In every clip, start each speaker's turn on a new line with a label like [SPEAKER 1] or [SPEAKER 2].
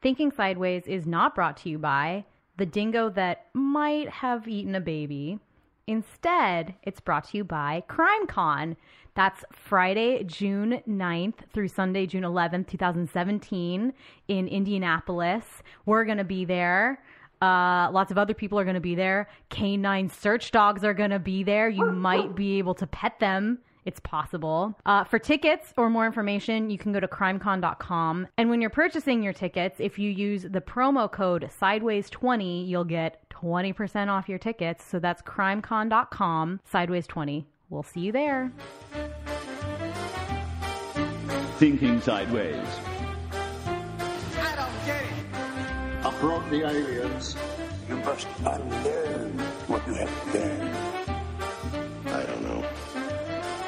[SPEAKER 1] Thinking Sideways is not brought to you by the dingo that might have eaten a baby. Instead, it's brought to you by CrimeCon. That's Friday, June 9th through Sunday, June 11th, 2017, in Indianapolis. We're going to be there. Uh, lots of other people are going to be there. Canine search dogs are going to be there. You might be able to pet them. It's possible. Uh, for tickets or more information, you can go to crimecon.com. And when you're purchasing your tickets, if you use the promo code sideways20, you'll get 20% off your tickets. So that's crimecon.com, sideways20. We'll see you there.
[SPEAKER 2] Thinking Sideways.
[SPEAKER 3] I don't get it.
[SPEAKER 4] I brought the aliens.
[SPEAKER 5] You must unlearn what you have learned. I don't know.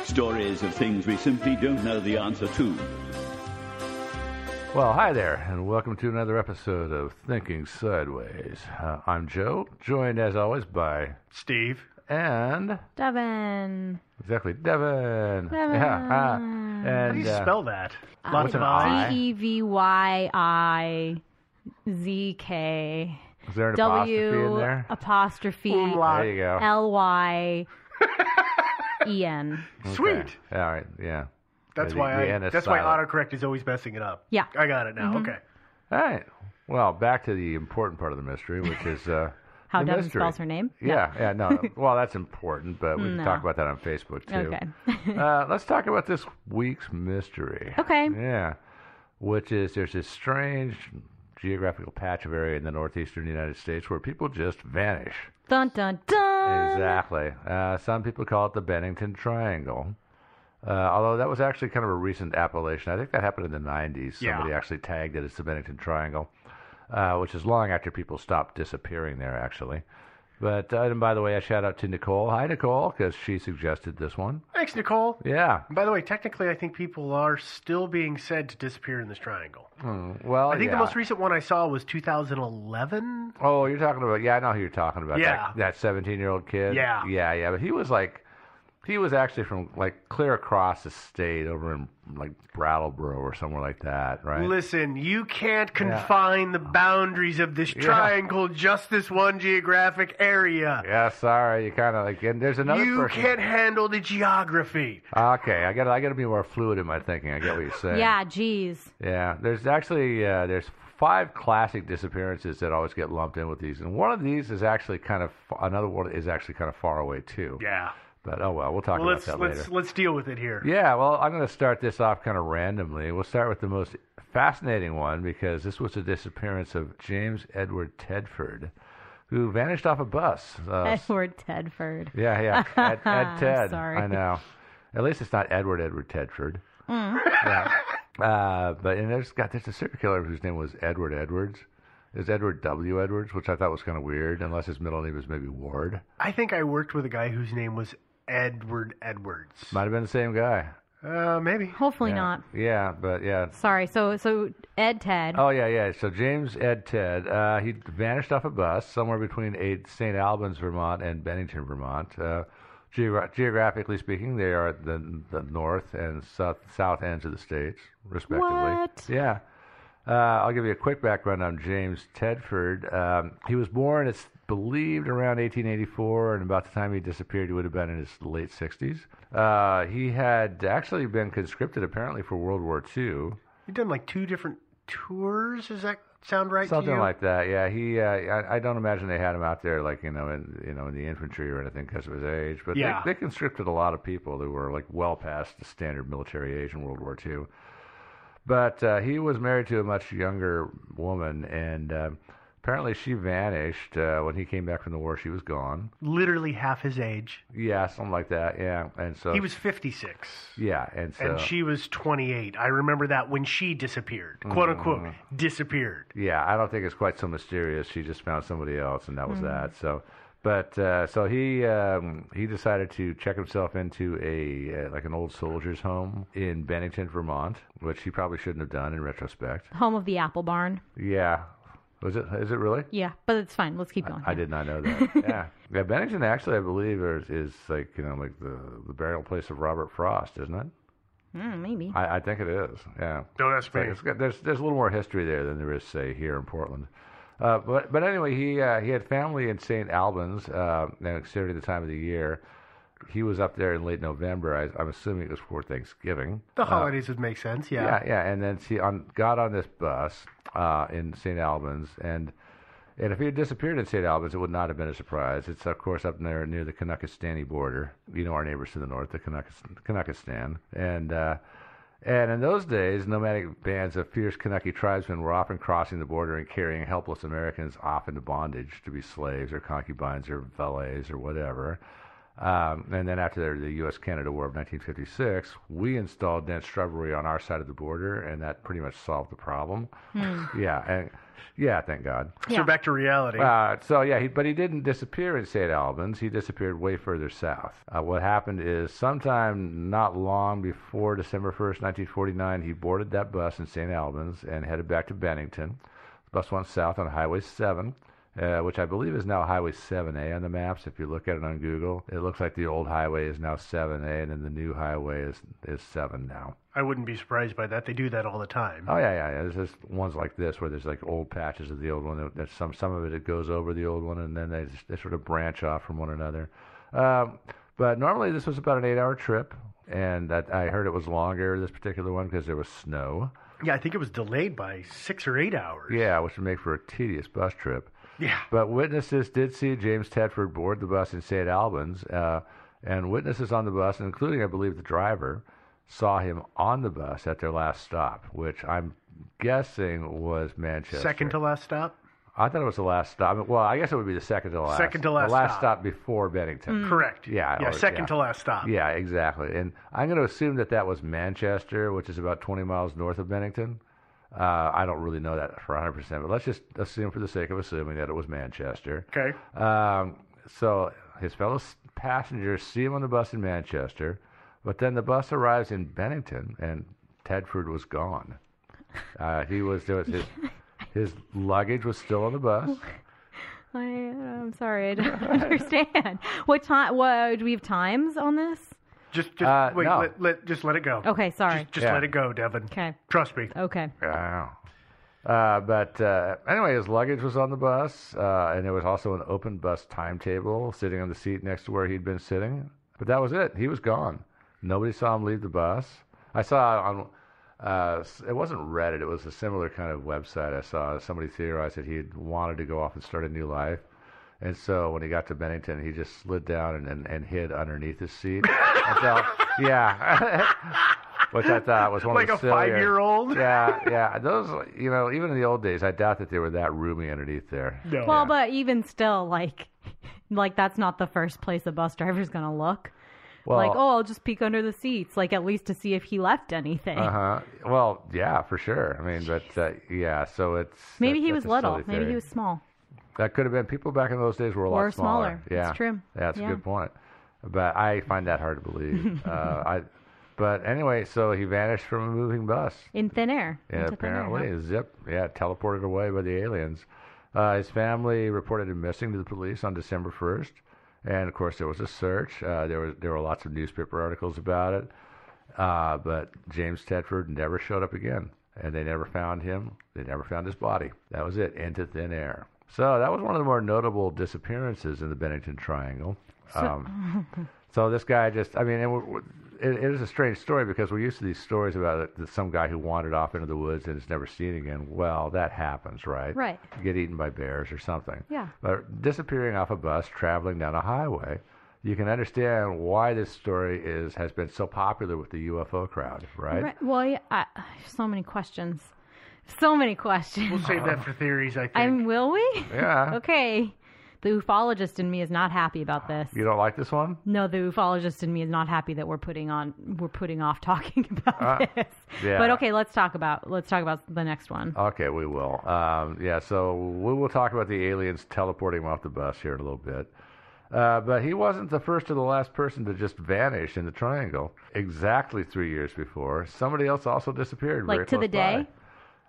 [SPEAKER 2] Stories of things we simply don't know the answer to.
[SPEAKER 6] Well, hi there, and welcome to another episode of Thinking Sideways. Uh, I'm Joe, joined as always by
[SPEAKER 7] Steve.
[SPEAKER 6] and
[SPEAKER 1] Devin.
[SPEAKER 6] exactly Devin. Yeah, ah,
[SPEAKER 7] How do
[SPEAKER 6] and
[SPEAKER 7] you
[SPEAKER 6] uh,
[SPEAKER 7] spell that? Lots
[SPEAKER 6] with
[SPEAKER 7] of
[SPEAKER 6] an
[SPEAKER 7] eyes.
[SPEAKER 6] I?
[SPEAKER 1] D E V Y I Z K
[SPEAKER 6] is there an apostrophe in
[SPEAKER 1] W
[SPEAKER 6] there?
[SPEAKER 1] apostrophe
[SPEAKER 6] There you go.
[SPEAKER 1] L Y E N.
[SPEAKER 7] Sweet.
[SPEAKER 6] Okay. All right. Yeah.
[SPEAKER 7] That's
[SPEAKER 6] The-
[SPEAKER 7] why
[SPEAKER 6] the
[SPEAKER 7] I.
[SPEAKER 6] N is
[SPEAKER 7] That's why
[SPEAKER 6] silent.
[SPEAKER 7] autocorrect is always messing it up.
[SPEAKER 1] Yeah.
[SPEAKER 7] I got it now. Okay.
[SPEAKER 6] All right. Well, back to the important part of the mystery, which is uh,
[SPEAKER 1] How
[SPEAKER 6] the
[SPEAKER 1] Devin
[SPEAKER 6] mystery.
[SPEAKER 1] spells her name?
[SPEAKER 6] Yeah, yeah, no. well, that's important, but we can talk about that on Facebook too.
[SPEAKER 1] Okay.
[SPEAKER 6] uh, let's talk about this week's mystery.
[SPEAKER 1] Okay.
[SPEAKER 6] Yeah, which is there's this strange geographical patch of area in the northeastern United States where people just vanish.
[SPEAKER 1] Dun dun dun.
[SPEAKER 6] Exactly. Uh, some people call it the Bennington Triangle. Uh, although that was actually kind of a recent appellation. I think that happened in the 90s.
[SPEAKER 7] Yeah.
[SPEAKER 6] Somebody actually tagged it as the Bennington Triangle, uh, which is long after people stopped disappearing there, actually. But, uh, and by the way, a shout out to Nicole. Hi, Nicole, because she suggested this one.
[SPEAKER 7] Thanks, Nicole.
[SPEAKER 6] Yeah.
[SPEAKER 7] By the way, technically, I think people are still being said to disappear in this triangle.
[SPEAKER 6] Hmm, Well,
[SPEAKER 7] I think the
[SPEAKER 6] yeah.
[SPEAKER 7] most recent one I saw was 2011.
[SPEAKER 6] Oh, you're talking about yeah, I know who you're talking about.
[SPEAKER 7] Yeah.
[SPEAKER 6] That- that seventeen year old kid.
[SPEAKER 7] Yeah.
[SPEAKER 6] Yeah, yeah. But he was like he was actually from like clear across the state over in like Brattleboro or somewhere like that, right?
[SPEAKER 7] Listen, you can't confine the boundaries of this triangle just this one geographic area.
[SPEAKER 6] yeah, sorry, you kinda like and there's another
[SPEAKER 7] You
[SPEAKER 6] person.
[SPEAKER 7] can't handle the geography.
[SPEAKER 6] Okay, I gotta I gotta be more fluid in my thinking. I get what you're saying.
[SPEAKER 1] Yeah, geez.
[SPEAKER 6] Yeah, there's actually uh, there's five classic disappearances that always get lumped in with these, and one of these is actually kind of fa- another one is actually kind of far away too.
[SPEAKER 7] Yeah.
[SPEAKER 6] But oh well, we'll talk
[SPEAKER 7] Well,
[SPEAKER 6] about
[SPEAKER 7] let's
[SPEAKER 6] that later.
[SPEAKER 7] let's let's deal with it here.
[SPEAKER 6] Yeah, well, I'm going to start this off kind of randomly. We'll start with the most fascinating one because this was the disappearance of James Edward Tedford, who vanished off a bus. Uh,
[SPEAKER 1] Edward Tedford.
[SPEAKER 6] yeah, yeah, Ed, Ed Ted.
[SPEAKER 1] sorry.
[SPEAKER 6] I know. At least it's not Edward Edward Tedford.
[SPEAKER 1] Mm.
[SPEAKER 6] Yeah. Uh, but and there's got there's a serial killer whose name was Edward Edwards. Is Edward W. Edwards, which I thought was kind of weird, unless his middle name was maybe Ward.
[SPEAKER 7] I think I worked with a guy whose name was Edward Edwards.
[SPEAKER 6] Might have been the same guy.
[SPEAKER 7] Uh, maybe.
[SPEAKER 1] Hopefully
[SPEAKER 6] Yeah.
[SPEAKER 1] not.
[SPEAKER 6] Yeah, but yeah,
[SPEAKER 1] Sorry. So so Ed Ted.
[SPEAKER 6] Oh yeah, yeah. So James Ed Ted, uh, he vanished off a bus somewhere between eight St. Albans, Vermont, and Bennington, Vermont. Uh, geogra- geographically speaking, they are at the, the north and south south ends of the states, respectively.
[SPEAKER 1] What?
[SPEAKER 6] Yeah. Uh, I'll give you a quick background on James Tedford. Um, he was born, it's believed, around 1884, and about the time he disappeared, he would have been in his late 60s. Uh, he had actually been conscripted, apparently, for World War II.
[SPEAKER 7] You've done like two different tours. Does that sound right to
[SPEAKER 6] Something
[SPEAKER 7] you?
[SPEAKER 6] like that. Yeah, he. Uh, I, I don't imagine they had him out there like you know in you know in the infantry or anything because of his age. But
[SPEAKER 7] Yeah.
[SPEAKER 6] they, they conscripted a lot of people who were like well past the standard military age in World War II. But uh, he was married to a much younger woman, and um apparently she vanished uh, when he came back from the war. She was gone.
[SPEAKER 7] Literally half his age.
[SPEAKER 6] Yeah, something like that. Yeah, and so
[SPEAKER 7] He was 56.
[SPEAKER 6] Yeah, and so
[SPEAKER 7] And she was 28. I remember that when she disappeared,
[SPEAKER 6] Mm.
[SPEAKER 7] quote unquote, disappeared.
[SPEAKER 6] yeah, I don't think it's quite so mysterious. She just found somebody else, and that was that. So, but uh, so he um, he decided to check himself into a uh, like an old soldier's home in Bennington, Vermont, which he probably shouldn't have done in retrospect.
[SPEAKER 1] Home of the apple barn.
[SPEAKER 6] Yeah, was it? Is it really?
[SPEAKER 1] Yeah, but it's fine. Let's keep going.
[SPEAKER 6] I did not know that. yeah, yeah. Bennington actually, I believe, is, is like you know like the the burial place of Robert Frost, isn't it?
[SPEAKER 1] Mm, maybe.
[SPEAKER 6] I, I think it is. Yeah.
[SPEAKER 7] Don't ask me.
[SPEAKER 6] It's like- it's got- there's there's a little more history there than there is say here in Portland. Uh, but but anyway, he uh, he had family in St. Albans. Uh, and considering the time of the year, he was up there in late November. I, I'm assuming it was for Thanksgiving.
[SPEAKER 7] The holidays would make sense, yeah.
[SPEAKER 6] uh, Yeah, yeah. And then she on, got on this bus uh, in St. Albans, and and if he had disappeared in St. Albans, it would not have been a surprise. It's of course up there near the Kanuckistani border. You know our neighbors to the north, the Kanuckis- Kanuckistan, and. Uh, and in those days, nomadic bands of fierce Kanucky tribesmen were often crossing the border and carrying helpless Americans off into bondage to be slaves or concubines or valets or whatever. Um, and then after the U.S. Canada War of 1956, we installed dense shrubbery on our side of the border, and that pretty much solved the problem. Yeah, and yeah, thank God.
[SPEAKER 7] So
[SPEAKER 1] Yeah.
[SPEAKER 7] back to reality.
[SPEAKER 6] Uh, so yeah, he, but he didn't disappear in St. Albans. He disappeared way further south. Uh, what happened is sometime not long before December 1st, 1949, he boarded that bus in St. Albans and headed back to Bennington. The bus went south on Highway 7. Uh, which I believe is now Highway 7A on the maps. If you look at it on Google, it looks like the old highway is now 7A, and then the new highway is is 7 now.
[SPEAKER 7] I wouldn't be surprised by that. They do that all the time.
[SPEAKER 6] Oh yeah, yeah. yeah. There's just ones like this where there's like old patches of the old one. There- There's some some of it that goes over the old one, and then they just, they sort of branch off from one another. Um, but normally this was about an eight-hour trip, and that, I heard it was longer this particular one because there was snow.
[SPEAKER 7] Yeah, I think it was delayed by six or eight hours.
[SPEAKER 6] Yeah, which would make for a tedious bus trip.
[SPEAKER 7] Yeah.
[SPEAKER 6] But witnesses did see James Tedford board the bus in St. Albans, uh, and witnesses on the bus, including, I believe, the driver, saw him on the bus at their last stop, which I'm guessing was Manchester.
[SPEAKER 7] Second to last stop?
[SPEAKER 6] I thought it was the last stop. Well, I guess it would be the second to last.
[SPEAKER 7] Second to last
[SPEAKER 6] The last
[SPEAKER 7] stop.
[SPEAKER 6] stop before Bennington.
[SPEAKER 7] Correct.
[SPEAKER 6] Hmm. Yeah,
[SPEAKER 7] Yeah,
[SPEAKER 6] or-
[SPEAKER 7] second
[SPEAKER 6] yeah.
[SPEAKER 7] to last stop.
[SPEAKER 6] Yeah, exactly. And I'm going to assume that that was Manchester, which is about 20 miles north of Bennington. Uh, I don't really know that for 100%, but let's just assume for the sake of assuming that it was Manchester.
[SPEAKER 7] Okay.
[SPEAKER 6] Um, so his fellow s- passengers see him on the bus in Manchester, but then the bus arrives in Bennington, and Tedford was gone. Uh, he was there was his his luggage was still on the bus.
[SPEAKER 1] I, I'm sorry, I don't understand. What time? What do we have times on this?
[SPEAKER 7] Just, just
[SPEAKER 6] Uh,
[SPEAKER 7] wait.
[SPEAKER 6] no.
[SPEAKER 7] Let, let, just let it go.
[SPEAKER 1] Okay, sorry.
[SPEAKER 7] Just
[SPEAKER 6] Yeah.
[SPEAKER 7] let it go, Devin.
[SPEAKER 1] Okay.
[SPEAKER 7] Trust me.
[SPEAKER 1] Okay.
[SPEAKER 6] Wow. Uh, but uh, anyway, his luggage was on the bus, uh, and there was also an open bus timetable sitting on the seat next to where he'd been sitting. But that was it. He was gone. Nobody saw him leave the bus. I saw on uh, it wasn't Reddit. It was a similar kind of website. I saw somebody theorized that he had wanted to go off and start a new life. And so when he got to Bennington, he just slid down and, and, and hid underneath his seat. I thought, yeah, which I thought was one of
[SPEAKER 7] Like a
[SPEAKER 6] the sillier-
[SPEAKER 7] five-year-old?
[SPEAKER 6] Yeah, yeah. Those, you know, even in the old days, I doubt that they were that roomy underneath there.
[SPEAKER 7] No.
[SPEAKER 1] Well, but even still, like, like that's not the first place a bus driver's gonna look.
[SPEAKER 6] Well,
[SPEAKER 1] like, oh, I'll just peek under the seats, like at least to see if he left anything.
[SPEAKER 6] Uh huh. Well, yeah, for sure. I mean, but uh, yeah. So it's
[SPEAKER 1] Maybe
[SPEAKER 6] that-
[SPEAKER 1] he
[SPEAKER 6] that's
[SPEAKER 1] was
[SPEAKER 6] a
[SPEAKER 1] little.
[SPEAKER 6] silly
[SPEAKER 1] Maybe
[SPEAKER 6] theory.
[SPEAKER 1] he was small.
[SPEAKER 6] That could have been people back in those days were a lot
[SPEAKER 1] Were
[SPEAKER 6] smaller.
[SPEAKER 1] smaller. It's true.
[SPEAKER 6] Yeah, that's
[SPEAKER 1] Yeah.
[SPEAKER 6] a good point. But I find that hard to believe. uh, I, but anyway, so he vanished from a moving bus.
[SPEAKER 1] In thin air.
[SPEAKER 6] Yeah,
[SPEAKER 1] Into thin air,
[SPEAKER 6] apparently,
[SPEAKER 1] huh?
[SPEAKER 6] zip. Yeah, teleported away by the aliens. Uh, his family reported him missing to the police on December first, and of course there was a search. Uh, there was there were lots of newspaper articles about it, uh, but James Tedford never showed up again, and they never found him. They never found his body. That was it, into thin air. So that was one of the more notable disappearances in the Bennington Triangle. Um, So this guy just, I mean, it, w- it, it is a strange story because we're used to these stories about it, that some guy who wandered off into the woods and is never seen again. Well, that happens, right?
[SPEAKER 1] Right.
[SPEAKER 6] You get eaten by bears or something.
[SPEAKER 1] Yeah.
[SPEAKER 6] But disappearing off a bus, traveling down a highway, you can understand why this story is has been so popular with the UFO crowd, right?
[SPEAKER 1] Right. Well, yeah, I, I have so many questions. So many questions.
[SPEAKER 7] We'll save that for theories, I think.
[SPEAKER 1] I'm. Will we?
[SPEAKER 6] Yeah.
[SPEAKER 1] okay. The ufologist in me is not happy about this.
[SPEAKER 6] You don't like this one?
[SPEAKER 1] No, the ufologist in me is not happy that we're putting on we're putting off talking about this.
[SPEAKER 6] Uh, yeah.
[SPEAKER 1] But okay, let's talk about let's talk about the next one.
[SPEAKER 6] Okay, we will. Um, yeah, so we will talk about the aliens teleporting him off the bus here in a little bit. Uh, but he wasn't the first or the last person to just vanish in the triangle. Exactly three years before, somebody else also disappeared.
[SPEAKER 1] Like
[SPEAKER 6] very
[SPEAKER 1] to the
[SPEAKER 6] close by.
[SPEAKER 1] day?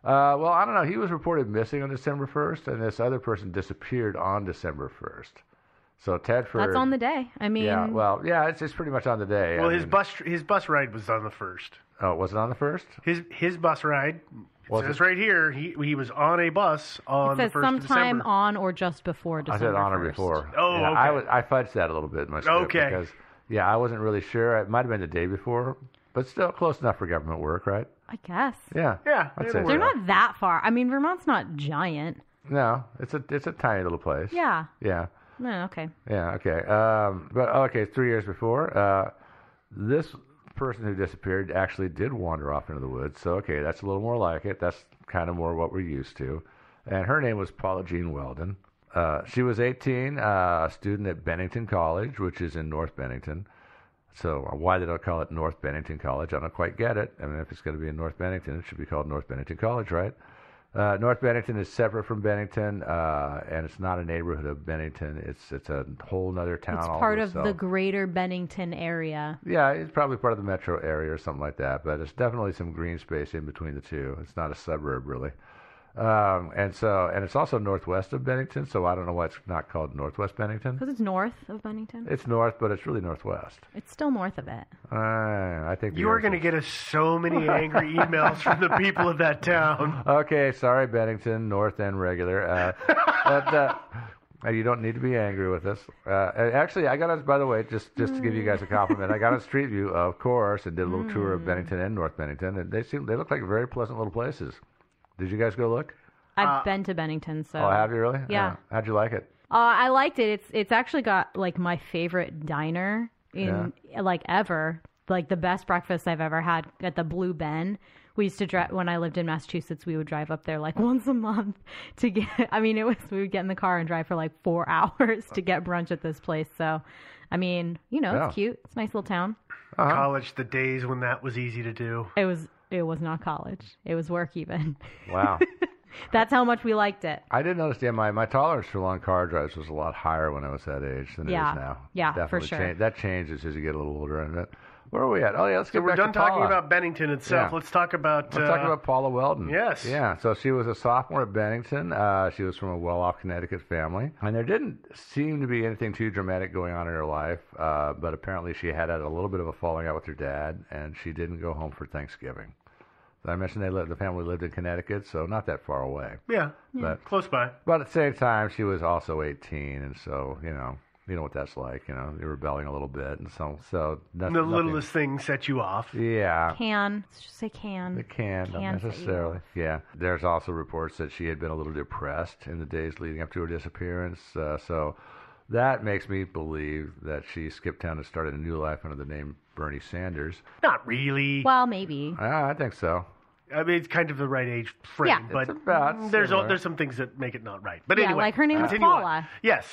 [SPEAKER 6] Uh, well, I don't know. He was reported missing on December 1st, and this other person disappeared on December 1st. So Tedford.
[SPEAKER 1] That's on the day. I mean,
[SPEAKER 6] Yeah, well, yeah, it's, it's pretty much on the day.
[SPEAKER 7] well,
[SPEAKER 6] I
[SPEAKER 7] his
[SPEAKER 6] mean,
[SPEAKER 7] bus his bus ride was on the first.
[SPEAKER 6] Oh, was it on the first?
[SPEAKER 7] His his bus ride. It
[SPEAKER 6] Was
[SPEAKER 7] says
[SPEAKER 6] it-
[SPEAKER 7] right here he he was on a bus on the
[SPEAKER 1] Says
[SPEAKER 7] first of
[SPEAKER 1] sometime
[SPEAKER 7] December.
[SPEAKER 1] on or just before
[SPEAKER 6] I
[SPEAKER 1] December.
[SPEAKER 6] said on or
[SPEAKER 1] 1st.
[SPEAKER 6] before.
[SPEAKER 7] Oh,
[SPEAKER 6] yeah, I
[SPEAKER 7] okay.
[SPEAKER 6] was, I fudged that a little bit in my script
[SPEAKER 7] Okay.
[SPEAKER 6] because yeah, I wasn't really sure. It might have been the day before, but still close enough for government work, right?
[SPEAKER 1] I guess.
[SPEAKER 6] Yeah.
[SPEAKER 7] Yeah,
[SPEAKER 6] I'd
[SPEAKER 7] it'll
[SPEAKER 6] say
[SPEAKER 7] work.
[SPEAKER 6] so.
[SPEAKER 1] They're not that far. I mean, Vermont's not giant.
[SPEAKER 6] No, it's a it's a tiny little place.
[SPEAKER 1] Yeah.
[SPEAKER 6] Yeah.
[SPEAKER 1] No, Oh, okay.
[SPEAKER 6] Yeah, okay. Um, but okay, three years before, uh, this person who disappeared actually did wander off into the woods. So okay, that's a little more like it. That's kind of more what we're used to. And her name was Paula Jean Weldon. Uh, she was 18, uh, a student at Bennington College, which is in North Bennington. So uh, why they don't call it North Bennington College, I don't quite get it. I mean, if it's going to be in North Bennington, it should be called North Bennington College, right? Uh, North Bennington is separate from Bennington, uh, and it's not a neighborhood of Bennington. It's it's a whole other town.
[SPEAKER 1] It's
[SPEAKER 6] all
[SPEAKER 1] part
[SPEAKER 6] to
[SPEAKER 1] of the
[SPEAKER 6] itself.
[SPEAKER 1] greater Bennington area.
[SPEAKER 6] yeah, it's probably part of the metro area or something like that. But it's definitely some green space in between the two. It's not a suburb really, um, and so and it's also northwest of Bennington. So I don't know why it's not called Northwest Bennington.
[SPEAKER 1] Because it's north of Bennington.
[SPEAKER 6] It's north, but it's really northwest.
[SPEAKER 1] It's still north of it.
[SPEAKER 6] Uh, I think the
[SPEAKER 7] You are
[SPEAKER 6] answer-
[SPEAKER 7] going to get us so many angry emails from the people of that town.
[SPEAKER 6] Okay, sorry, Bennington, North End regular. Uh, but uh, uh, you don't need to be angry with us. Uh, and actually, I got us. By the way, just just to give you guys a compliment, I got a street view, of course, and did a little tour
[SPEAKER 7] Hmm.
[SPEAKER 6] of Bennington and North Bennington, and they seem they look like very pleasant little places. Did you guys go look?
[SPEAKER 1] I've been to Bennington, so
[SPEAKER 6] Oh, have you really?
[SPEAKER 1] Uh, Yeah.
[SPEAKER 6] how'd you like it?
[SPEAKER 1] Uh, I liked it. It's it's actually got like my favorite diner in like ever. Like the best breakfast I've ever had at the Blue Ben. We used to drive when I lived in Massachusetts. We would drive up there like once a month to get. I mean, it was we would get in the car and drive for like four hours to get brunch at this place. So, I mean, you know,
[SPEAKER 6] Yeah.
[SPEAKER 1] it's cute. It's a nice little town.
[SPEAKER 6] Uh-huh.
[SPEAKER 7] College, the days when that was easy to do.
[SPEAKER 1] It was it was not college. It was work even.
[SPEAKER 6] Wow.
[SPEAKER 1] That's how much we liked it.
[SPEAKER 6] I did notice, yeah, my, my tolerance for long car drives was a lot higher when I was that age than
[SPEAKER 1] Yeah.
[SPEAKER 6] it is now.
[SPEAKER 1] Yeah, for
[SPEAKER 6] Definitely
[SPEAKER 1] sure.
[SPEAKER 6] Changed. That changes as you get a little older. And that, where are we at? Oh, yeah, let's get
[SPEAKER 7] So we're
[SPEAKER 6] back
[SPEAKER 7] done
[SPEAKER 6] to
[SPEAKER 7] talking
[SPEAKER 6] Paula.
[SPEAKER 7] about Bennington itself.
[SPEAKER 6] Yeah.
[SPEAKER 7] Let's talk about.
[SPEAKER 6] Let's
[SPEAKER 7] uh,
[SPEAKER 6] talk about Paula Weldon.
[SPEAKER 7] Yes.
[SPEAKER 6] Yeah. So she was a sophomore at Bennington. Uh, she was from a well-off Connecticut family, and there didn't seem to be anything too dramatic going on in her life. Uh, but apparently, she had had a little bit of a falling out with her dad, and she didn't go home for Thanksgiving. I mentioned they lived, the family lived in Connecticut, so not that far away.
[SPEAKER 7] yeah,
[SPEAKER 6] But-
[SPEAKER 7] close by.
[SPEAKER 6] But at the same time, she was also 18, and so you know, you know what that's like. You know, you're rebelling a little bit, and so so
[SPEAKER 7] The
[SPEAKER 6] nothing.
[SPEAKER 7] littlest thing set you off.
[SPEAKER 6] Yeah.
[SPEAKER 1] Can let's just say can.
[SPEAKER 6] It can,
[SPEAKER 1] Can set
[SPEAKER 6] not
[SPEAKER 1] you
[SPEAKER 6] necessarily. Yeah. There's also reports that she had been a little depressed in the days leading up to her disappearance. Uh, so that makes me believe that she skipped town and started a new life under the name Bernie Sanders.
[SPEAKER 7] Not really.
[SPEAKER 1] Well, maybe.
[SPEAKER 6] Ah, I think so.
[SPEAKER 7] I mean, it's kind of the right age frame,
[SPEAKER 1] Yeah. It's
[SPEAKER 7] but
[SPEAKER 6] about
[SPEAKER 7] there's all,
[SPEAKER 6] similar.
[SPEAKER 7] there's some things that make it not right. But
[SPEAKER 1] Yeah,
[SPEAKER 7] anyway,
[SPEAKER 1] like her name was
[SPEAKER 7] continue on.
[SPEAKER 1] Paula.
[SPEAKER 7] Yes,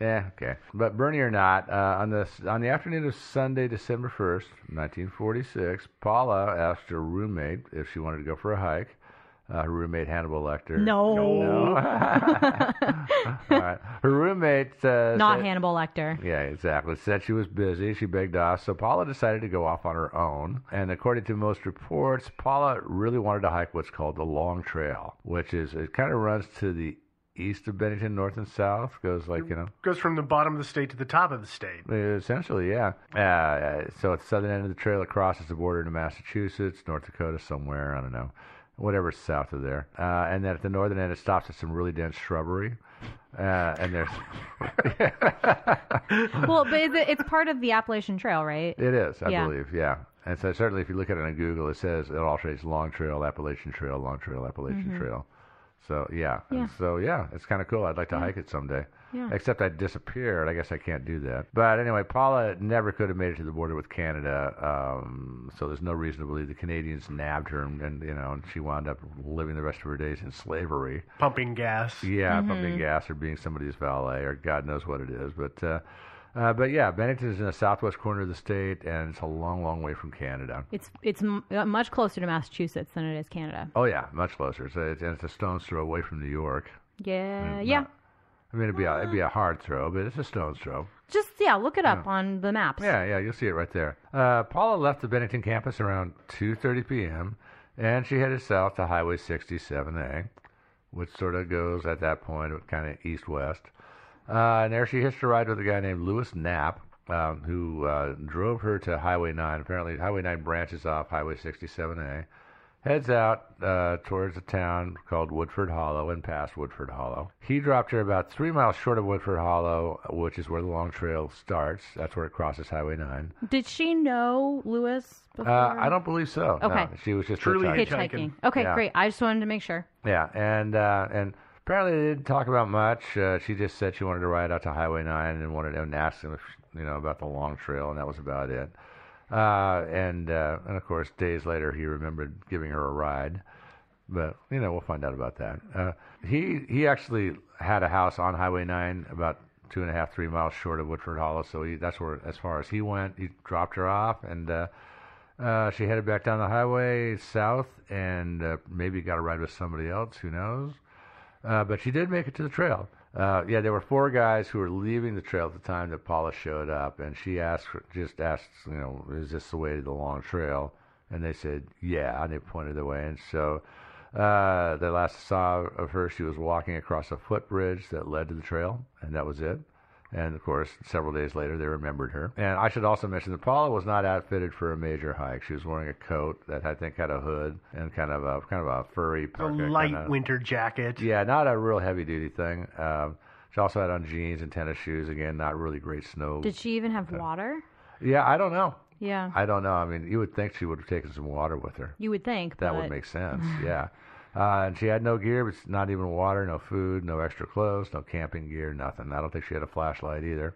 [SPEAKER 6] Yeah, okay. But Bernie or not, uh, on the on the afternoon of Sunday, December first, nineteen forty six, Paula asked her roommate if she wanted to go for a hike. Uh, her roommate Hannibal Lecter.
[SPEAKER 1] No,
[SPEAKER 6] All right. Her roommate. Uh,
[SPEAKER 1] not
[SPEAKER 6] said-
[SPEAKER 1] Hannibal Lecter.
[SPEAKER 6] Yeah, exactly. Said she was busy. She begged off. So Paula decided to go off on her own. And according to most reports, Paula really wanted to hike what's called the Long Trail, which is, it kind of runs to the east of Bennington, north and south. Goes like, you know,
[SPEAKER 7] goes from the bottom of the state to the top of the state.
[SPEAKER 6] essentially, yeah. Uh, so at the southern end of the trail, it crosses the border to Massachusetts, North Dakota, somewhere. I don't know. Whatever's south of there. Uh, and then at the northern end, it stops at some really dense shrubbery. Uh, and there's.
[SPEAKER 1] well, but is it, it's part of the Appalachian Trail, right?
[SPEAKER 6] It is, I
[SPEAKER 1] Yeah.
[SPEAKER 6] believe, yeah. And so certainly, if you look at it on Google, it says it all trades Long Trail, Appalachian Trail, Long Trail, Appalachian Trail. So yeah, And
[SPEAKER 1] Mm-hmm. Yeah.
[SPEAKER 6] so yeah, it's kind of cool. I'd like to hike it someday.
[SPEAKER 1] Yeah.
[SPEAKER 6] Except I disappeared. I guess I can't do that. But anyway, Paula never could have made it to the border with Canada. Um, so there's no reason to believe the Canadians nabbed her, and, and you know, and she wound up living the rest of her days in slavery.
[SPEAKER 7] Pumping gas.
[SPEAKER 6] Yeah, pumping gas or being somebody's valet or God knows what it is. But uh, uh, but yeah, Bennington is in the southwest corner of the state, and it's a long, long way from Canada.
[SPEAKER 1] It's it's m- uh, much closer to Massachusetts than it is Canada.
[SPEAKER 6] Oh yeah, much closer. So it's, and it's a stone's throw away from New York.
[SPEAKER 1] Yeah, yeah.
[SPEAKER 6] I mean, it'd be a, it'd be a hard throw, but it's a stone's throw.
[SPEAKER 1] Just yeah, look it up on the maps.
[SPEAKER 6] Yeah, yeah, you'll see it right there. Uh, Paula left the Bennington campus around 2:30 p.m. and she headed south to Highway 67A, which sort of goes at that point kind of east-west. Uh, and there she hitched a ride with a guy named Lewis Knapp, um, who uh, drove her to Highway 9. Apparently, Highway 9 branches off Highway 67A, heads out uh, towards a town called Woodford Hollow and past Woodford Hollow. He dropped her about three miles short of Woodford Hollow, which is where the long trail starts. That's where it crosses Highway 9.
[SPEAKER 1] Did she know Lewis before?
[SPEAKER 6] Uh, I don't believe so. No,
[SPEAKER 1] Okay.
[SPEAKER 6] she was just
[SPEAKER 7] Truly
[SPEAKER 6] hitchhiking.
[SPEAKER 1] hitchhiking. Okay,
[SPEAKER 6] Yeah.
[SPEAKER 1] great. I just wanted to make sure.
[SPEAKER 6] Yeah, and uh, and apparently they didn't talk about much. Uh, she just said she wanted to ride out to Highway Nine and wanted and asked him if you know about the long trail, and that was about it. Uh, and uh, and of course, days later, he remembered giving her a ride. But you know, we'll find out about that. Uh, he he actually had a house on Highway Nine, about two and a half, three miles short of Woodford Hollow. So he, that's where, as far as he went, he dropped her off, and uh, uh, she headed back down the highway south, and uh, maybe got a ride with somebody else. Who knows? Uh, but she did make it to the trail. Uh, yeah, there were four guys who were leaving the trail at the time that Paula showed up, and she asked, just asked, you know, is this the way to the long trail? And they said, yeah, and they pointed the way. And so uh, the last saw of her, she was walking across a footbridge that led to the trail, and that was it. And of course, several days later, they remembered her. And I should also mention that Paula was not outfitted for a major hike. She was wearing a coat that I think had a hood and kind of a kind of a furry
[SPEAKER 7] A
[SPEAKER 6] parka.
[SPEAKER 7] light
[SPEAKER 6] kinda-
[SPEAKER 7] winter jacket.
[SPEAKER 6] yeah, not a real heavy duty thing. Um, she also had on jeans and tennis shoes. Again, not really great snow.
[SPEAKER 1] Did she even have water?
[SPEAKER 6] yeah, I don't know.
[SPEAKER 1] Yeah,
[SPEAKER 6] I don't know. I mean, you would think she would have taken some water with her.
[SPEAKER 1] you would think
[SPEAKER 6] That
[SPEAKER 1] but
[SPEAKER 6] would make sense. Yeah. Uh, and she had no gear, but not even water, no food, no extra clothes, no camping gear, nothing. I don't think she had a flashlight either.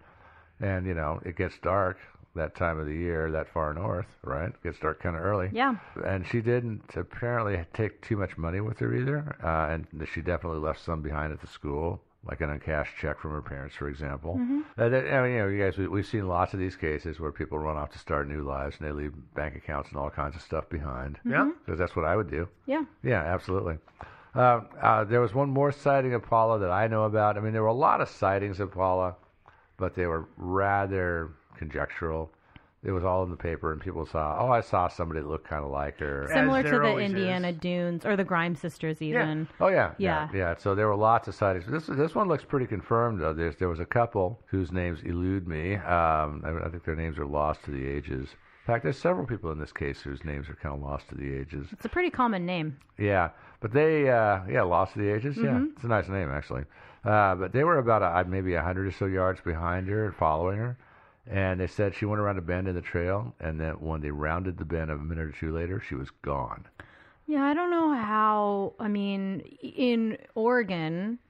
[SPEAKER 6] And you know, it gets dark that time of the year, that far north, right? It gets dark kind of early.
[SPEAKER 1] Yeah.
[SPEAKER 6] And she didn't apparently take too much money with her either, uh, and she definitely left some behind at the school. Like an uncashed check from her parents, for example.
[SPEAKER 1] Mm-hmm.
[SPEAKER 6] Uh, that- I mean, you know, you guys, we, we've seen lots of these cases where people run off to start new lives and they leave bank accounts and all kinds of stuff behind.
[SPEAKER 1] Mm-hmm.
[SPEAKER 7] Yeah.
[SPEAKER 6] Because that's what I would do.
[SPEAKER 1] Yeah,
[SPEAKER 6] Yeah, absolutely. Uh, uh, there was one more sighting of Paula that I know about. I mean, there were a lot of sightings of Paula, but they were rather conjectural. It was all in the paper, and people saw, oh, I saw somebody that looked kind of like her.
[SPEAKER 7] As
[SPEAKER 1] similar to
[SPEAKER 7] there
[SPEAKER 1] the
[SPEAKER 7] always
[SPEAKER 1] Indiana
[SPEAKER 7] is.
[SPEAKER 1] Dunes or the Grime Sisters, even.
[SPEAKER 6] Oh yeah,
[SPEAKER 1] Yeah.
[SPEAKER 6] yeah, yeah. So there were lots of sightings. This this one looks pretty confirmed though. There's there was a couple whose names elude me. Um, I, I think their names are lost to the ages. In fact, there's several people in this case whose names are kind of lost to the ages.
[SPEAKER 1] It's a pretty common name.
[SPEAKER 6] Yeah, but they, uh, yeah, Lost to the Ages. Yeah,
[SPEAKER 1] Mm-hmm.
[SPEAKER 6] it's a nice name actually. Uh, but they were about uh maybe a hundred or so yards behind her and following her, and they said she went around a bend in the trail, and then when they rounded the bend a minute or two later, she was gone.
[SPEAKER 1] Yeah, I don't know how. I mean, in Oregon,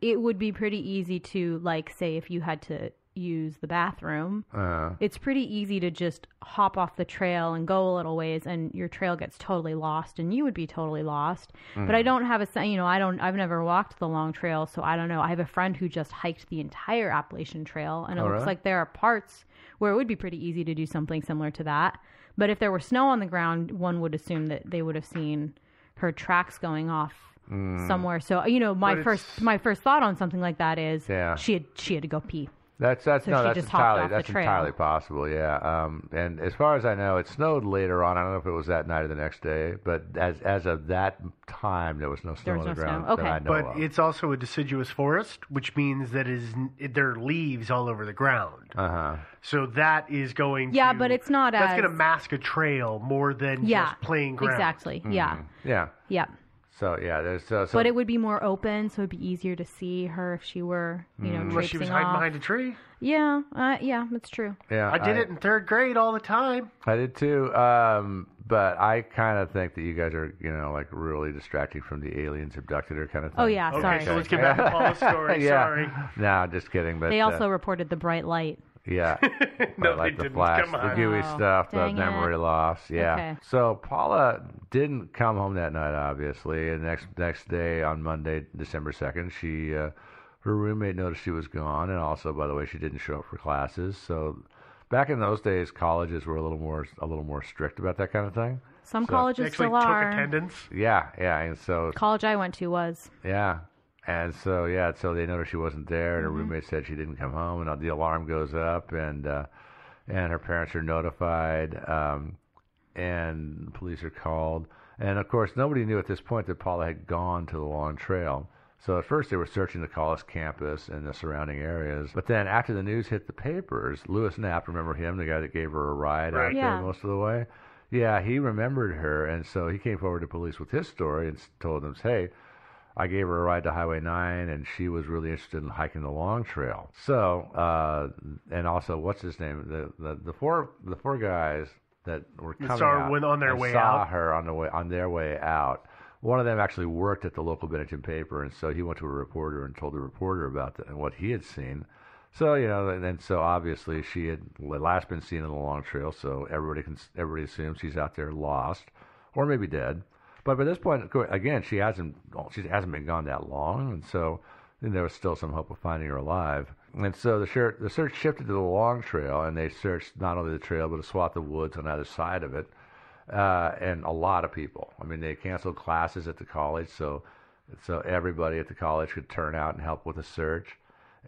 [SPEAKER 1] it would be pretty easy to, like, say if you had to use the bathroom,
[SPEAKER 6] Uh,
[SPEAKER 1] it's pretty easy to just hop off the trail and go a little ways, and your trail gets totally lost, and you would be totally lost. But
[SPEAKER 7] Mm.
[SPEAKER 1] I don't have a, sen- you know, I don't, I've never walked the long trail, so I don't know. I have a friend who just hiked the entire Appalachian Trail, and it
[SPEAKER 6] Oh,
[SPEAKER 1] looks
[SPEAKER 6] really?
[SPEAKER 1] like there are parts where it would be pretty easy to do something similar to that. But if there were snow on the ground, one would assume that they would have seen her tracks going off somewhere. So you know, my
[SPEAKER 7] Mm. But
[SPEAKER 1] first
[SPEAKER 7] it's-
[SPEAKER 1] my first thought on something like that is
[SPEAKER 6] Yeah.
[SPEAKER 1] she had she had to go pee.
[SPEAKER 6] That's that's
[SPEAKER 1] So
[SPEAKER 6] no,
[SPEAKER 1] she
[SPEAKER 6] that's
[SPEAKER 1] just hopped
[SPEAKER 6] entirely
[SPEAKER 1] off the
[SPEAKER 6] that's
[SPEAKER 1] trail.
[SPEAKER 6] entirely possible. Yeah. Um, and as far as I know, it snowed later on. I don't know if it was that night or the next day, but as as of that time, there was no snow
[SPEAKER 1] There was
[SPEAKER 6] on the
[SPEAKER 1] no snow.
[SPEAKER 6] ground
[SPEAKER 1] Okay.
[SPEAKER 6] that I know
[SPEAKER 7] But
[SPEAKER 6] of.
[SPEAKER 7] it's also a deciduous forest, which means that is there are leaves all over the ground.
[SPEAKER 6] uh huh.
[SPEAKER 7] So that is going.
[SPEAKER 1] Yeah,
[SPEAKER 7] to,
[SPEAKER 1] but it's not
[SPEAKER 7] That's
[SPEAKER 1] as-
[SPEAKER 7] going to mask a trail more than
[SPEAKER 1] Yeah,
[SPEAKER 7] just plain ground. Mm-hmm.
[SPEAKER 1] Exactly. Yeah.
[SPEAKER 6] Yeah.
[SPEAKER 1] Yeah.
[SPEAKER 6] So yeah, there's uh, so
[SPEAKER 1] But it would be more open, so it'd be easier to see her if she were, you know,
[SPEAKER 7] Unless Mm. she was
[SPEAKER 1] traipsing
[SPEAKER 7] hiding
[SPEAKER 1] off.
[SPEAKER 7] behind Oh. a tree.
[SPEAKER 1] Yeah, uh, yeah, that's true.
[SPEAKER 6] yeah,
[SPEAKER 7] I did it in third grade all the time.
[SPEAKER 6] I did too. Um, but I kind of think that you guys are, you know, like really distracting from the aliens abducted her kind of thing.
[SPEAKER 1] Oh yeah,
[SPEAKER 7] Okay,
[SPEAKER 1] sorry.
[SPEAKER 7] so let's get back to Paula's story.
[SPEAKER 6] yeah.
[SPEAKER 7] Sorry.
[SPEAKER 6] No, just kidding. But
[SPEAKER 1] they
[SPEAKER 6] uh,
[SPEAKER 1] also reported the bright light.
[SPEAKER 6] yeah, I
[SPEAKER 7] No,
[SPEAKER 6] like
[SPEAKER 7] they
[SPEAKER 6] the
[SPEAKER 7] didn't.
[SPEAKER 6] flash,
[SPEAKER 7] Come
[SPEAKER 6] the
[SPEAKER 7] on.
[SPEAKER 6] gooey
[SPEAKER 1] Oh,
[SPEAKER 6] stuff, the
[SPEAKER 1] dang it.
[SPEAKER 6] memory loss. Yeah.
[SPEAKER 1] Okay.
[SPEAKER 6] So Paula didn't come home that night, obviously. And next next day on Monday, December second, she uh, her roommate noticed she was gone, and also, by the way, she didn't show up for classes. So back in those days, colleges were a little more a little more strict about that kind of thing.
[SPEAKER 1] Some
[SPEAKER 6] So-
[SPEAKER 1] colleges
[SPEAKER 7] Actually,
[SPEAKER 1] still
[SPEAKER 7] took
[SPEAKER 1] are.
[SPEAKER 7] attendance.
[SPEAKER 6] Yeah, yeah, and so
[SPEAKER 1] College I went to was.
[SPEAKER 6] yeah. And so yeah, so they noticed she wasn't there, and her roommate said she didn't come home, and the alarm goes up, and uh, and her parents are notified, um, and police are called, and of course nobody knew at this point that Paula had gone to the long trail. So at first they were searching the college campus and the surrounding areas, but then after the news hit the papers, Lewis Knapp, remember him, the guy that gave her a ride out
[SPEAKER 1] Yeah.
[SPEAKER 6] there most of the way? Yeah, he remembered her, and so he came forward to police with his story and s- told them, "Hey, I gave her a ride to Highway 9, and she was really interested in hiking the Long Trail. So, uh, and also, what's his name? The, the the four the four guys that were coming
[SPEAKER 7] saw her
[SPEAKER 6] out
[SPEAKER 7] when- on their
[SPEAKER 6] and
[SPEAKER 7] way
[SPEAKER 6] saw
[SPEAKER 7] out.
[SPEAKER 6] her on the way on their way out. One of them actually worked at the local Bennington paper, and so he went to a reporter and told the reporter about the, what he had seen. So you know, and, and so obviously she had last been seen on the Long Trail, so everybody can everybody assumes she's out there lost, or maybe dead. But by this point, of course, again, she hasn't she hasn't been gone that long, and so then there was still some hope of finding her alive. And so the search the search shifted to the Long Trail, and they searched not only the trail but a swath of woods on either side of it uh, and a lot of people. I mean, they canceled classes at the college, so so everybody at the college could turn out and help with the search,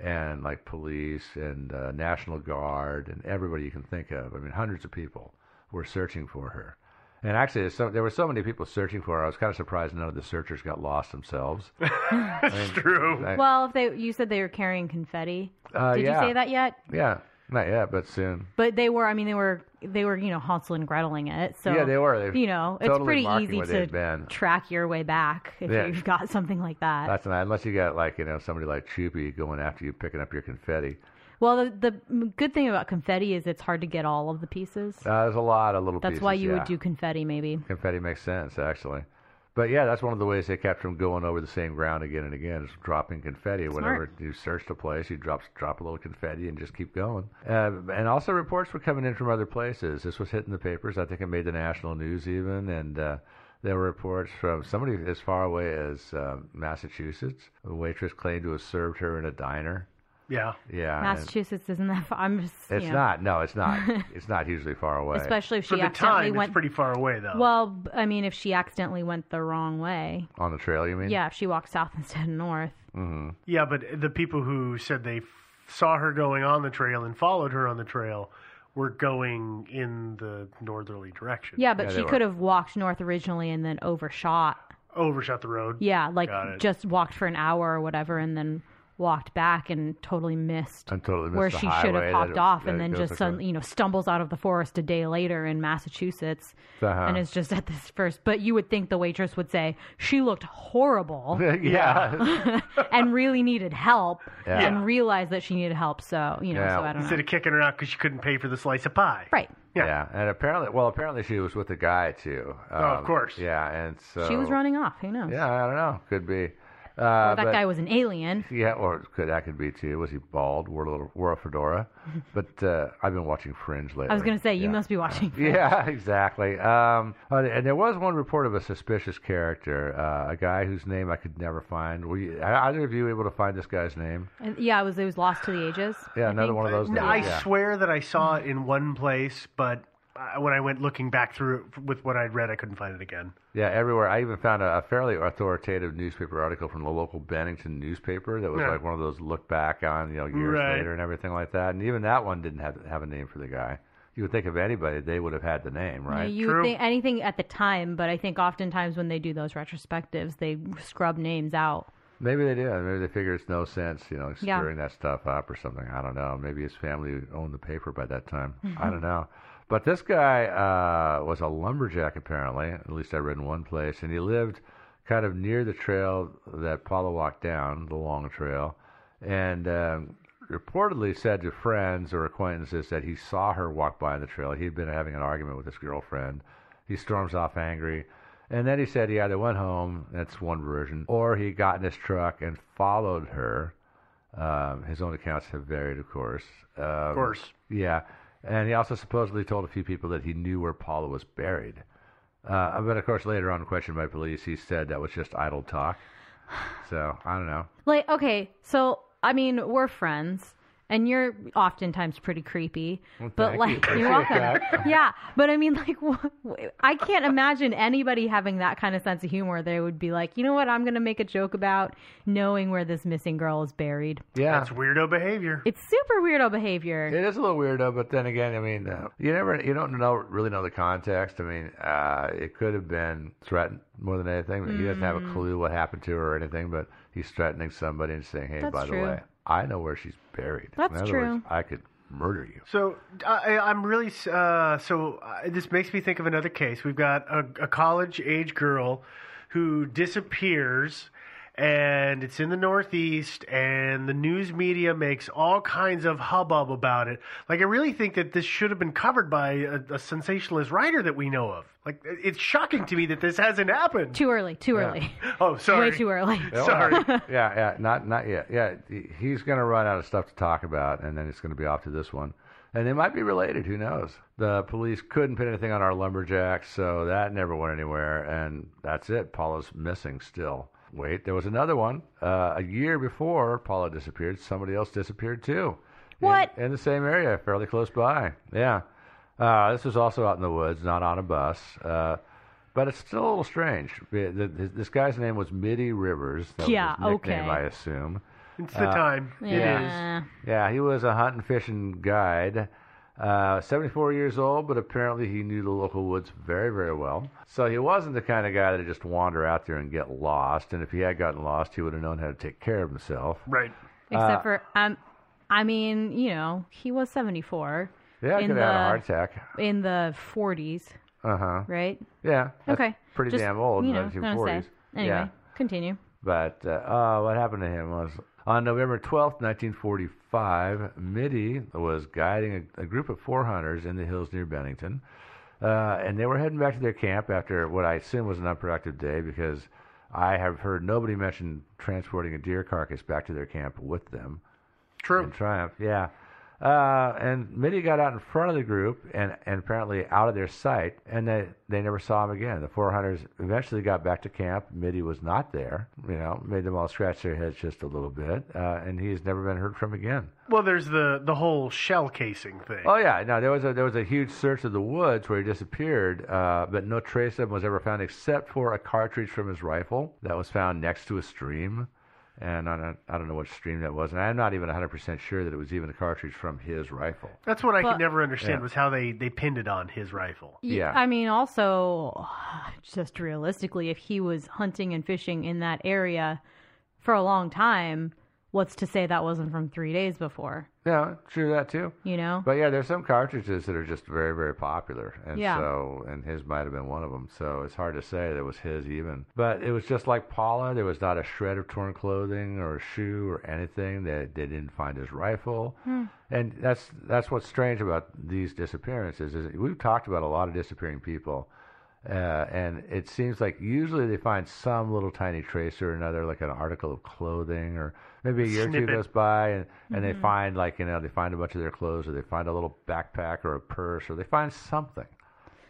[SPEAKER 6] and like police and uh, National Guard and everybody you can think of. I mean, hundreds of people were searching for her, and actually, there's so, there were so many people searching for her. I was kind of surprised none of the searchers got lost themselves.
[SPEAKER 7] That's true.
[SPEAKER 6] I-
[SPEAKER 1] Well, if they you said they were carrying confetti.
[SPEAKER 6] Uh,
[SPEAKER 1] Did
[SPEAKER 6] yeah.
[SPEAKER 1] you say that yet?
[SPEAKER 6] Yeah, not yet, but soon.
[SPEAKER 1] But they were. I mean, they were. They were. You know, Hansel and Greteling it. So
[SPEAKER 6] Yeah, they were. They
[SPEAKER 1] you know, it's
[SPEAKER 6] totally
[SPEAKER 1] pretty
[SPEAKER 6] marking
[SPEAKER 1] easy
[SPEAKER 6] where they
[SPEAKER 1] to
[SPEAKER 6] had been.
[SPEAKER 1] track your way back if
[SPEAKER 6] Yeah.
[SPEAKER 1] you've got something like that.
[SPEAKER 6] That's not, unless you got like you know somebody like Chupi going after you, picking up your confetti.
[SPEAKER 1] well, the, the m- good thing about confetti is it's hard to get all of the pieces.
[SPEAKER 6] Uh, there's a lot of little.
[SPEAKER 1] That's
[SPEAKER 6] pieces,
[SPEAKER 1] why you
[SPEAKER 6] yeah.
[SPEAKER 1] would do confetti, maybe.
[SPEAKER 6] Confetti makes sense, actually. But yeah, that's one of the ways they kept from going over the same ground again and again is dropping confetti. Whenever you search the place, you drop drop a little confetti and just keep going. Uh, and also, reports were coming in from other places. This was hitting the papers. I think it made the national news even. And uh, there were reports from somebody as far away as uh, Massachusetts. A waitress claimed to have served her in a diner.
[SPEAKER 7] Yeah.
[SPEAKER 6] Yeah, and
[SPEAKER 1] Massachusetts isn't that. Far. I'm just.
[SPEAKER 6] it's
[SPEAKER 1] you know,
[SPEAKER 6] not. No, it's not. it's not hugely far away.
[SPEAKER 1] Especially if
[SPEAKER 7] For
[SPEAKER 1] she
[SPEAKER 7] the
[SPEAKER 1] accidentally
[SPEAKER 7] time,
[SPEAKER 1] went.
[SPEAKER 7] it's pretty far away, though.
[SPEAKER 1] well, b- I mean, if she accidentally went the wrong way.
[SPEAKER 6] on the trail, you mean?
[SPEAKER 1] Yeah, if she walked south instead of north.
[SPEAKER 7] yeah, but the people who said they f- saw her going on the trail and followed her on the trail were going in the northerly direction.
[SPEAKER 1] Yeah, but
[SPEAKER 6] Yeah, they
[SPEAKER 1] she
[SPEAKER 6] were.
[SPEAKER 1] could have walked north originally and then overshot.
[SPEAKER 7] Overshot the road.
[SPEAKER 1] Yeah, like
[SPEAKER 7] Got it.
[SPEAKER 1] just walked for an hour or whatever and then walked back and totally missed
[SPEAKER 6] And totally missed
[SPEAKER 1] where
[SPEAKER 6] the
[SPEAKER 1] she should
[SPEAKER 6] highway
[SPEAKER 1] have
[SPEAKER 6] that
[SPEAKER 1] popped
[SPEAKER 6] it-
[SPEAKER 1] off
[SPEAKER 6] that
[SPEAKER 1] and
[SPEAKER 6] it
[SPEAKER 1] then
[SPEAKER 6] goes
[SPEAKER 1] just
[SPEAKER 6] across.
[SPEAKER 1] suddenly, you know, stumbles out of the forest a day later in Massachusetts
[SPEAKER 6] Uh-huh.
[SPEAKER 1] and is just at this first. But you would think the waitress would say, she looked horrible
[SPEAKER 6] yeah.
[SPEAKER 1] and really needed help
[SPEAKER 6] Yeah.
[SPEAKER 1] and realized that she needed help. So, you know,
[SPEAKER 6] Yeah.
[SPEAKER 1] so I don't
[SPEAKER 7] Instead
[SPEAKER 1] know.
[SPEAKER 7] of kicking her out because she couldn't pay for the slice of pie.
[SPEAKER 1] Right.
[SPEAKER 6] Yeah.
[SPEAKER 7] Yeah.
[SPEAKER 6] and apparently, well, apparently she was with a guy too.
[SPEAKER 7] of
[SPEAKER 6] Um,
[SPEAKER 7] course.
[SPEAKER 6] Yeah, and so
[SPEAKER 1] Oh, She was running off. Who knows?
[SPEAKER 6] Yeah, I don't know. Could be. Uh,
[SPEAKER 1] Or that
[SPEAKER 6] but-
[SPEAKER 1] guy was an alien.
[SPEAKER 6] Yeah, or it could that could be too? Was he bald? Wore a little, wore a fedora? but uh, I've been watching Fringe lately.
[SPEAKER 1] I was going to say, you
[SPEAKER 6] Yeah.
[SPEAKER 1] must be watching.
[SPEAKER 6] Yeah, exactly. Um, uh, and there was one report of a suspicious character, uh, a guy whose name I could never find. Were you, either of you able to find this guy's name?
[SPEAKER 1] And, yeah, it was, it was Lost to the Ages.
[SPEAKER 6] Yeah,
[SPEAKER 1] I
[SPEAKER 6] another
[SPEAKER 1] think.
[SPEAKER 6] one of those.
[SPEAKER 7] No,
[SPEAKER 6] names,
[SPEAKER 7] I
[SPEAKER 6] yeah.
[SPEAKER 7] swear that I saw it in one place, but I, when I went looking back through it with what I'd read, I couldn't find it again.
[SPEAKER 6] Yeah, everywhere. I even found a, a fairly authoritative newspaper article from the local Bennington newspaper that was
[SPEAKER 7] Yeah.
[SPEAKER 6] like one of those look back on, you know, years
[SPEAKER 7] Right.
[SPEAKER 6] later and everything like that. And even that one didn't have have a name for the guy. You would think of anybody, they would have had the name,
[SPEAKER 1] Yeah,
[SPEAKER 6] right?
[SPEAKER 1] you
[SPEAKER 7] True.
[SPEAKER 1] would think anything at the time, but I think oftentimes when they do those retrospectives, they scrub names out.
[SPEAKER 6] Maybe they did. Maybe they figure it's no sense, you know,
[SPEAKER 1] Yeah.
[SPEAKER 6] stirring that stuff up or something. I don't know. Maybe his family owned the paper by that time. I don't know. But this guy uh, was a lumberjack, apparently. At least I read in one place, and he lived kind of near the trail that Paula walked down, the long trail, and um, reportedly said to friends or acquaintances that he saw her walk by on the trail. He had been having an argument with his girlfriend. He storms off angry. And then he said he either went home, that's one version, or he got in his truck and followed her. Um, his own accounts have varied, of course. Um,
[SPEAKER 7] Of course.
[SPEAKER 6] Yeah. And he also supposedly told a few people that he knew where Paula was buried. Uh, but of course, later on, questioned by police, he said that was just idle talk. So I don't know.
[SPEAKER 1] Like, okay, so I mean, we're friends, and you're oftentimes pretty creepy. but
[SPEAKER 6] thank
[SPEAKER 1] like,
[SPEAKER 6] you.
[SPEAKER 1] are welcome.
[SPEAKER 6] Appreciate that.
[SPEAKER 1] Yeah, but I mean, like, wh- wh- I can't imagine anybody having that kind of sense of humor. They would be like, you know what? I'm going to make a joke about knowing where this missing girl is buried.
[SPEAKER 6] Yeah.
[SPEAKER 7] That's weirdo behavior.
[SPEAKER 1] It's super weirdo behavior.
[SPEAKER 6] It is a little weirdo, but then again, I mean, uh, you never, you don't know really know the context. I mean, uh, it could have been threatened more than anything. He doesn't have
[SPEAKER 1] Mm.
[SPEAKER 6] a clue what happened to her or anything, but he's threatening somebody and saying, "Hey,
[SPEAKER 1] That's
[SPEAKER 6] by
[SPEAKER 1] true.
[SPEAKER 6] the way, I know where she's buried.
[SPEAKER 1] That's
[SPEAKER 6] In other
[SPEAKER 1] true.
[SPEAKER 6] Words, I could murder you."
[SPEAKER 7] So I, I'm really uh, so uh, this makes me think of another case. We've got a, a college age girl who disappears, and it's in the Northeast, and the news media makes all kinds of hubbub about it. Like I really think that this should have been covered by a, a sensationalist writer that we know of. Like it- it's shocking to me that this hasn't happened.
[SPEAKER 1] Too early. Too early.
[SPEAKER 7] Oh, sorry.
[SPEAKER 1] Way too early.
[SPEAKER 6] Yeah,
[SPEAKER 7] Sorry.
[SPEAKER 6] well, yeah, yeah, not not yet. Yeah, he- he's going to run out of stuff to talk about, and then it's going to be off to this one. And they might be related. Who knows? The police couldn't put anything on our lumberjack, so that never went anywhere. And that's it. Paula's missing still. Wait, there was another one. Uh, a year before Paula disappeared, somebody else disappeared too. In-
[SPEAKER 1] What?
[SPEAKER 6] In, the same area, fairly close by. Yeah. Uh, this was also out in the woods, not on a bus. Uh, but it's still a little strange. The- the- This this guy's name was Mitty Rivers. That
[SPEAKER 1] Yeah,
[SPEAKER 6] was his nickname,
[SPEAKER 1] okay.
[SPEAKER 6] I assume.
[SPEAKER 7] It's the time.
[SPEAKER 1] Yeah. Uh.
[SPEAKER 6] Yeah, he was a hunt and fishing guide. Uh, 74 years old, but apparently he knew the local woods very, very well. So he wasn't the kind of guy that would just wander out there and get lost. And if he had gotten lost, he would have known how to take care of himself.
[SPEAKER 7] Right.
[SPEAKER 6] Uh,
[SPEAKER 1] Except for, um, I mean, you know, he was 74
[SPEAKER 6] Yeah, he
[SPEAKER 1] In
[SPEAKER 6] could have had a
[SPEAKER 1] the-
[SPEAKER 6] heart attack.
[SPEAKER 1] in the 40s,
[SPEAKER 6] Uh huh.
[SPEAKER 1] right?
[SPEAKER 6] Yeah. that's
[SPEAKER 1] okay.
[SPEAKER 6] Pretty
[SPEAKER 1] Just,
[SPEAKER 6] damn old,
[SPEAKER 1] You know, what I'm
[SPEAKER 6] 1940s.
[SPEAKER 1] saying. Anyway,
[SPEAKER 6] Yeah.
[SPEAKER 1] continue.
[SPEAKER 6] But uh, uh, what happened to him was on November 12th, 1945, Mitty was guiding a, a group of four hunters in the hills near Bennington. Uh, and they were heading back to their camp after what I assume was an unproductive day because I have heard nobody mention transporting a deer carcass back to their camp with them.
[SPEAKER 7] True.
[SPEAKER 6] In Triumph, yeah. Uh, and Mitty got out in front of the group and, and apparently out of their sight, and they, they never saw him again. The four hunters eventually got back to camp. Mitty was not there, you know, made them all scratch their heads just a little bit, uh, and he has never been heard from again.
[SPEAKER 7] Well, there's the the whole shell casing thing.
[SPEAKER 6] Oh yeah, no, there was a there was a huge search of the woods where he disappeared, uh, but no trace of him was ever found except for a cartridge from his rifle that was found next to a stream, and I don't, I don't know what stream that was, and I'm not even 100 percent sure that it was even a cartridge from his rifle.
[SPEAKER 7] That's what I
[SPEAKER 1] But-
[SPEAKER 7] could never understand
[SPEAKER 6] Yeah.
[SPEAKER 7] was how they they pinned it on his rifle.
[SPEAKER 1] Y-
[SPEAKER 6] Yeah.
[SPEAKER 1] I mean, also, just realistically, if he was hunting and fishing in that area for a long time, what's to say that wasn't from three days before?
[SPEAKER 6] Yeah, true that too.
[SPEAKER 1] You know?
[SPEAKER 6] But yeah, there's some cartridges that are just very very popular, and
[SPEAKER 1] Yeah.
[SPEAKER 6] so and his might have been one of them. So it's hard to say that was his even. But it was just like Paula. There was not a shred of torn clothing or a shoe or anything. They they didn't find his rifle, and that's that's what's strange about these disappearances. Is that we've talked about a lot of disappearing people. Uh, and it seems like usually they find some little tiny trace or another, like an article of clothing, or maybe a year or two
[SPEAKER 7] Snippet.
[SPEAKER 6] goes by, and, and
[SPEAKER 1] Mm-hmm.
[SPEAKER 6] they find like you know they find a bunch of their clothes, or they find a little backpack or a purse, or they find something.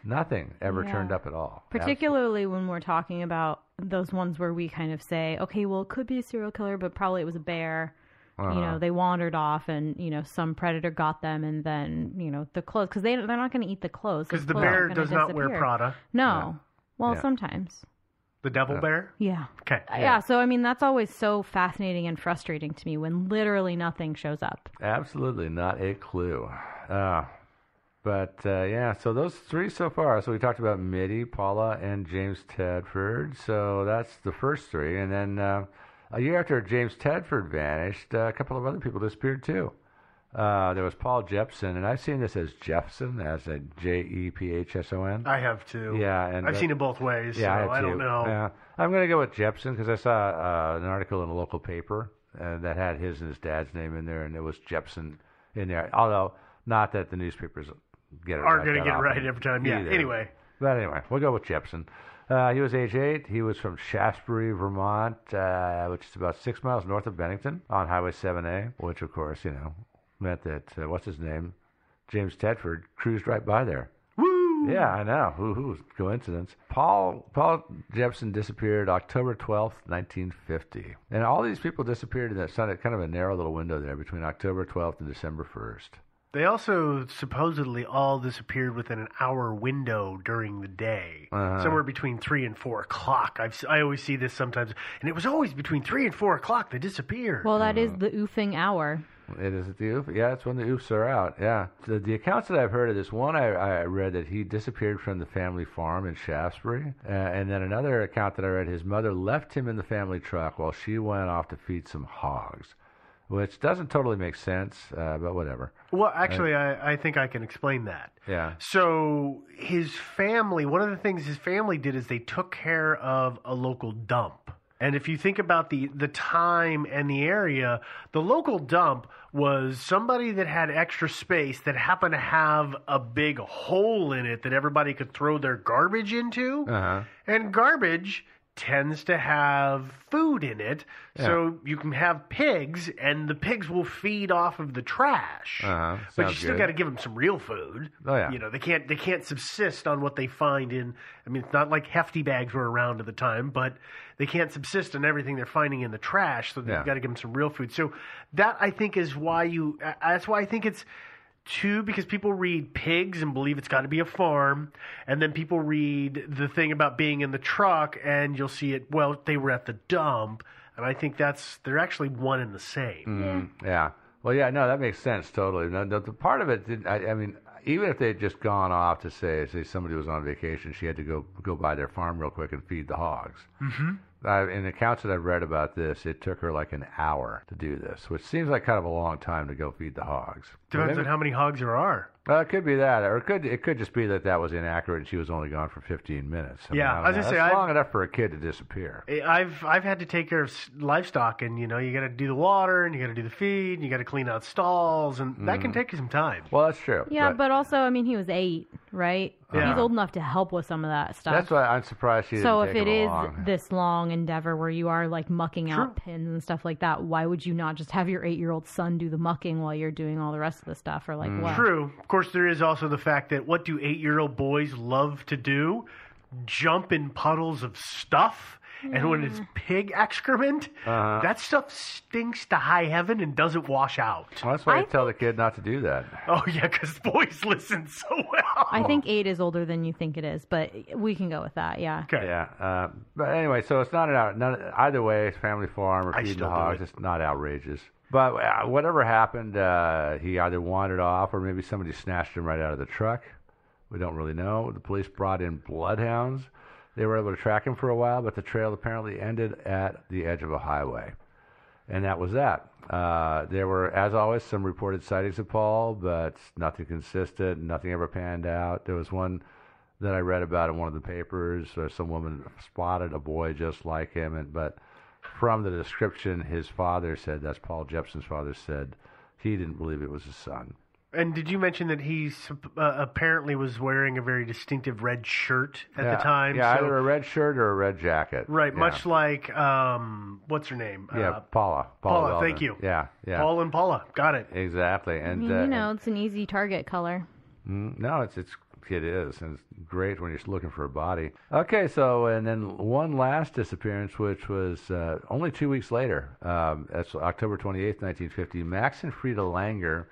[SPEAKER 6] Nothing ever
[SPEAKER 1] Yeah.
[SPEAKER 6] turned up at all.
[SPEAKER 1] Particularly when we're talking about those ones where we kind of say, okay, well, it could be a serial killer, but probably it was a bear. You
[SPEAKER 7] Uh-huh.
[SPEAKER 1] know, they wandered off, and you know, some predator got them, and then you know, the clothes because they they're not going to eat the clothes
[SPEAKER 7] Because
[SPEAKER 1] Those
[SPEAKER 7] the
[SPEAKER 1] clothes aren't
[SPEAKER 7] bear
[SPEAKER 1] gonna
[SPEAKER 7] does not wear
[SPEAKER 1] disappear.
[SPEAKER 7] Prada.
[SPEAKER 1] No, well,
[SPEAKER 6] Yeah.
[SPEAKER 1] sometimes,
[SPEAKER 7] The devil bear?
[SPEAKER 1] yeah. Uh,
[SPEAKER 7] Okay.
[SPEAKER 1] yeah. so I mean that's always so fascinating and frustrating to me when literally nothing shows up.
[SPEAKER 6] Absolutely not a clue. Uh, but uh, yeah, so those three so far. So we talked about Mitty, Paula, and James Tedford. So that's the first three. And then uh, a year after James Tedford vanished, uh, a couple of other people disappeared too. Uh, there was Paul Jepson, and I've seen this as Jepson, as a J E P H S O N.
[SPEAKER 7] I have too.
[SPEAKER 6] Yeah, and
[SPEAKER 7] I've
[SPEAKER 6] that-
[SPEAKER 7] seen it both ways.
[SPEAKER 6] Yeah,
[SPEAKER 7] so I, don't
[SPEAKER 6] too.
[SPEAKER 7] know.
[SPEAKER 6] Yeah. I'm going to go with Jepson because I saw uh, an article in a local paper uh, that had his and his dad's name in there, and it was Jepson in there. Although, not that the newspapers get it
[SPEAKER 7] Are
[SPEAKER 6] right
[SPEAKER 7] gonna
[SPEAKER 6] that
[SPEAKER 7] get it right
[SPEAKER 6] often
[SPEAKER 7] every time. Yeah,
[SPEAKER 6] either.
[SPEAKER 7] anyway.
[SPEAKER 6] But anyway, we'll go with Jepson. Uh, he was age eight. He was from Shaftesbury, Vermont, uh, which is about six miles north of Bennington on Highway 7A, which, of course, you know, meant that, uh, what's his name? James Tedford cruised right by there.
[SPEAKER 7] Woo!
[SPEAKER 6] Yeah, I know. Who who was coincidence? Paul Paul Jepson disappeared October twelfth, nineteen fifty, and all these people disappeared in that sun- kind of a narrow little window there between October twelfth and December first.
[SPEAKER 7] They also supposedly all disappeared within an hour window during the day,
[SPEAKER 6] Uh-huh.
[SPEAKER 7] somewhere between three and four o'clock. I've s- I always see this sometimes, and it was always between three and four o'clock they disappeared.
[SPEAKER 1] Well, that
[SPEAKER 7] Mm-hmm.
[SPEAKER 1] is the oofing hour.
[SPEAKER 6] It is at the oof. Yeah, it's when the oofs are out. Yeah, the, the accounts that I've heard of this one, I, I read that he disappeared from the family farm in Shaftesbury, uh, and then another account that I read, his mother left him in the family truck while she went off to feed some hogs, which doesn't totally make sense, uh, but whatever.
[SPEAKER 7] Well, actually, I, I think I can explain that.
[SPEAKER 6] Yeah.
[SPEAKER 7] So his family, one of the things his family did is they took care of a local dump. And if you think about the the time and the area, the local dump was somebody that had extra space that happened to have a big hole in it that everybody could throw their garbage into.
[SPEAKER 6] Uh-huh.
[SPEAKER 7] And garbage tends to have food in it. So you can have pigs and the pigs will feed off of the trash.
[SPEAKER 6] Uh-huh.
[SPEAKER 7] But you
[SPEAKER 6] Sounds
[SPEAKER 7] still
[SPEAKER 6] good.
[SPEAKER 7] got to give them some real food.
[SPEAKER 6] Oh, yeah.
[SPEAKER 7] You know, they can't they can't subsist on what they find in I mean, it's not like hefty bags were around at the time, but they can't subsist on everything they're finding in the trash, so they've
[SPEAKER 6] Yeah.
[SPEAKER 7] got to give them some real food. So that I think is why you uh, that's why I think it's Two, because people read pigs and believe it's got to be a farm. And then people read the thing about being in the truck and you'll see it, well, they were at the dump. And I think that's, they're actually one and the same.
[SPEAKER 6] Mm. Mm-hmm. Yeah. Well, yeah, no, that makes sense totally. No, no, the part of it, did, I, I mean, even if they had just gone off to say, say somebody was on vacation, she had to go go by their farm real quick and feed the hogs. Mm-hmm. Uh, in accounts that I've read about this, it took her like an hour to do this, which seems like kind of a long time to go feed the hogs.
[SPEAKER 7] Depends on how many hogs there are.
[SPEAKER 6] Well, it could be that, or it could it could just be that that was inaccurate and she was only gone for 15 minutes. I mean,
[SPEAKER 7] Yeah,
[SPEAKER 6] I, don't
[SPEAKER 7] I was
[SPEAKER 6] know.
[SPEAKER 7] gonna say,
[SPEAKER 6] That's
[SPEAKER 7] I've-
[SPEAKER 6] long enough for a kid to disappear.
[SPEAKER 7] I've I've had to take care of s- livestock, and you know you got to do the water, and you got to do the feed, and you got to clean out stalls, and that
[SPEAKER 6] Mm.
[SPEAKER 7] can take you some time.
[SPEAKER 6] Well, that's true.
[SPEAKER 1] Yeah, but also, I mean, he was eight, right?
[SPEAKER 7] Yeah.
[SPEAKER 1] He's old enough to help with some of that stuff.
[SPEAKER 6] that's why I'm surprised she didn't
[SPEAKER 1] uh, so
[SPEAKER 6] take
[SPEAKER 1] if it
[SPEAKER 6] him
[SPEAKER 1] is
[SPEAKER 6] along.
[SPEAKER 1] this long endeavor where you are like mucking out pins and stuff like that, why would you not just have your eight-year-old son do the mucking while you're doing all the rest of the stuff, or
[SPEAKER 6] Mm,
[SPEAKER 1] like what?
[SPEAKER 7] True. Of course, there is also the fact that what do eight-year-old boys love to do? Jump in puddles of stuff. And when it's pig excrement,
[SPEAKER 6] Uh-huh.
[SPEAKER 7] that stuff stinks to high heaven and doesn't wash out.
[SPEAKER 6] Well, that's why
[SPEAKER 1] I
[SPEAKER 6] you tell the kid not to do that.
[SPEAKER 7] Oh yeah, because boys listen so well.
[SPEAKER 1] I think eight is older than you think it is, but we can go with that. Yeah.
[SPEAKER 7] Okay.
[SPEAKER 6] Yeah. Uh, but anyway, so it's not an out. Not, either way, it's family farm or
[SPEAKER 7] I
[SPEAKER 6] feed the
[SPEAKER 7] still do
[SPEAKER 6] hogs.
[SPEAKER 7] it.
[SPEAKER 6] It's not outrageous. But uh, whatever happened, uh, he either wandered off or maybe somebody snatched him right out of the truck. We don't really know. The police brought in bloodhounds. They were able to track him for a while, but the trail apparently ended at the edge of a highway. And that was that. Uh, there were, as always, some reported sightings of Paul, but nothing consistent. Nothing ever panned out. There was one that I read about in one of the papers. Where some woman spotted a boy just like him, and but from the description, his father said that's Paul Jepson's father said he didn't believe it was his son.
[SPEAKER 7] And did you mention that he sup- uh, apparently was wearing a very distinctive red shirt at
[SPEAKER 6] Yeah.
[SPEAKER 7] the time?
[SPEAKER 6] yeah,
[SPEAKER 7] so-
[SPEAKER 6] either a red shirt or a red jacket.
[SPEAKER 7] right,
[SPEAKER 6] Yeah.
[SPEAKER 7] much like um, what's her name?
[SPEAKER 6] yeah,
[SPEAKER 7] Uh,
[SPEAKER 6] Paula. Paula.
[SPEAKER 7] Paula, thank
[SPEAKER 6] Weldon.
[SPEAKER 7] you.
[SPEAKER 6] Yeah, yeah,
[SPEAKER 7] Paul and Paula. Got it.
[SPEAKER 6] exactly.
[SPEAKER 1] I
[SPEAKER 6] And
[SPEAKER 1] mean,
[SPEAKER 6] uh,
[SPEAKER 1] you know, it's an easy target color.
[SPEAKER 6] Mm, No, it's it's it is, and it's great when you're looking for a body. Okay, so and then one last disappearance, which was uh, only two weeks later. Um, that's October 28th, 1950. Max and Frida Langer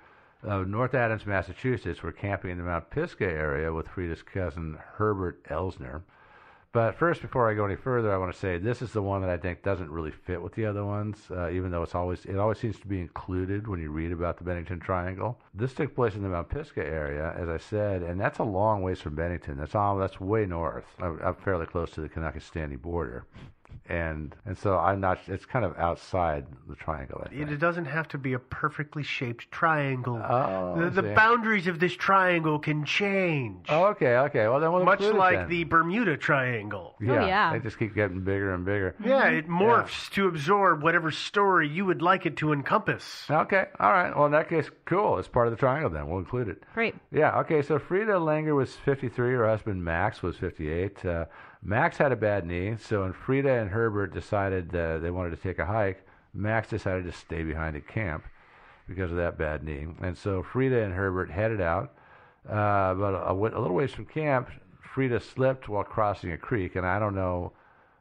[SPEAKER 6] of North Adams, Massachusetts, were camping in the Mount Pisgah area with Frida's cousin Herbert Elsner. But first, before I go any further, I want to say this is the one that I think doesn't really fit with the other ones, uh, even though it's always it always seems to be included when you read about the Bennington Triangle. This took place in the Mount Pisgah area, as I said, and that's a long ways from Bennington. That's all that's way north. I'm, I'm fairly close to the Kanakistani border, and and so I'm not. It's kind of outside the triangle. I think.
[SPEAKER 7] It doesn't have to be a perfectly shaped triangle.
[SPEAKER 6] Oh,
[SPEAKER 7] the, the
[SPEAKER 6] see.
[SPEAKER 7] boundaries of this triangle can change,
[SPEAKER 6] Oh, okay, okay. Well, then we'll
[SPEAKER 7] much
[SPEAKER 6] include it
[SPEAKER 7] like
[SPEAKER 6] then.
[SPEAKER 7] the Bermuda Triangle.
[SPEAKER 6] yeah,
[SPEAKER 1] yeah.
[SPEAKER 6] They just keep getting bigger and bigger.
[SPEAKER 7] Yeah, it morphs to absorb whatever story you would like it to encompass.
[SPEAKER 6] Okay, all right. Well, in that case, cool. It's part of the triangle. Then we'll include it.
[SPEAKER 1] Great.
[SPEAKER 6] Yeah, okay, so Frida Langer was 53, her husband Max was 58. Uh, Max had a bad knee, so when Frida and Herbert decided uh, they wanted to take a hike, Max decided to stay behind at camp because of that bad knee. And so Frida and Herbert headed out. Uh, but a, wa- a little ways from camp, Frida slipped while crossing a creek, and I don't know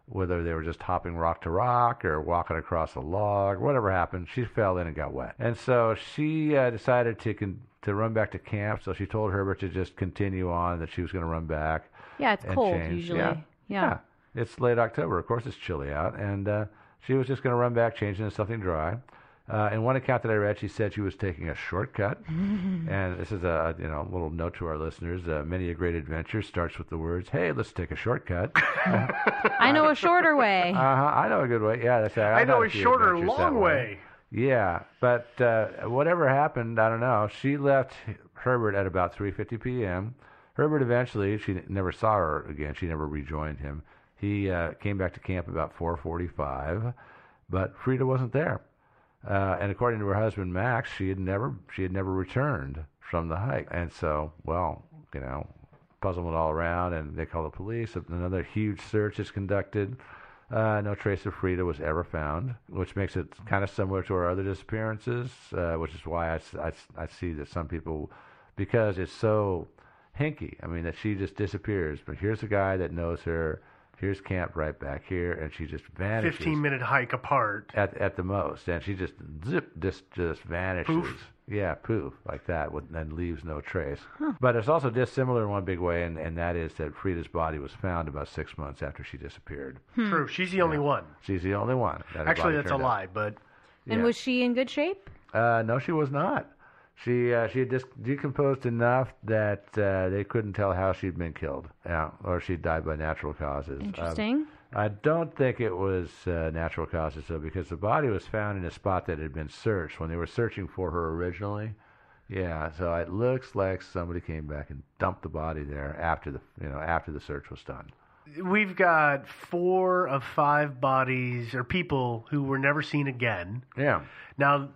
[SPEAKER 6] whether they were just hopping rock to rock or walking across a log, whatever happened, she fell in and got wet. And so she uh, decided to con- to run back to camp. So she told Herbert to just continue on that she was going to run back.
[SPEAKER 1] Yeah, it's
[SPEAKER 6] and
[SPEAKER 1] cold
[SPEAKER 6] change.
[SPEAKER 1] usually.
[SPEAKER 6] Yeah.
[SPEAKER 1] Yeah.
[SPEAKER 6] Yeah. It's late October. Of course, it's chilly out. And uh, she was just going to run back, change into something dry. Uh, in one account that I read, she said she was taking a shortcut. and this is a you know little note to our listeners. Uh, Many a great adventure starts with the words, "Hey, let's take a shortcut."
[SPEAKER 1] I know a shorter way.
[SPEAKER 6] Uh huh. I know a good way. Yeah, that's it.
[SPEAKER 7] I know
[SPEAKER 6] got
[SPEAKER 7] a
[SPEAKER 6] few
[SPEAKER 7] shorter,
[SPEAKER 6] adventures that
[SPEAKER 7] long way.
[SPEAKER 6] Yeah, but uh, whatever happened, I don't know. She left Herbert at about 3:50 p.m. Herbert eventually, she never saw her again. She never rejoined him. He uh, came back to camp about 4:45, but Frida wasn't there. Uh, and according to her husband Max, she had never she had never returned from the hike. And so, well, you know, puzzlement all around, and they call the police. Another huge search is conducted. Uh, no trace of Frida was ever found, which makes it kind of similar to our other disappearances, uh, which is why I, s- I s- I see that some people, because it's so hinky, I mean, that she just disappears. But here's a guy that knows her. Here's camp right back here, and she just vanishes
[SPEAKER 7] 15 minute hike apart.
[SPEAKER 6] at at the most, and she just zip just just vanishes. Yeah, poof like that, with, and leaves no trace. But it's also dissimilar in one big way, and, and that is that Frida's body was found about six months after she disappeared.
[SPEAKER 7] True. She's the only one.
[SPEAKER 6] She's the only one. That her
[SPEAKER 7] Hmm. Actually,
[SPEAKER 6] body
[SPEAKER 7] that's a
[SPEAKER 6] turned up.
[SPEAKER 7] lie, but
[SPEAKER 1] And
[SPEAKER 6] yeah.
[SPEAKER 1] was she in good shape?
[SPEAKER 6] Uh, no, she was not. She uh, she had dis- decomposed enough that uh, they couldn't tell how she'd been killed, yeah, or she died by natural causes. Um,
[SPEAKER 1] Interesting.
[SPEAKER 6] I don't think it was uh, natural causes, though, because the body was found in a spot that had been searched when they were searching for her originally. Yeah, so it looks like somebody came back and dumped the body there after the you know after the search was done.
[SPEAKER 7] we've got four of five bodies or people who were never seen again.
[SPEAKER 6] Yeah,
[SPEAKER 7] Now,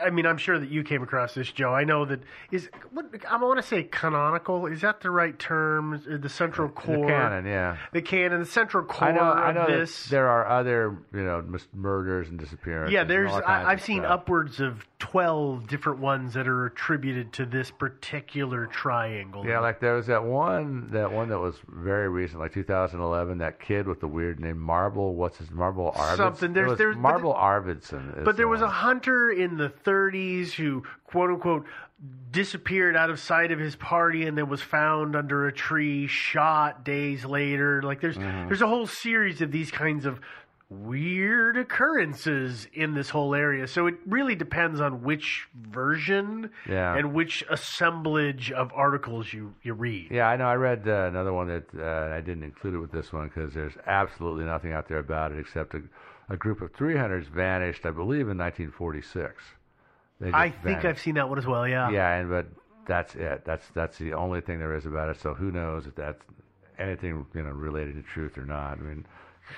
[SPEAKER 7] I mean, I'm sure that you came across this, Joe. I know that is what I want to say canonical. Is that the right term? Is- The central core,
[SPEAKER 6] the canon. Yeah,
[SPEAKER 7] the canon, the central core
[SPEAKER 6] I know. I know
[SPEAKER 7] of
[SPEAKER 6] that
[SPEAKER 7] this.
[SPEAKER 6] there are other you know mis- murders and disappearances.
[SPEAKER 7] yeah,
[SPEAKER 6] and
[SPEAKER 7] there's.
[SPEAKER 6] all kinds
[SPEAKER 7] I,
[SPEAKER 6] of
[SPEAKER 7] I've seen
[SPEAKER 6] stuff.
[SPEAKER 7] upwards of twelve different ones that are attributed to this particular triangle.
[SPEAKER 6] Yeah, like there was that one, that one that was very recent, like 2011. That kid with the weird name, Marble. What's his Marble Arvidson?
[SPEAKER 7] Something. There's-
[SPEAKER 6] It was
[SPEAKER 7] there's- but
[SPEAKER 6] Marble Arvidson. is
[SPEAKER 7] But there
[SPEAKER 6] the
[SPEAKER 7] was a
[SPEAKER 6] one.
[SPEAKER 7] hunter in the 30s who, quote unquote, disappeared out of sight of his party and then was found under a tree, shot days later. Like there's
[SPEAKER 6] Mm-hmm.
[SPEAKER 7] there's a whole series of these kinds of weird occurrences in this whole area. So it really depends on which version
[SPEAKER 6] Yeah.
[SPEAKER 7] and which assemblage of articles you you read.
[SPEAKER 6] Yeah, I know. I read uh, another one that uh, I didn't include it with this one because there's absolutely nothing out there about it except a, a group of 300s vanished, I believe, in 1946. They just
[SPEAKER 7] I think I've
[SPEAKER 6] vanished.
[SPEAKER 7] seen that one as well. Yeah.
[SPEAKER 6] Yeah, and but that's it. That's that's the only thing there is about it. So who knows if that's anything you know related to truth or not. I mean,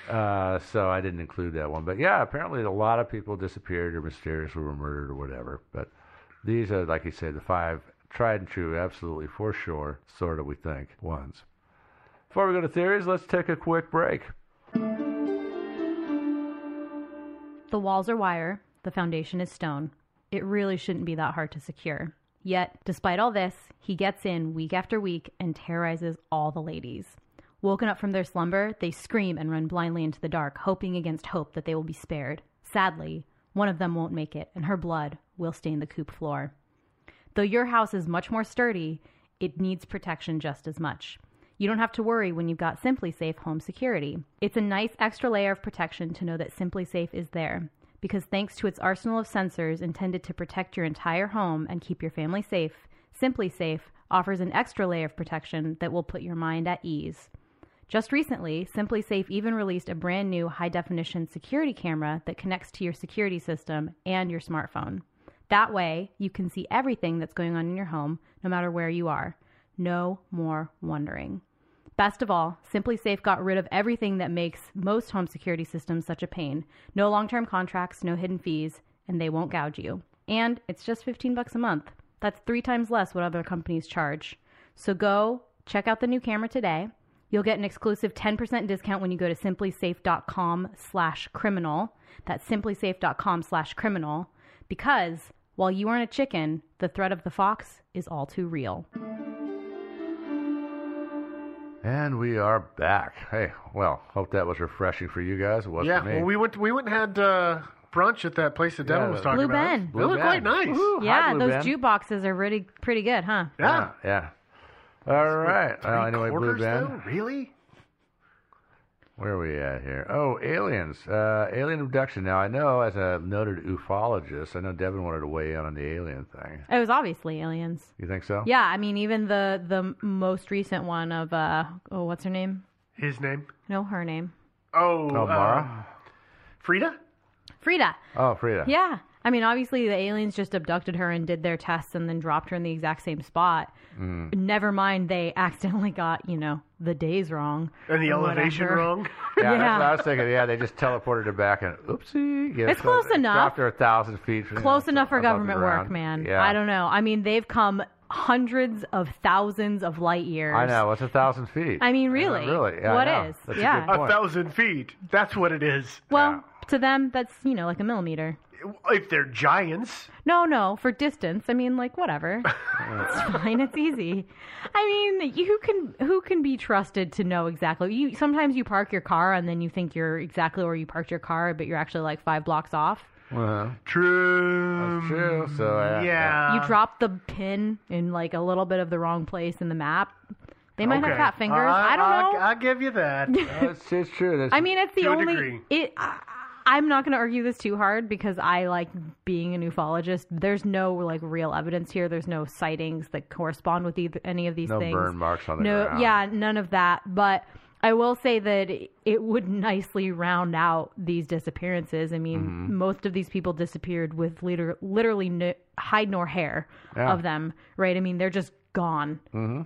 [SPEAKER 6] uh, so I didn't include that one. But yeah, apparently a lot of people disappeared or mysteriously were murdered or whatever. But these are, like you said, the five tried and true, absolutely for sure, sort of we think ones. Before we go to theories, let's take a quick break.
[SPEAKER 1] The walls are wire, the foundation is stone. It really shouldn't be that hard to secure. Yet, despite all this, he gets in week after week and terrorizes all the ladies. Woken up from their slumber, they scream and run blindly into the dark, hoping against hope that they will be spared. Sadly, one of them won't make it, and her blood will stain the coop floor. Though your house is much more sturdy, it needs protection just as much. You don't have to worry when you've got Simply Safe home security. It's a nice extra layer of protection to know that Simply Safe is there because thanks to its arsenal of sensors intended to protect your entire home and keep your family safe, Simply Safe offers an extra layer of protection that will put your mind at ease. Just recently, Simply Safe even released a brand new high definition security camera that connects to your security system and your smartphone. That way, you can see everything that's going on in your home, no matter where you are. No more wondering. Best of all, Simply Safe got rid of everything that makes most home security systems such a pain. No long-term contracts, no hidden fees, and they won't gouge you. And it's just 15 bucks a month. That's 3 times less what other companies charge. So go check out the new camera today. You'll get an exclusive 10% discount when you go to simplysafe.com slash criminal. That's simplysafe.com slash criminal. Because while you aren't a chicken, the threat of the fox is all too real.
[SPEAKER 6] And we are back. Hey, well, hope that was refreshing for you guys. It was
[SPEAKER 7] yeah,
[SPEAKER 6] for me.
[SPEAKER 7] well, we went we went and had uh, brunch at that place that Devin
[SPEAKER 6] Yeah,
[SPEAKER 7] was
[SPEAKER 6] the-
[SPEAKER 7] talking
[SPEAKER 1] Blue
[SPEAKER 7] about.
[SPEAKER 1] Ben.
[SPEAKER 7] They look
[SPEAKER 6] Blue
[SPEAKER 7] quite
[SPEAKER 6] Ben.
[SPEAKER 7] nice.
[SPEAKER 6] Ooh, hi,
[SPEAKER 1] yeah,
[SPEAKER 6] Blue
[SPEAKER 1] those
[SPEAKER 6] Ben.
[SPEAKER 1] jukeboxes are really pretty good, huh?
[SPEAKER 7] Yeah.
[SPEAKER 6] Yeah. All right.
[SPEAKER 7] Ah. Three
[SPEAKER 6] Well, anyway, Blue
[SPEAKER 7] quarters,
[SPEAKER 6] Ben.
[SPEAKER 7] though? Really?
[SPEAKER 6] Where are we at here? Oh, aliens. Uh, alien abduction. Now, I know as a noted ufologist, I know Devin wanted to weigh in on the alien thing.
[SPEAKER 1] It was obviously aliens.
[SPEAKER 6] You think so?
[SPEAKER 1] Yeah, I mean, even the the most recent one of uh, oh, what's her name?
[SPEAKER 7] His name?
[SPEAKER 1] No, her name,
[SPEAKER 7] Oh,
[SPEAKER 6] Oh,
[SPEAKER 7] uh,
[SPEAKER 6] Mara?
[SPEAKER 7] Frida.
[SPEAKER 1] Frida.
[SPEAKER 6] oh, Frida.
[SPEAKER 1] Yeah, I mean, obviously the aliens just abducted her and did their tests and then dropped her in the exact same spot.
[SPEAKER 6] Mm.
[SPEAKER 1] Never mind, they accidentally got you know the days wrong
[SPEAKER 7] And the
[SPEAKER 1] or
[SPEAKER 7] elevation
[SPEAKER 1] whatever.
[SPEAKER 7] wrong.
[SPEAKER 6] Yeah, that's
[SPEAKER 1] Yeah.
[SPEAKER 6] what I was thinking. Yeah, they just teleported her back and oopsie. Yeah,
[SPEAKER 1] It's close
[SPEAKER 6] it
[SPEAKER 1] enough.
[SPEAKER 6] Dropped her a thousand feet. From,
[SPEAKER 1] Close
[SPEAKER 6] you know,
[SPEAKER 1] enough for
[SPEAKER 6] above the
[SPEAKER 1] government
[SPEAKER 6] ground.
[SPEAKER 1] work, man.
[SPEAKER 6] Yeah.
[SPEAKER 1] I don't know. I mean, they've come hundreds of thousands of light years.
[SPEAKER 6] I know. What's a thousand feet?
[SPEAKER 1] I mean, really.
[SPEAKER 6] Yeah, really. Yeah, I
[SPEAKER 1] What
[SPEAKER 6] know.
[SPEAKER 1] is?
[SPEAKER 6] That's a
[SPEAKER 1] yeah.
[SPEAKER 6] good
[SPEAKER 7] A
[SPEAKER 6] Point.
[SPEAKER 7] thousand feet. That's what it is.
[SPEAKER 1] Well, to them, that's you know like a millimeter.
[SPEAKER 7] If they're giants,
[SPEAKER 1] No, no, for distance. I mean, like whatever. it's fine. It's easy. I mean, you- who can who can be trusted to know exactly? You sometimes you park your car and then you think you're exactly where you parked your car, but you're actually like five blocks off.
[SPEAKER 6] Uh-huh.
[SPEAKER 7] true.
[SPEAKER 6] That's true. So, uh,
[SPEAKER 7] Yeah.
[SPEAKER 1] you drop the pin in like a little bit of the wrong place in the map. They might have
[SPEAKER 7] Okay. Uh,
[SPEAKER 1] fat fingers.
[SPEAKER 7] I,
[SPEAKER 1] I don't
[SPEAKER 7] I'll-
[SPEAKER 1] know.
[SPEAKER 7] I'll, give you that.
[SPEAKER 6] uh, it's, it's true. That's,
[SPEAKER 1] I mean, it's the
[SPEAKER 7] To a
[SPEAKER 1] only.
[SPEAKER 7] degree.
[SPEAKER 1] It. I, I'm not going to argue this too hard because I like being an ufologist. There's no like real evidence here. There's no sightings that correspond with either, any of these
[SPEAKER 6] No
[SPEAKER 1] things.
[SPEAKER 6] burn marks on the
[SPEAKER 1] no,
[SPEAKER 6] ground.
[SPEAKER 1] yeah, none of that. But I will say that it would nicely round out these disappearances. I mean,
[SPEAKER 6] Mm-hmm.
[SPEAKER 1] most of these people disappeared with liter- literally no, hide nor hair
[SPEAKER 6] Yeah. Mm-hmm.
[SPEAKER 1] of them, right? I mean, they're just gone,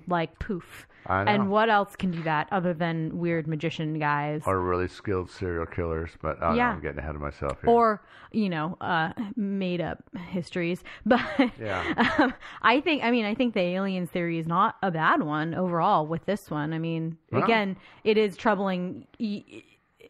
[SPEAKER 1] like poof.
[SPEAKER 6] I know.
[SPEAKER 1] And what else can do that other than weird magician guys?
[SPEAKER 6] Are really skilled serial killers, but I don't know,
[SPEAKER 1] Yeah.
[SPEAKER 6] I'm getting ahead of myself here.
[SPEAKER 1] or you know uh made up histories but
[SPEAKER 6] Yeah.
[SPEAKER 1] um, i think i mean i think the alien theory is not a bad one overall with this one i mean again it is troubling y- y-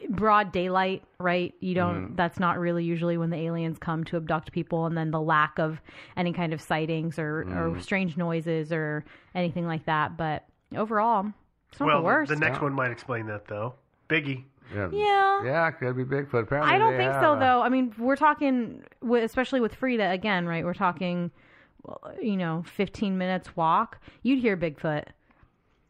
[SPEAKER 1] broad daylight right you
[SPEAKER 7] Mm-hmm.
[SPEAKER 1] don't that's not really usually when the aliens come to abduct people and then the lack of any kind of sightings or
[SPEAKER 7] Mm.
[SPEAKER 1] or strange noises or anything like that but overall it's not
[SPEAKER 7] well,
[SPEAKER 1] the
[SPEAKER 7] the-
[SPEAKER 1] worst
[SPEAKER 7] the next one might explain that though. Biggie.
[SPEAKER 6] yeah.
[SPEAKER 1] yeah
[SPEAKER 6] Yeah, could be Bigfoot. Apparently,
[SPEAKER 1] I don't
[SPEAKER 6] they
[SPEAKER 1] think
[SPEAKER 6] have
[SPEAKER 1] so,
[SPEAKER 6] a-
[SPEAKER 1] though. I mean, we're talking, wi- especially with Frida again, right? We're talking, well, you know, 15 minutes walk. You'd hear Bigfoot.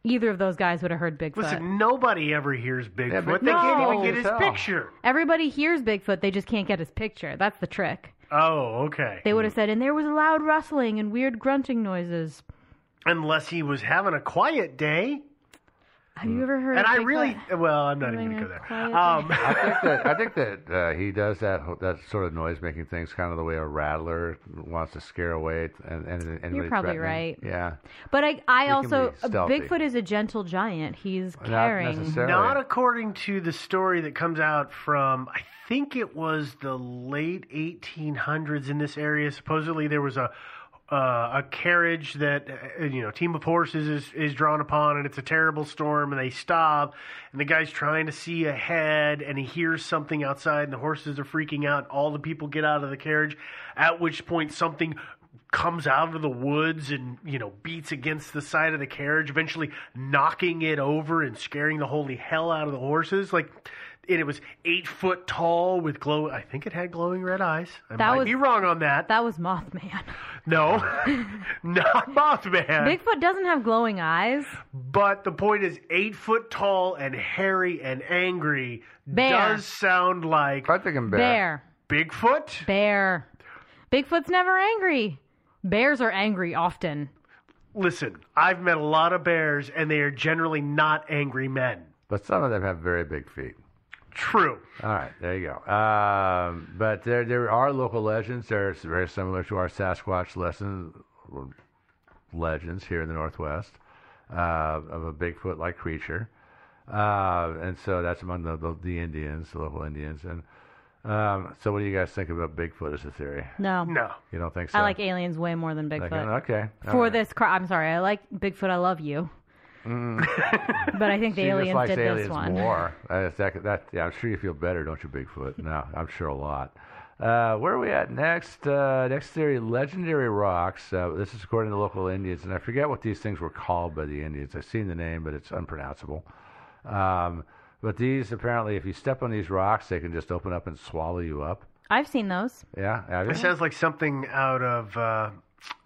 [SPEAKER 1] Either of those guys would have heard Bigfoot.
[SPEAKER 7] Listen, nobody ever hears Bigfoot.
[SPEAKER 6] but
[SPEAKER 7] they can't
[SPEAKER 1] No.
[SPEAKER 7] even get his
[SPEAKER 6] Tell.
[SPEAKER 7] picture.
[SPEAKER 1] Everybody hears Bigfoot, they just can't get his picture. That's the trick.
[SPEAKER 7] Oh, okay.
[SPEAKER 1] They would
[SPEAKER 6] Mm.
[SPEAKER 1] have said, and there was a loud rustling and weird grunting noises.
[SPEAKER 7] Unless he was having a quiet day.
[SPEAKER 1] Have
[SPEAKER 6] Mm.
[SPEAKER 1] you ever heard?
[SPEAKER 7] And
[SPEAKER 1] of
[SPEAKER 7] I
[SPEAKER 1] Bigfoot?
[SPEAKER 7] really, well, I'm not even
[SPEAKER 1] Having
[SPEAKER 7] going to
[SPEAKER 1] a
[SPEAKER 7] go
[SPEAKER 1] quiet
[SPEAKER 7] there. Um,
[SPEAKER 6] I think that I think that uh, he does that ho- that sort of noise making things kind of the way a rattler wants to scare away t- and, and, and anybody
[SPEAKER 1] probably right.
[SPEAKER 6] threatening. Yeah,
[SPEAKER 1] But I, I
[SPEAKER 6] can
[SPEAKER 1] also, uh,
[SPEAKER 6] be stealthy.
[SPEAKER 1] Bigfoot is a gentle giant. He's caring.
[SPEAKER 6] not necessarily.
[SPEAKER 7] not according to the story that comes out from, I think it was the late 1800s in this area. Supposedly there was a uh, a carriage that uh, you know team of horses is, is drawn upon, and it's a terrible storm, and they stop, and the guy's trying to see ahead, and he hears something outside, and the horses are freaking out. All the people get out of the carriage, at which point something comes out of the woods and you know beats against the side of the carriage eventually knocking it over and scaring the holy hell out of the horses like and it was eight foot tall with glow i think it had glowing red eyes i
[SPEAKER 1] That
[SPEAKER 7] might
[SPEAKER 1] was-
[SPEAKER 7] be wrong on that,
[SPEAKER 1] that was Mothman.
[SPEAKER 7] no not mothman
[SPEAKER 1] Bigfoot doesn't have glowing eyes.
[SPEAKER 7] but the point is eight foot tall and hairy and angry
[SPEAKER 1] Bear.
[SPEAKER 7] does sound like
[SPEAKER 6] I think I'm bear.
[SPEAKER 1] Bear.
[SPEAKER 7] bigfoot
[SPEAKER 1] Bear. Bigfoot's never angry. Bears are angry often.
[SPEAKER 7] listen i've met a lot of bears and they are generally not angry men
[SPEAKER 6] but some of them have very big feet.
[SPEAKER 7] true
[SPEAKER 6] All right, there you go. Um, but there there are local legends. They're s- very similar to our Sasquatch lesson legends here in the Northwest uh, of a Bigfoot like creature. Uh, and so that's among the, the, the Indians, the local Indians. And um, so, what do you guys think about Bigfoot as a theory?
[SPEAKER 1] No.
[SPEAKER 7] no
[SPEAKER 6] You don't think so?
[SPEAKER 1] I like aliens way more than Bigfoot.
[SPEAKER 6] Like, okay. all
[SPEAKER 1] For
[SPEAKER 6] right.
[SPEAKER 1] this cry, I'm sorry. I like Bigfoot. I love you. but I think the
[SPEAKER 6] Mm. She just
[SPEAKER 1] aliens
[SPEAKER 6] likes
[SPEAKER 1] did
[SPEAKER 6] aliens
[SPEAKER 1] this one.
[SPEAKER 6] more. That is- that- that- yeah, I'm sure you feel better, don't you, Bigfoot? No, I'm sure a lot. Uh, where are we at next? Uh, next theory: legendary rocks. Uh, this is according to local Indians, and I forget what these things were called by the Indians. I've seen the name, but it's unpronounceable. Um, but these apparently, if you step on these rocks, they can just open up and swallow you up.
[SPEAKER 1] I've seen those.
[SPEAKER 6] Yeah, have you?
[SPEAKER 7] It sounds like something out of uh,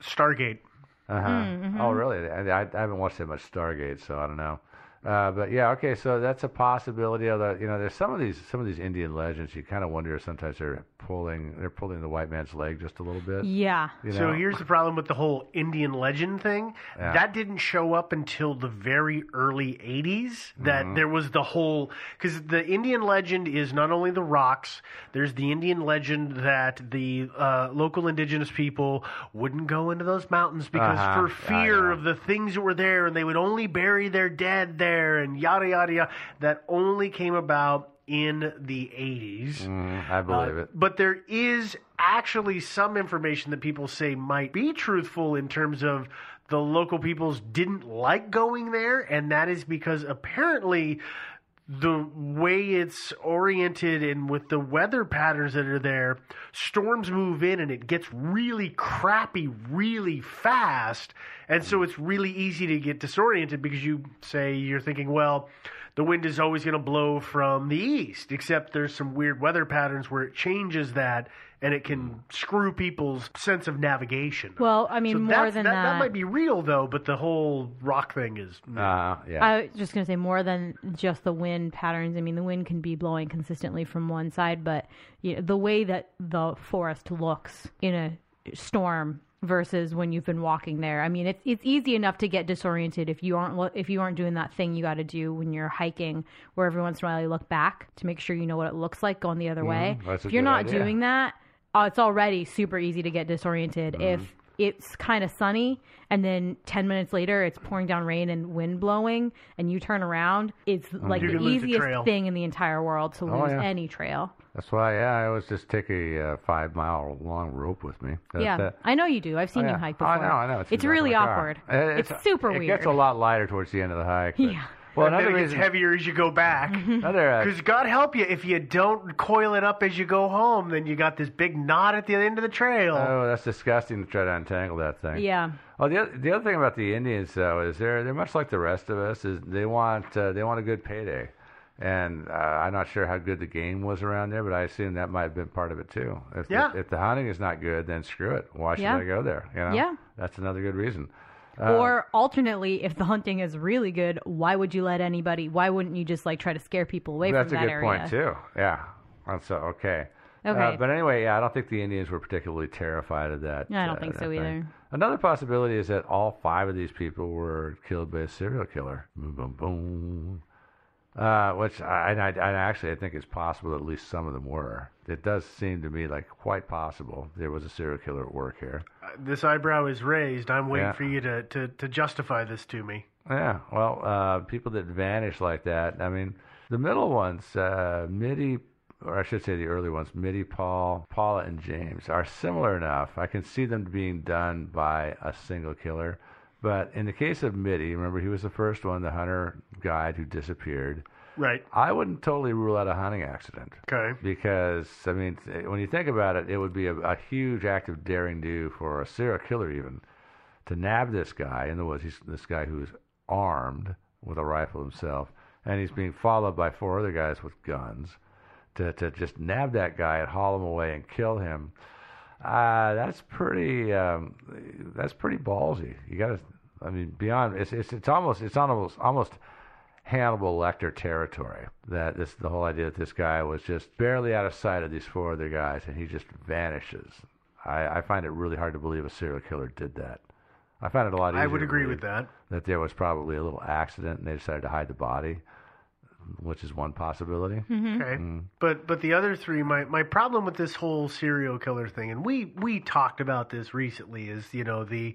[SPEAKER 7] Stargate.
[SPEAKER 6] Uh-huh.
[SPEAKER 1] Mm-hmm.
[SPEAKER 6] Oh, really? I, I I haven't watched that much Stargate, so I don't know. Uh, but yeah, okay. So that's a possibility. Although you know, there's some of these some of these Indian legends. You kind of wonder if sometimes they're pulling they're pulling the white man's leg just a little bit.
[SPEAKER 1] Yeah.
[SPEAKER 6] you
[SPEAKER 7] So
[SPEAKER 6] know?
[SPEAKER 7] here's the problem with the whole Indian legend thing. That didn't show up until the very early 80s. That
[SPEAKER 6] Mm-hmm.
[SPEAKER 7] there was the whole because the Indian legend is not only the rocks. There's the Indian legend that the uh, local indigenous people wouldn't go into those mountains because
[SPEAKER 6] Uh-huh.
[SPEAKER 7] for
[SPEAKER 6] Yeah, I
[SPEAKER 7] fear
[SPEAKER 6] know.
[SPEAKER 7] of the things that were there, and they would only bury their dead there, and yada yada yada. That only came about in the 80s.
[SPEAKER 6] Mm, I believe
[SPEAKER 7] Uh,
[SPEAKER 6] it.
[SPEAKER 7] But there is actually some information that people say might be truthful in terms of the local peoples didn't like going there, and that is because apparently the way it's oriented and with the weather patterns that are there, storms move in and it gets really crappy really fast. And so it's really easy to get disoriented because you say you're thinking, well, the wind is always going to blow from the east, except there's some weird weather patterns where it changes that and it can screw people's sense of navigation.
[SPEAKER 1] Well, I mean,
[SPEAKER 7] So
[SPEAKER 1] more
[SPEAKER 7] that's-
[SPEAKER 1] than
[SPEAKER 7] that,
[SPEAKER 1] that.
[SPEAKER 7] that might be real though, but the whole rock thing is
[SPEAKER 6] Uh, yeah.
[SPEAKER 1] I was just gonna say more than just the wind patterns. I mean, the wind can be blowing consistently from one side, but you know, the way that the forest looks in a storm versus when you've been walking there. I mean, it's it's easy enough to get disoriented if you aren't lo- if you aren't doing that thing you got to do when you're hiking, where every once in a while you look back to make sure you know what it looks like going the other way.
[SPEAKER 6] Mm-hmm. that's a
[SPEAKER 1] if you're
[SPEAKER 6] good
[SPEAKER 1] not
[SPEAKER 6] idea.
[SPEAKER 1] doing that, uh, it's already super easy to get disoriented
[SPEAKER 6] Mm-hmm.
[SPEAKER 1] if it's kind of sunny and then 10 minutes later it's pouring down rain and wind blowing and you turn around it's
[SPEAKER 6] Oh,
[SPEAKER 1] like
[SPEAKER 7] You
[SPEAKER 1] the
[SPEAKER 7] can lose the
[SPEAKER 1] easiest
[SPEAKER 7] trail.
[SPEAKER 1] thing in the entire world to lose
[SPEAKER 6] yeah.
[SPEAKER 1] any trail
[SPEAKER 6] That's why. Yeah, I always just take a uh, five mile long rope with me. That-
[SPEAKER 1] yeah
[SPEAKER 6] that-
[SPEAKER 1] i know you do i've seen
[SPEAKER 6] Oh,
[SPEAKER 1] you
[SPEAKER 6] yeah.
[SPEAKER 1] hike
[SPEAKER 6] Oh,
[SPEAKER 1] before
[SPEAKER 6] I know, I know.
[SPEAKER 1] it's,
[SPEAKER 6] in the back of
[SPEAKER 1] really
[SPEAKER 6] my car.
[SPEAKER 1] awkward
[SPEAKER 6] Uh,
[SPEAKER 1] it's, super
[SPEAKER 6] it
[SPEAKER 1] weird
[SPEAKER 6] gets a lot lighter towards the end of the hike. but-
[SPEAKER 1] Yeah.
[SPEAKER 6] Well,
[SPEAKER 7] and
[SPEAKER 6] another
[SPEAKER 7] then it gets
[SPEAKER 6] reason,
[SPEAKER 7] heavier as you go back.
[SPEAKER 6] another uh,
[SPEAKER 7] Because God help you, if you don't coil it up as you go home, then you got this big knot at the end of the trail.
[SPEAKER 6] Oh, that's disgusting to try to untangle that thing.
[SPEAKER 1] yeah
[SPEAKER 6] Oh, the other, the other thing about the Indians though is they're they're much like the rest of us is they want uh, they want a good payday, and uh, I'm not sure how good the game was around there, but I assume that might have been part of it too. If
[SPEAKER 7] Yeah.
[SPEAKER 6] the, if the hunting is not good, then screw it. Why should
[SPEAKER 1] Yeah.
[SPEAKER 6] I go there? You know?
[SPEAKER 1] Yeah.
[SPEAKER 6] That's another good reason. Uh,
[SPEAKER 1] or alternately if the hunting is really good why would you let anybody why wouldn't you just like try to scare people away
[SPEAKER 6] That's
[SPEAKER 1] from
[SPEAKER 6] a
[SPEAKER 1] that
[SPEAKER 6] good
[SPEAKER 1] area
[SPEAKER 6] point too. Yeah. That's uh, okay. Uh,
[SPEAKER 1] Okay.
[SPEAKER 6] but anyway, yeah, I don't think the Indians were particularly terrified of that.
[SPEAKER 1] I don't
[SPEAKER 6] uh,
[SPEAKER 1] think
[SPEAKER 6] that
[SPEAKER 1] so
[SPEAKER 6] thing.
[SPEAKER 1] either.
[SPEAKER 6] Another possibility is that all five of these people were killed by a serial killer. Boom, boom, boom. Uh, which I, and I, and actually I think it's possible that at least some of them were. It does seem to me like quite possible there was a serial killer at work here.
[SPEAKER 7] This eyebrow is raised. I'm waiting
[SPEAKER 6] Yeah.
[SPEAKER 7] for you to, to, to justify this to me.
[SPEAKER 6] Yeah, well, uh, people that vanish like that. I mean, the middle ones, uh, Mitty, or I should say the early ones, Mitty, Paul, Paula, and James, are similar enough. I can see them being done by a single killer. But in the case of Mitty, remember he was the first one, the hunter guide who disappeared.
[SPEAKER 7] Right.
[SPEAKER 6] I wouldn't totally rule out a hunting accident
[SPEAKER 7] Okay.
[SPEAKER 6] because I mean, th- when you think about it, it would be a, a huge act of daring do for a serial killer even to nab this guy in the woods. He's this guy who's armed with a rifle himself, and he's being followed by four other guys with guns. To to just nab that guy and haul him away and kill him, uh, that's pretty um, that's pretty ballsy. You got to, I mean, beyond it's it's it's almost it's almost almost Hannibal Lecter territory. That this the whole idea that this guy was just barely out of sight of these four other guys, and he just vanishes. I, I find it really hard to believe a serial killer did that. I find it a lot easier.
[SPEAKER 7] I would
[SPEAKER 6] to
[SPEAKER 7] agree
[SPEAKER 6] believe
[SPEAKER 7] with that.
[SPEAKER 6] That there was probably a little accident, and they decided to hide the body, which is one possibility.
[SPEAKER 7] Okay.
[SPEAKER 6] Mm-hmm.
[SPEAKER 7] But but the other three, my, my problem with this whole serial killer thing, and we, we talked about this recently, is you know the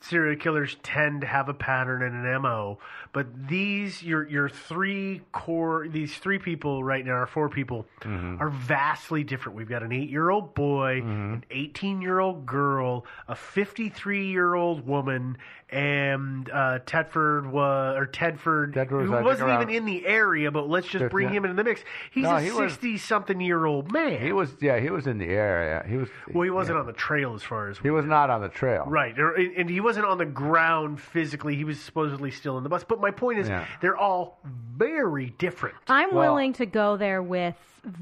[SPEAKER 7] serial killers tend to have a pattern and an MO, but these your your three core these three people right now, or four people,
[SPEAKER 6] Mm-hmm.
[SPEAKER 7] are vastly different. We've got an eight year old boy, an eighteen year old girl, a fifty three year old woman, and uh, Tedford was or Tedford,
[SPEAKER 6] Tedford was,
[SPEAKER 7] who
[SPEAKER 6] I think,
[SPEAKER 7] wasn't
[SPEAKER 6] around-
[SPEAKER 7] even in the area, but let's just bring
[SPEAKER 6] yeah.
[SPEAKER 7] him into the mix. He's
[SPEAKER 6] No,
[SPEAKER 7] a
[SPEAKER 6] he was-
[SPEAKER 7] sixty something year old man.
[SPEAKER 6] He was, yeah, he was in the area. He was.
[SPEAKER 7] well, he wasn't on the trail as far as
[SPEAKER 6] He was not on the trail.
[SPEAKER 7] Right, There- and and he wasn't on the ground physically. He was supposedly still in the bus. But my point is,
[SPEAKER 6] Yeah.
[SPEAKER 7] they're all very different.
[SPEAKER 1] I'm
[SPEAKER 6] Well-
[SPEAKER 1] willing to go there with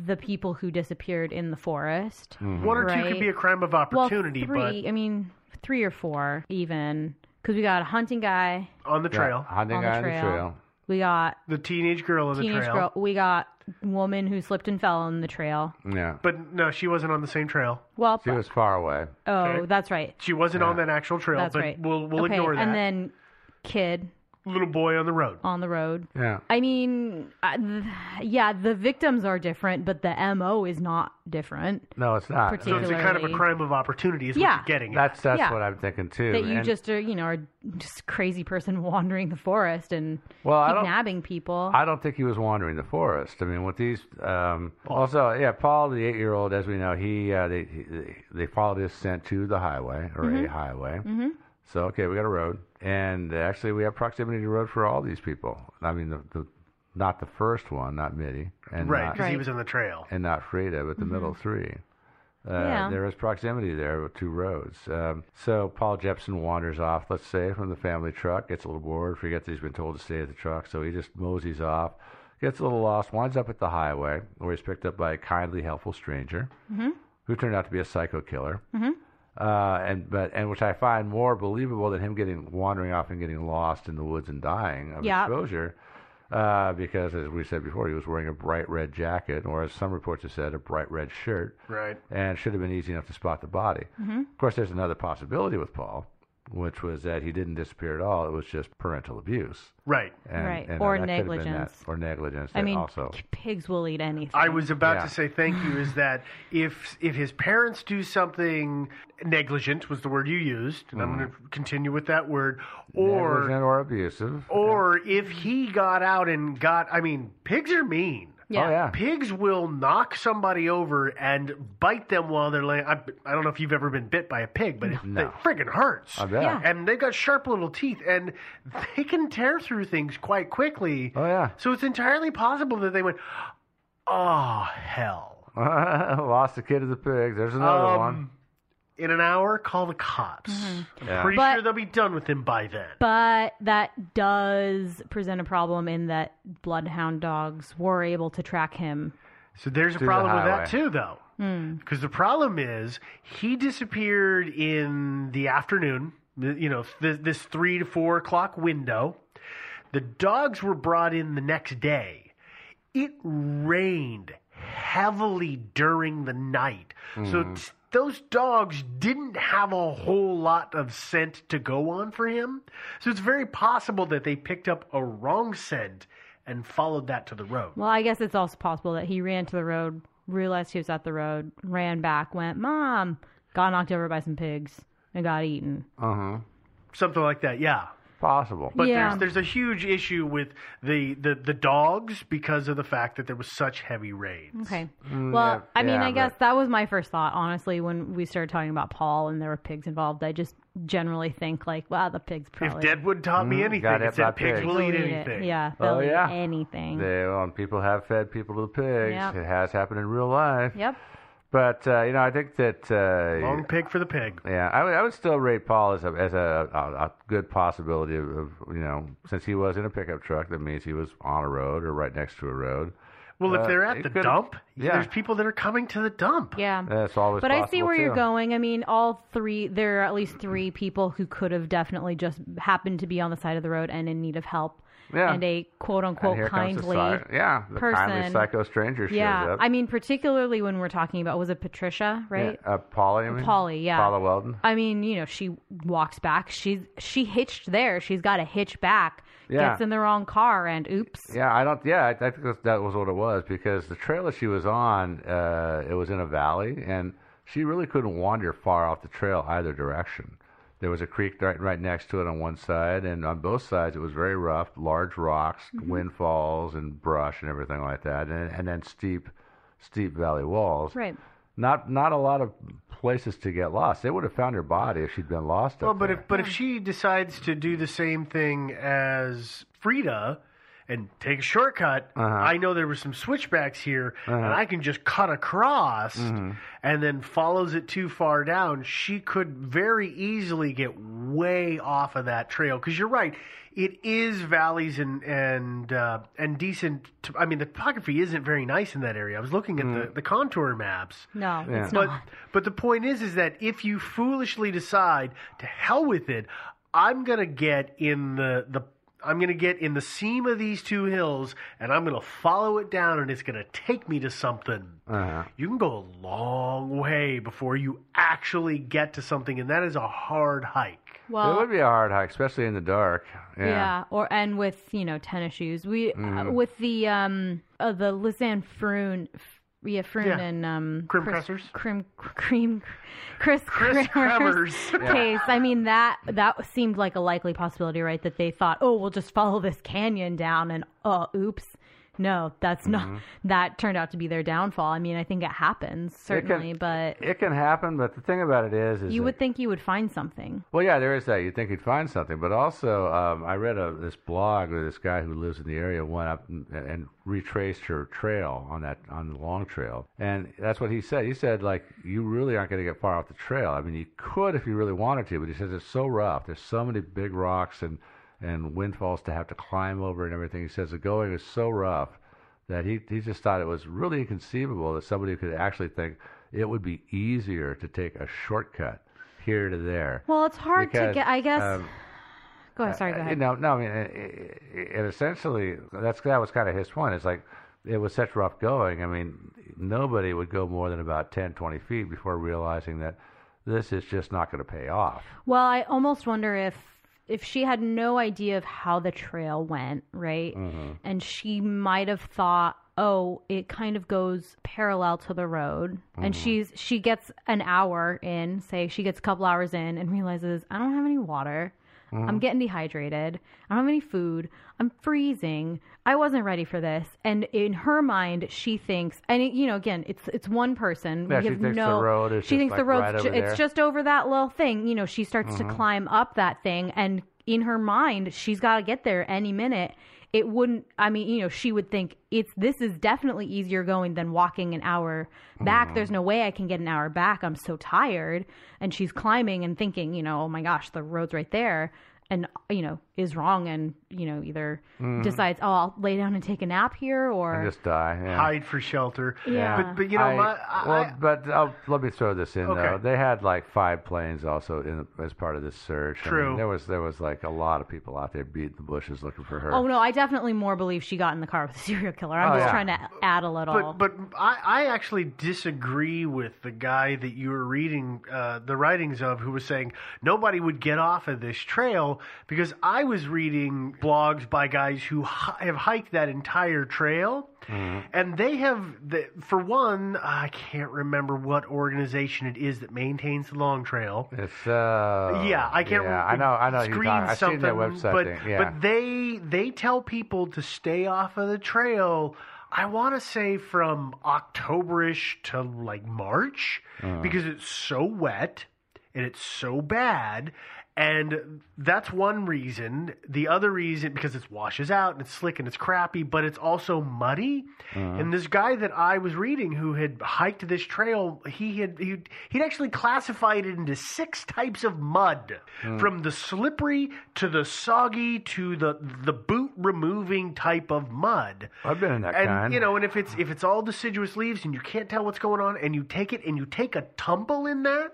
[SPEAKER 1] the people who disappeared in the forest.
[SPEAKER 6] Hmm.
[SPEAKER 7] One or two
[SPEAKER 1] Right.
[SPEAKER 7] could be a crime of
[SPEAKER 1] Well,
[SPEAKER 7] opportunity,
[SPEAKER 1] three. I mean, three or four even, because we got a hunting guy
[SPEAKER 7] but on the
[SPEAKER 6] Yeah,
[SPEAKER 7] trail,
[SPEAKER 6] hunting
[SPEAKER 1] on the
[SPEAKER 6] guy on the
[SPEAKER 1] trail.
[SPEAKER 6] trail.
[SPEAKER 1] We got
[SPEAKER 7] the teenage girl on the
[SPEAKER 1] teenage
[SPEAKER 7] trail.
[SPEAKER 1] girl. We got woman who slipped and fell on the trail.
[SPEAKER 6] Yeah.
[SPEAKER 7] But no, she wasn't on the same trail.
[SPEAKER 1] Well,
[SPEAKER 6] She was far away.
[SPEAKER 1] oh,
[SPEAKER 7] okay.
[SPEAKER 1] that's right.
[SPEAKER 7] She wasn't on that actual trail.
[SPEAKER 1] That's
[SPEAKER 7] but
[SPEAKER 1] right.
[SPEAKER 7] we'll we'll
[SPEAKER 1] okay,
[SPEAKER 7] ignore that.
[SPEAKER 1] And then kid
[SPEAKER 7] little boy on the road.
[SPEAKER 1] on the road.
[SPEAKER 6] Yeah.
[SPEAKER 1] I mean, I, th- yeah, the victims are different, but the MO is not different.
[SPEAKER 6] No, it's not.
[SPEAKER 7] So it's a kind of a
[SPEAKER 1] Particularly-
[SPEAKER 7] crime of opportunity. Is
[SPEAKER 1] Yeah.
[SPEAKER 7] what you're getting. at.
[SPEAKER 6] That's that's
[SPEAKER 1] Yeah.
[SPEAKER 6] what I'm thinking too.
[SPEAKER 1] That you
[SPEAKER 6] And-
[SPEAKER 1] just are, you know, are just a crazy person wandering the forest and
[SPEAKER 6] Well, I don't-
[SPEAKER 1] kidnapping people.
[SPEAKER 6] I don't think he was wandering the forest. I mean, with these. Um, also, yeah, Paul, the eight-year-old, as we know, he uh, they he, they followed his scent to the highway or a highway. Mm-hmm. So okay, we got a road, and actually we have proximity to road for all these people. I mean, the, the not the first one, not Mitty, and
[SPEAKER 7] right,
[SPEAKER 6] not,
[SPEAKER 7] because he
[SPEAKER 1] Right.
[SPEAKER 7] was on the trail.
[SPEAKER 6] and not Frida, but the middle three. Uh,
[SPEAKER 1] Mm-hmm. Yeah.
[SPEAKER 6] There is proximity there with two roads. Um, so Paul Jepson wanders off, let's say, from the family truck, gets a little bored, forgets he's been told to stay at the truck, so he just moseys off, gets a little lost, winds up at the highway where he's picked up by a kindly, helpful stranger
[SPEAKER 1] Mm-hmm.
[SPEAKER 6] who turned out to be a psycho killer. Uh, and but and which I find more believable than him getting wandering off and getting lost in the woods and dying of
[SPEAKER 1] Yeah.
[SPEAKER 6] exposure, uh, because as we said before, he was wearing a bright red jacket, or as some reports have said, a bright red shirt,
[SPEAKER 7] Right.
[SPEAKER 6] and should have been easy enough to spot the body.
[SPEAKER 1] Mm-hmm.
[SPEAKER 6] Of course, there's another possibility with Paul, which was that he didn't disappear at all; it was just parental abuse,
[SPEAKER 7] Right.
[SPEAKER 6] and,
[SPEAKER 1] Right,
[SPEAKER 6] and, uh,
[SPEAKER 1] or
[SPEAKER 6] that could have been that-
[SPEAKER 1] negligence.
[SPEAKER 6] or negligence.
[SPEAKER 1] I
[SPEAKER 6] that
[SPEAKER 1] mean,
[SPEAKER 6] also
[SPEAKER 1] c- pigs will eat anything.
[SPEAKER 7] I was about
[SPEAKER 6] Yeah.
[SPEAKER 7] to say thank you is that if if his parents do something negligent was the word you used, and I'm going to continue with that word, or
[SPEAKER 6] Mm-hmm. negligent or abusive.
[SPEAKER 7] or if he got out and got, I mean, pigs are mean.
[SPEAKER 6] Oh yeah,
[SPEAKER 7] Pigs will knock somebody over and bite them while they're laying. I, I don't know if you've ever been bit by a pig, but it,
[SPEAKER 6] No.
[SPEAKER 7] it friggin' hurts.
[SPEAKER 6] I bet.
[SPEAKER 1] Yeah.
[SPEAKER 7] And they've got sharp little teeth, and they can tear through things quite quickly.
[SPEAKER 6] Oh yeah.
[SPEAKER 7] So it's entirely possible that they went, oh, hell.
[SPEAKER 6] Lost the kid to the pigs. There's another
[SPEAKER 7] Um,
[SPEAKER 6] one.
[SPEAKER 7] In an hour, call the cops.
[SPEAKER 6] Mm-hmm. Yeah.
[SPEAKER 7] Pretty
[SPEAKER 1] But-
[SPEAKER 7] sure they'll be done with him by then.
[SPEAKER 1] But that does present a problem in that bloodhound dogs were able to track him.
[SPEAKER 7] So there's a
[SPEAKER 6] the
[SPEAKER 7] problem with that
[SPEAKER 6] highway.
[SPEAKER 7] too, though. Because the problem is he disappeared in the afternoon, th- you know, th- this three to four o'clock window. The dogs were brought in the next day. It rained heavily during the night. So
[SPEAKER 6] Hmm.
[SPEAKER 7] t- those dogs didn't have a whole lot of scent to go on for him. So it's very possible that they picked up a wrong scent and followed that to the road.
[SPEAKER 1] Well, I guess it's also possible that he ran to the road, realized he was at the road, ran back, went, Mom, got knocked over by some pigs, and got eaten.
[SPEAKER 6] Uh huh.
[SPEAKER 7] Something like that, yeah.
[SPEAKER 6] Possible.
[SPEAKER 7] But
[SPEAKER 1] Yeah.
[SPEAKER 7] there's there's a huge issue with the, the, the dogs because of the fact that there was such heavy rains.
[SPEAKER 1] Okay. Well,
[SPEAKER 6] Mm, yeah,
[SPEAKER 1] I mean,
[SPEAKER 6] yeah,
[SPEAKER 1] I guess
[SPEAKER 6] but-
[SPEAKER 1] that was my first thought, honestly, when we started talking about Paul and there were pigs involved. I just generally think, like, wow, the pigs
[SPEAKER 7] If
[SPEAKER 1] probably.
[SPEAKER 7] Deadwood taught me
[SPEAKER 6] Mm,
[SPEAKER 7] anything,
[SPEAKER 6] got it
[SPEAKER 7] it's
[SPEAKER 6] by
[SPEAKER 7] that pigs
[SPEAKER 6] pigs.
[SPEAKER 7] will eat
[SPEAKER 1] They'll eat it.
[SPEAKER 7] anything.
[SPEAKER 1] Yeah. They'll
[SPEAKER 6] Oh,
[SPEAKER 1] eat
[SPEAKER 6] yeah.
[SPEAKER 1] anything.
[SPEAKER 6] They, well, and people have fed people to the pigs.
[SPEAKER 1] Yep.
[SPEAKER 6] It has happened in real life.
[SPEAKER 1] Yep.
[SPEAKER 6] But uh, you know, I think that uh,
[SPEAKER 7] Long pig for the pig.
[SPEAKER 6] yeah, I would I would still rate Paul as a as a, a, a good possibility of, of you know since he was in a pickup truck, that means he was on a road or right next to a road.
[SPEAKER 7] Well,
[SPEAKER 6] Uh,
[SPEAKER 7] if they're at
[SPEAKER 6] it
[SPEAKER 7] the
[SPEAKER 6] could've-
[SPEAKER 7] dump,
[SPEAKER 6] yeah.
[SPEAKER 7] there's people that are coming to the dump.
[SPEAKER 1] Yeah.
[SPEAKER 6] That's always.
[SPEAKER 1] But I see
[SPEAKER 6] possible,
[SPEAKER 1] where you're
[SPEAKER 6] too.
[SPEAKER 1] going. I mean, all three, there are at least three people who could have definitely just happened to be on the side of the road and in need of help.
[SPEAKER 6] Yeah.
[SPEAKER 1] And a quote
[SPEAKER 6] And
[SPEAKER 1] unquote
[SPEAKER 6] here comes the
[SPEAKER 1] kindly.
[SPEAKER 6] si- yeah, the kindly
[SPEAKER 1] person.
[SPEAKER 6] psycho stranger shows
[SPEAKER 1] yeah.
[SPEAKER 6] up.
[SPEAKER 1] I mean, particularly when we're talking about, was it Patricia, right?
[SPEAKER 6] Yeah, uh, Polly, you mean?
[SPEAKER 1] Polly, yeah.
[SPEAKER 6] Paula Weldon.
[SPEAKER 1] I mean, you know, she walks back. She's she hitched there. She's got a hitch back.
[SPEAKER 6] Yeah.
[SPEAKER 1] Gets in the wrong car and oops.
[SPEAKER 6] Yeah, I don't. Yeah, I, I think that- that was what it was because the trailer she was on, uh, it was in a valley, and she really couldn't wander far off the trail either direction. There was a creek right, right next to it on one side, and on both sides it was very rough, large rocks,
[SPEAKER 1] Mm-hmm.
[SPEAKER 6] windfalls, and brush, and everything like that, and, and then steep, steep valley walls.
[SPEAKER 1] Right.
[SPEAKER 6] Not not a lot of places to get lost. They would have found her body if she'd been lost.
[SPEAKER 7] Well,
[SPEAKER 6] up
[SPEAKER 7] but
[SPEAKER 6] there.
[SPEAKER 7] if but if she decides to do the same thing as Frida and take a shortcut,
[SPEAKER 6] Uh-huh.
[SPEAKER 7] I know there were some switchbacks here, and I can just cut across,
[SPEAKER 6] Mm-hmm.
[SPEAKER 7] and then follows it too far down. She could very easily get way off of that trail because you're right. It is valleys and and uh, and decent. T- I mean, the topography isn't very nice in that area. I was looking at
[SPEAKER 6] Mm-hmm.
[SPEAKER 7] the, the contour maps.
[SPEAKER 1] No, it's
[SPEAKER 7] But
[SPEAKER 1] not.
[SPEAKER 7] but the point is is that if you foolishly decide to hell with it, I'm gonna get in the the I'm gonna get in the seam of these two hills and I'm gonna follow it down and it's gonna take me to something.
[SPEAKER 6] Uh.
[SPEAKER 1] Uh-huh.
[SPEAKER 7] You can go a long way before you actually get to something, and that is a hard hike.
[SPEAKER 6] it
[SPEAKER 1] Well,
[SPEAKER 6] would be a hard hike, especially in the dark.
[SPEAKER 1] yeah. or and with you know tennis shoes. We
[SPEAKER 6] Mm.
[SPEAKER 1] uh, with the um uh, the Lizanne Froon, f- yeah Froon
[SPEAKER 7] Yeah.
[SPEAKER 1] and um
[SPEAKER 7] Krim Cressers?
[SPEAKER 1] Krim Cream Chris
[SPEAKER 7] Chris
[SPEAKER 1] Krammer's
[SPEAKER 7] Krammer's. Yeah.
[SPEAKER 1] case. I mean that that seemed like a likely possibility, right? That they thought, oh, we'll just follow this canyon down, and oh, oops. No, that's
[SPEAKER 6] Mm-hmm.
[SPEAKER 1] not. That turned out to be their downfall. I mean, I think it happens certainly, but
[SPEAKER 6] It can happen, but the thing about it is, is
[SPEAKER 1] you
[SPEAKER 6] that-
[SPEAKER 1] would think you would find something.
[SPEAKER 6] Well, yeah, there is that. You'd think you'd find something, but also um, I read a, this blog where this guy who lives in the area went up and, and retraced her trail on that on the long trail, and that's what he said. He said like you really aren't going to get far off the trail. I mean, you could if you really wanted to, but he says it's so rough. There's so many big rocks and and windfalls to have to climb over and everything. He says the going is so rough that he he just thought it was really inconceivable that somebody could actually think it would be easier to take a shortcut here to there
[SPEAKER 1] Well, it's hard to
[SPEAKER 6] because,
[SPEAKER 1] get. I guess.
[SPEAKER 6] um,
[SPEAKER 1] go ahead. Sorry, go
[SPEAKER 6] you
[SPEAKER 1] ahead.
[SPEAKER 6] know, no, I mean, i- i- and essentially, that's that was kind of his point. It's like it was such rough going. I mean, nobody would go more than about 10, 20 feet before realizing that this is just not going to pay off.
[SPEAKER 1] Well, I almost wonder if if she had no idea of how the trail went, right?
[SPEAKER 6] Mm-hmm.
[SPEAKER 1] And she might have thought, "Oh, it kind of goes parallel to the road."
[SPEAKER 6] Mm-hmm.
[SPEAKER 1] And she's she gets an hour in, say she gets a couple hours in and realizes, "I don't have any water."
[SPEAKER 6] Mm-hmm.
[SPEAKER 1] I'm getting dehydrated. I don't have any food. I'm freezing. I wasn't ready for this. And in her mind, she thinks, and it, you know, again, it's it's one person.
[SPEAKER 6] Yeah,
[SPEAKER 1] we
[SPEAKER 6] she
[SPEAKER 1] have
[SPEAKER 6] thinks the
[SPEAKER 1] no,
[SPEAKER 6] road is
[SPEAKER 1] she
[SPEAKER 6] just,
[SPEAKER 1] thinks the
[SPEAKER 6] like,
[SPEAKER 1] road's
[SPEAKER 6] right
[SPEAKER 1] ju-
[SPEAKER 6] over
[SPEAKER 1] it's
[SPEAKER 6] there.
[SPEAKER 1] just just over that little thing, you know, she starts to
[SPEAKER 6] Mm-hmm.
[SPEAKER 1] climb up that thing and in her mind, she's got to get there any minute. It wouldn't I mean, you know, she would think it's this is definitely easier going than walking an hour
[SPEAKER 6] Mm-hmm.
[SPEAKER 1] back. There's no way I can get an hour back. I'm so tired. And she's climbing and thinking, you know, oh my gosh, the road's right there and you know, is wrong and, you know, either decides, "Oh, I'll lay down and take a nap here" or
[SPEAKER 6] And Mm-hmm. just die. Yeah.
[SPEAKER 7] Hide for shelter.
[SPEAKER 1] Yeah.
[SPEAKER 7] But, but you know,
[SPEAKER 6] I-
[SPEAKER 7] my, I,
[SPEAKER 6] well, but I'll, let me throw this in though.
[SPEAKER 7] Okay.
[SPEAKER 6] They had like five planes also in, as part of this search. I mean,
[SPEAKER 7] True.
[SPEAKER 6] there was there was like a lot of people out there beating the bushes looking for her.
[SPEAKER 1] Oh no, I definitely more believe she got in the car with a serial killer. I'm
[SPEAKER 6] Oh,
[SPEAKER 1] just
[SPEAKER 6] yeah.
[SPEAKER 1] trying to add a little.
[SPEAKER 7] But but I, I actually disagree with the guy that you were reading uh, the writings of, who was saying nobody would get off of this trail because I was reading blogs by guys who hi- have hiked that entire trail, and they have the, for one I can't remember what organization it is that maintains the long trail.
[SPEAKER 6] It's uh
[SPEAKER 7] Yeah, I can't.
[SPEAKER 6] Yeah, I know. I know. who You're
[SPEAKER 7] Screen
[SPEAKER 6] talking. I've
[SPEAKER 7] something,
[SPEAKER 6] seen their website.
[SPEAKER 7] but
[SPEAKER 6] thing. Yeah.
[SPEAKER 7] but they they tell people to stay off of the trail. I want to say from Octoberish to like March
[SPEAKER 6] Uh-huh.
[SPEAKER 7] because it's so wet and it's so bad. And that's one reason. The other reason, because it washes out and it's slick and it's crappy, but it's also muddy. And this guy that I was reading who had hiked this trail, he had he'd, he'd actually classified it into six types of mud, from the slippery to the soggy to the the boot removing type of mud
[SPEAKER 6] I've been in that
[SPEAKER 7] and
[SPEAKER 6] kind.
[SPEAKER 7] you know and if it's if it's all deciduous leaves and you can't tell what's going on and you take it and you take a tumble in that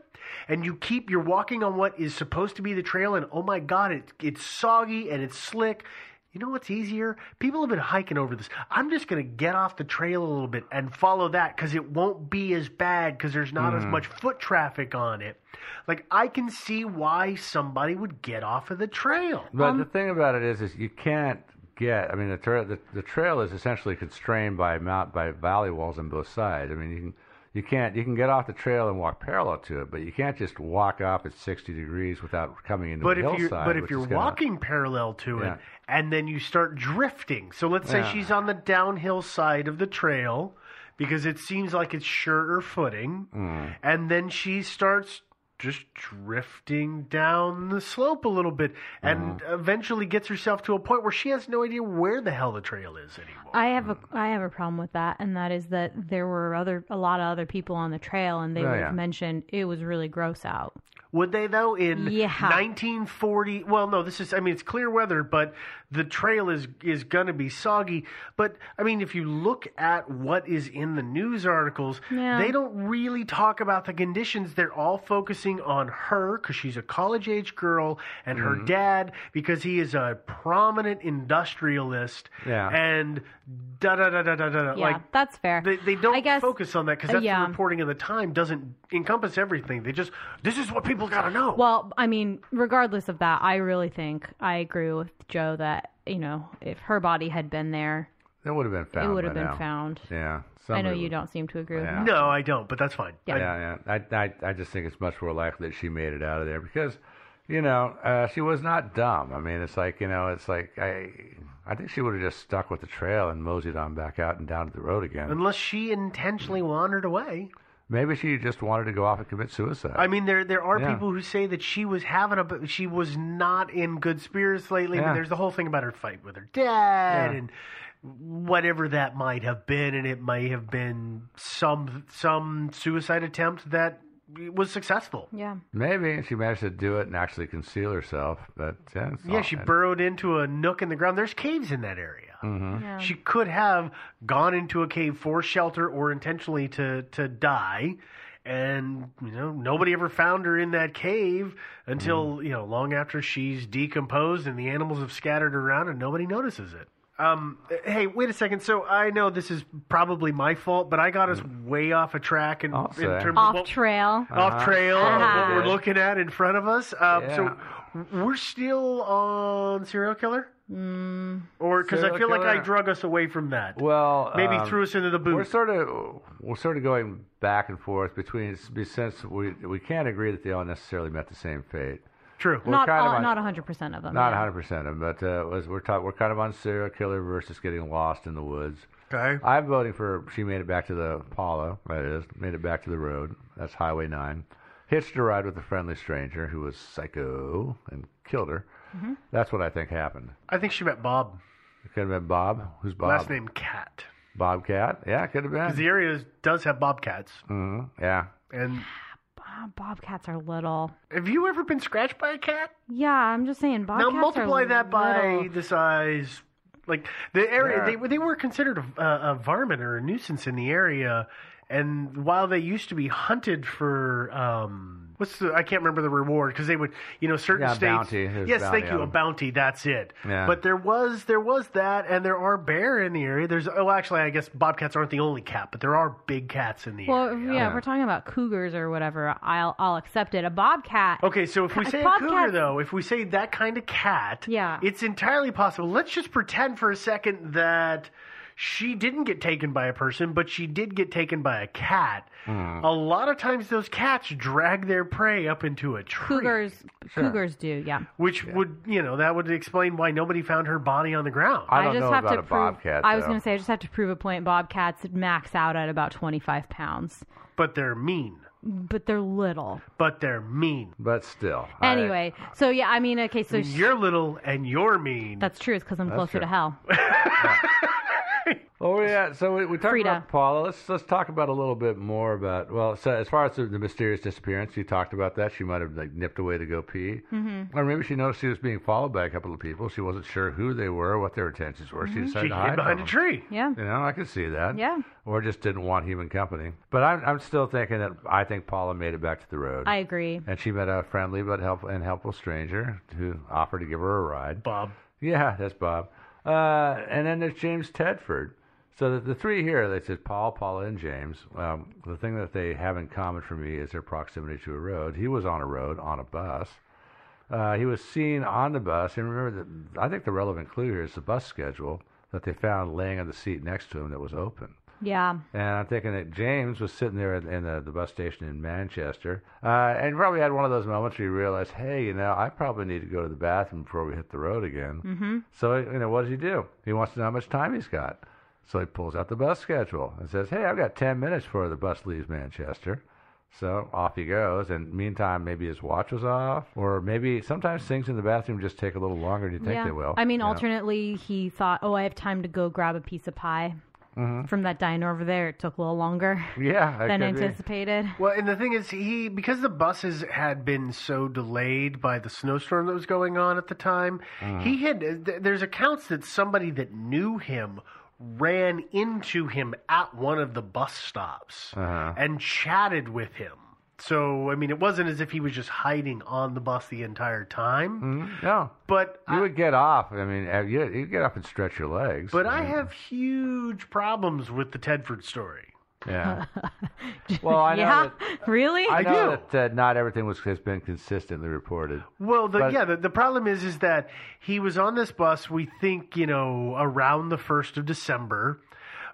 [SPEAKER 7] and you keep you're walking on what is supposed to be the trail and oh my god it, it's soggy and it's slick you know what's easier people have been hiking over this i'm just going to get off the trail a little bit and follow that because it won't be as bad because there's not
[SPEAKER 6] Hmm.
[SPEAKER 7] as much foot traffic on it like i can see why somebody would get off of the trail
[SPEAKER 6] But the thing about it is, is you can't get. I mean, the, tra- the the trail is essentially constrained by mount by valley walls on both sides. I mean, you can You can't. You can get off the trail and walk parallel to it, but you can't just walk up at 60 degrees without coming into
[SPEAKER 7] But
[SPEAKER 6] a
[SPEAKER 7] if
[SPEAKER 6] hillside.
[SPEAKER 7] you're but if
[SPEAKER 6] which
[SPEAKER 7] you're
[SPEAKER 6] is gonna-
[SPEAKER 7] walking parallel to
[SPEAKER 6] Yeah.
[SPEAKER 7] it and then you start drifting. So let's say
[SPEAKER 6] Yeah.
[SPEAKER 7] she's on the downhill side of the trail because it seems like it's surer footing
[SPEAKER 6] Mm.
[SPEAKER 7] and then she starts just drifting down the slope a little bit and
[SPEAKER 6] Mm-hmm.
[SPEAKER 7] eventually gets herself to a point where she has no idea where the hell the trail is anymore.
[SPEAKER 1] I have a I have a problem with that, and that is that there were other a lot of other people on the trail, and they
[SPEAKER 6] Oh,
[SPEAKER 1] would
[SPEAKER 6] yeah.
[SPEAKER 1] have mentioned it was really gross out.
[SPEAKER 7] Would they though in
[SPEAKER 1] Yeah.
[SPEAKER 7] 1940? Well, no, this is I mean it's clear weather, but the trail is is going to be soggy. But I mean if you look at what is in the news articles,
[SPEAKER 1] Yeah.
[SPEAKER 7] they don't really talk about the conditions. They're all focusing on her cuz she's a college-age girl and her dad because he is a prominent industrialist
[SPEAKER 6] Yeah.
[SPEAKER 7] and da da da da da da da.
[SPEAKER 1] Yeah,
[SPEAKER 7] like
[SPEAKER 1] that's fair.
[SPEAKER 7] they, they don't
[SPEAKER 1] I guess,
[SPEAKER 7] focus on that because
[SPEAKER 1] uh,
[SPEAKER 7] that's
[SPEAKER 1] yeah.
[SPEAKER 7] the reporting of the time doesn't encompass everything. They just this is what people got to know.
[SPEAKER 1] Well, I mean, regardless of that, I really think I agree with Joe that you know if her body had been there,
[SPEAKER 6] That would have been found.
[SPEAKER 1] it would have
[SPEAKER 6] by
[SPEAKER 1] been
[SPEAKER 6] now.
[SPEAKER 1] found.
[SPEAKER 6] Yeah.
[SPEAKER 1] I know
[SPEAKER 6] somebody
[SPEAKER 1] you
[SPEAKER 6] would-
[SPEAKER 1] don't seem to agree with that.
[SPEAKER 6] Yeah.
[SPEAKER 7] no, I don't, but that's fine.
[SPEAKER 1] Yeah.
[SPEAKER 6] Yeah, yeah. I, I, I just think it's much more likely that she made it out of there because, you know, uh, she was not dumb. I mean, it's like you know, it's like I, I think she would have just stuck with the trail and moseyed on back out and down to the road again.
[SPEAKER 7] Unless she intentionally wandered away.
[SPEAKER 6] Maybe she just wanted to go off and commit suicide.
[SPEAKER 7] I mean, there there are
[SPEAKER 6] Yeah.
[SPEAKER 7] people who say that she was having a b- she was not in good spirits lately.
[SPEAKER 6] Yeah.
[SPEAKER 7] But there's the whole thing about her fight with her dad
[SPEAKER 6] Yeah.
[SPEAKER 7] and whatever that might have been, and it may have been some some suicide attempt that was successful.
[SPEAKER 6] Mm.
[SPEAKER 1] Yeah.
[SPEAKER 6] Maybe she managed to do it and actually conceal herself, but yeah, it's
[SPEAKER 7] Yeah,
[SPEAKER 6] all-
[SPEAKER 7] she burrowed into a nook in the ground. There's caves in that area.
[SPEAKER 1] Yeah.
[SPEAKER 7] Mm-hmm. She could have gone into a cave for shelter or intentionally to to die. And you know nobody ever found her in that cave until you know long after she's decomposed and the animals have scattered around and nobody notices it. Um, hey, wait a second. So I know this is probably my fault, but I got us way off a track in, in
[SPEAKER 6] I'll
[SPEAKER 7] terms
[SPEAKER 6] say.
[SPEAKER 7] of
[SPEAKER 1] Off
[SPEAKER 7] what-
[SPEAKER 1] trail.
[SPEAKER 7] off trail of
[SPEAKER 1] Uh-huh.
[SPEAKER 7] what we're looking at in front of us. Um,
[SPEAKER 6] Yeah.
[SPEAKER 7] So we're still on serial killer, or because I
[SPEAKER 6] Mm. Serial
[SPEAKER 7] feel like I
[SPEAKER 6] killer.
[SPEAKER 7] drug us away from that.
[SPEAKER 6] well,
[SPEAKER 7] maybe
[SPEAKER 6] um,
[SPEAKER 7] threw us into the
[SPEAKER 6] We're
[SPEAKER 7] booth.
[SPEAKER 6] sort of we're sort of going back and forth between since we we can't agree that they all necessarily met the same fate.
[SPEAKER 7] True.
[SPEAKER 6] We're
[SPEAKER 1] not
[SPEAKER 6] kind of
[SPEAKER 1] all,
[SPEAKER 6] on-
[SPEAKER 1] not 100% of them.
[SPEAKER 6] Not
[SPEAKER 1] yeah.
[SPEAKER 6] 100 percent of them, but uh, was, we're talk, we're kind of on serial killer versus getting lost in the woods.
[SPEAKER 7] Okay.
[SPEAKER 6] I'm voting for she made it back to the Apollo. That is, made it back to the road. That's Highway Nine. Hitched a ride with a friendly stranger who was psycho and killed her.
[SPEAKER 1] Mm-hmm.
[SPEAKER 6] That's what I think happened.
[SPEAKER 7] I think she met Bob.
[SPEAKER 6] It could have been Bob. Who's Bob?
[SPEAKER 7] Last name Cat.
[SPEAKER 6] Bobcat. Yeah, it could have been.
[SPEAKER 7] The area is- does have bobcats.
[SPEAKER 6] hmm Yeah.
[SPEAKER 7] And
[SPEAKER 1] Bob- Ah, bobcats are little.
[SPEAKER 7] have you ever been scratched by a cat?
[SPEAKER 1] Yeah, I'm just saying bobcats
[SPEAKER 7] now multiply
[SPEAKER 1] are
[SPEAKER 7] that by
[SPEAKER 1] little.
[SPEAKER 7] the size. Like the area,
[SPEAKER 6] Yeah.
[SPEAKER 7] they they were considered a, a, a varmint or a nuisance in the area, and while they used to be hunted for um, what's the I can't remember the reward because they would you know certain
[SPEAKER 6] Yeah,
[SPEAKER 7] states
[SPEAKER 6] bounty. There's
[SPEAKER 7] yes
[SPEAKER 6] bounty
[SPEAKER 7] thank you
[SPEAKER 6] on
[SPEAKER 7] a
[SPEAKER 6] them.
[SPEAKER 7] bounty that's it
[SPEAKER 6] Yeah.
[SPEAKER 7] but there was there was that and there are bear in the area there's oh actually I guess bobcats aren't the only cat but there are big cats in the
[SPEAKER 1] Well,
[SPEAKER 7] area
[SPEAKER 1] yeah, if we're talking about cougars or whatever, I'll I'll accept it. A bobcat.
[SPEAKER 7] Okay, so if we
[SPEAKER 1] Ca-
[SPEAKER 7] say a
[SPEAKER 1] bobcat-
[SPEAKER 7] cougar, though, if we say that kind of cat,
[SPEAKER 1] Yeah.
[SPEAKER 7] it's entirely possible. Let's just pretend for a second that she didn't get taken by a person, but she did get taken by a cat. A lot of times, those cats drag their prey up into a tree,
[SPEAKER 1] Cougars cougars do, yeah.
[SPEAKER 7] which would, you know, that would explain why nobody found her body on the ground.
[SPEAKER 6] I don't
[SPEAKER 1] just
[SPEAKER 6] know
[SPEAKER 1] have
[SPEAKER 6] about
[SPEAKER 1] to
[SPEAKER 6] a
[SPEAKER 1] prove,
[SPEAKER 6] bobcat.
[SPEAKER 1] I was
[SPEAKER 6] though.
[SPEAKER 1] going to say I just have to prove a point. Bobcats max out at about 25 pounds,
[SPEAKER 7] but they're mean.
[SPEAKER 1] but they're little.
[SPEAKER 7] But they're mean.
[SPEAKER 6] But still. I-
[SPEAKER 1] Anyway, so yeah, I mean, okay, so sh-
[SPEAKER 7] You're little and you're mean.
[SPEAKER 1] that's true. It's because I'm closer
[SPEAKER 6] true.
[SPEAKER 1] to hell.
[SPEAKER 6] Oh yeah, so we, we talked
[SPEAKER 1] Frida.
[SPEAKER 6] about Paula. Let's let's talk about a little bit more about well, so as far as the, the mysterious disappearance, you talked about that. She might have like nipped away to go pee, mm-hmm. or maybe she noticed she was being followed by a couple of people. She wasn't sure who they were, what their intentions were. She decided
[SPEAKER 7] she
[SPEAKER 6] to
[SPEAKER 7] hid
[SPEAKER 6] hide
[SPEAKER 7] behind
[SPEAKER 6] from
[SPEAKER 7] a tree.
[SPEAKER 1] Yeah.
[SPEAKER 6] them. You know, I could see that.
[SPEAKER 1] Mm-hmm. Yeah.
[SPEAKER 6] Or just didn't want human company. But I'm I'm still thinking that I think Paula made it back to the road.
[SPEAKER 1] I agree.
[SPEAKER 6] and she met a friendly but helpful and helpful stranger who offered to give her a ride.
[SPEAKER 7] Bob.
[SPEAKER 6] Yeah, that's Bob. Uh, and then there's James Tedford. So the, the three here, they said Paul, Paula, and James. Um, the thing that they have in common for me is their proximity to a road. He was on a road on a bus. Uh, he was seen on the bus, and remember, that I think the relevant clue here is the bus schedule that they found laying on the seat next to him that was open.
[SPEAKER 1] Yeah.
[SPEAKER 6] And I'm thinking that James was sitting there in, in the, the bus station in Manchester, uh, and probably had one of those moments where he realized, hey, you know, I probably need to go to the bathroom before we hit the road again. Mm-hmm. So, you know, what does he do? He wants to know how much time he's got. So he pulls out the bus schedule and says, hey, I've got 10 minutes before the bus leaves Manchester. So off he goes, and meantime, maybe his watch was off, or maybe sometimes things in the bathroom just take a little longer than you think
[SPEAKER 1] yeah.
[SPEAKER 6] they will.
[SPEAKER 1] I mean,
[SPEAKER 6] you know?
[SPEAKER 1] alternately, he thought, oh, I have time to go grab a piece of pie
[SPEAKER 6] Mm-hmm.
[SPEAKER 1] from that diner over there. It took a little longer
[SPEAKER 6] yeah, it
[SPEAKER 1] than
[SPEAKER 6] could be.
[SPEAKER 1] anticipated.
[SPEAKER 7] Well, and the thing is, he because the buses had been so delayed by the snowstorm that was going on at the time,
[SPEAKER 6] Hmm.
[SPEAKER 7] he had. th- There's accounts that somebody that knew him ran into him at one of the bus stops
[SPEAKER 6] Uh-huh.
[SPEAKER 7] and chatted with him. So, I mean, it wasn't as if he was just hiding on the bus the entire time.
[SPEAKER 6] Mm-hmm. No,
[SPEAKER 7] But
[SPEAKER 6] Hmm. you
[SPEAKER 7] I-
[SPEAKER 6] would get off. I mean, uh, you you get up and stretch your legs.
[SPEAKER 7] but I have huge problems with the Tedford story.
[SPEAKER 6] yeah. well, I know
[SPEAKER 1] yeah,
[SPEAKER 6] that.
[SPEAKER 1] really?
[SPEAKER 6] I know
[SPEAKER 7] do.
[SPEAKER 6] that uh, not everything was has been consistently reported.
[SPEAKER 7] Well, the,
[SPEAKER 6] But-
[SPEAKER 7] yeah, the, the problem is is that he was on this bus. We think you know around the first of December,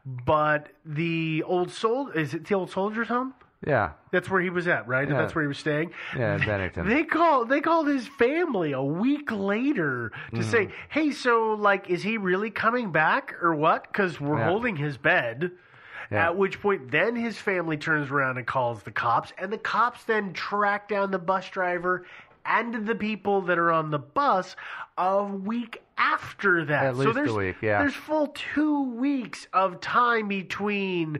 [SPEAKER 7] but the old soul is it the old soldiers home?
[SPEAKER 6] Yeah,
[SPEAKER 7] That's where he was at, right? That's where he was staying.
[SPEAKER 6] yeah, in Bennington.
[SPEAKER 7] They called they called his family a week later to say,
[SPEAKER 6] Mm-hmm.
[SPEAKER 7] "Hey, so like is he really coming back or what? Cuz we're
[SPEAKER 6] Yeah.
[SPEAKER 7] holding his bed."
[SPEAKER 6] Yeah.
[SPEAKER 7] At which point then his family turns around and calls the cops, and the cops then track down the bus driver and the people that are on the bus a week after that.
[SPEAKER 6] At
[SPEAKER 7] so
[SPEAKER 6] least a
[SPEAKER 7] there's
[SPEAKER 6] week, yeah.
[SPEAKER 7] there's full 2 weeks of time between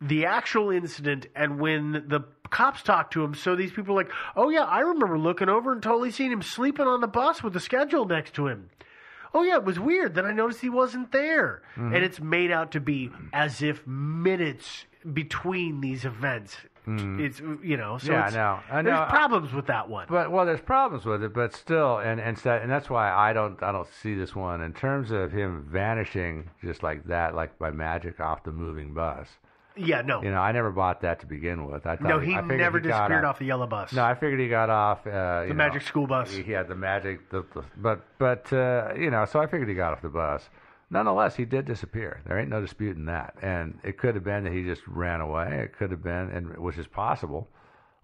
[SPEAKER 7] the actual incident and when the cops talk to him. So these people are like, oh, yeah, I remember looking over and totally seeing him sleeping on the bus with the schedule next to him. Oh, yeah, it was weird. Then I noticed he wasn't there.
[SPEAKER 6] Mm-hmm.
[SPEAKER 7] And it's made out to be as if minutes between these events. It's, you know,
[SPEAKER 6] Mm-hmm.
[SPEAKER 7] so
[SPEAKER 6] Yeah, I
[SPEAKER 7] it's,
[SPEAKER 6] know. I know.
[SPEAKER 7] there's problems with that one.
[SPEAKER 6] But well, there's problems with it, but still, and and so, and that's why I don't I don't see this one in terms of him vanishing just like that, like by magic off the moving bus.
[SPEAKER 7] yeah, no.
[SPEAKER 6] You know, I never bought that to begin with. I thought
[SPEAKER 7] no, he
[SPEAKER 6] I figured
[SPEAKER 7] never
[SPEAKER 6] he got
[SPEAKER 7] disappeared
[SPEAKER 6] off-
[SPEAKER 7] off the yellow bus.
[SPEAKER 6] No, I figured he got off uh,
[SPEAKER 7] the magic school bus.
[SPEAKER 6] He had the magic, the, the, but but uh, you know, so I figured he got off the bus. Nonetheless, he did disappear. There ain't no disputing that. And it could have been that he just ran away. It could have been, and which is possible,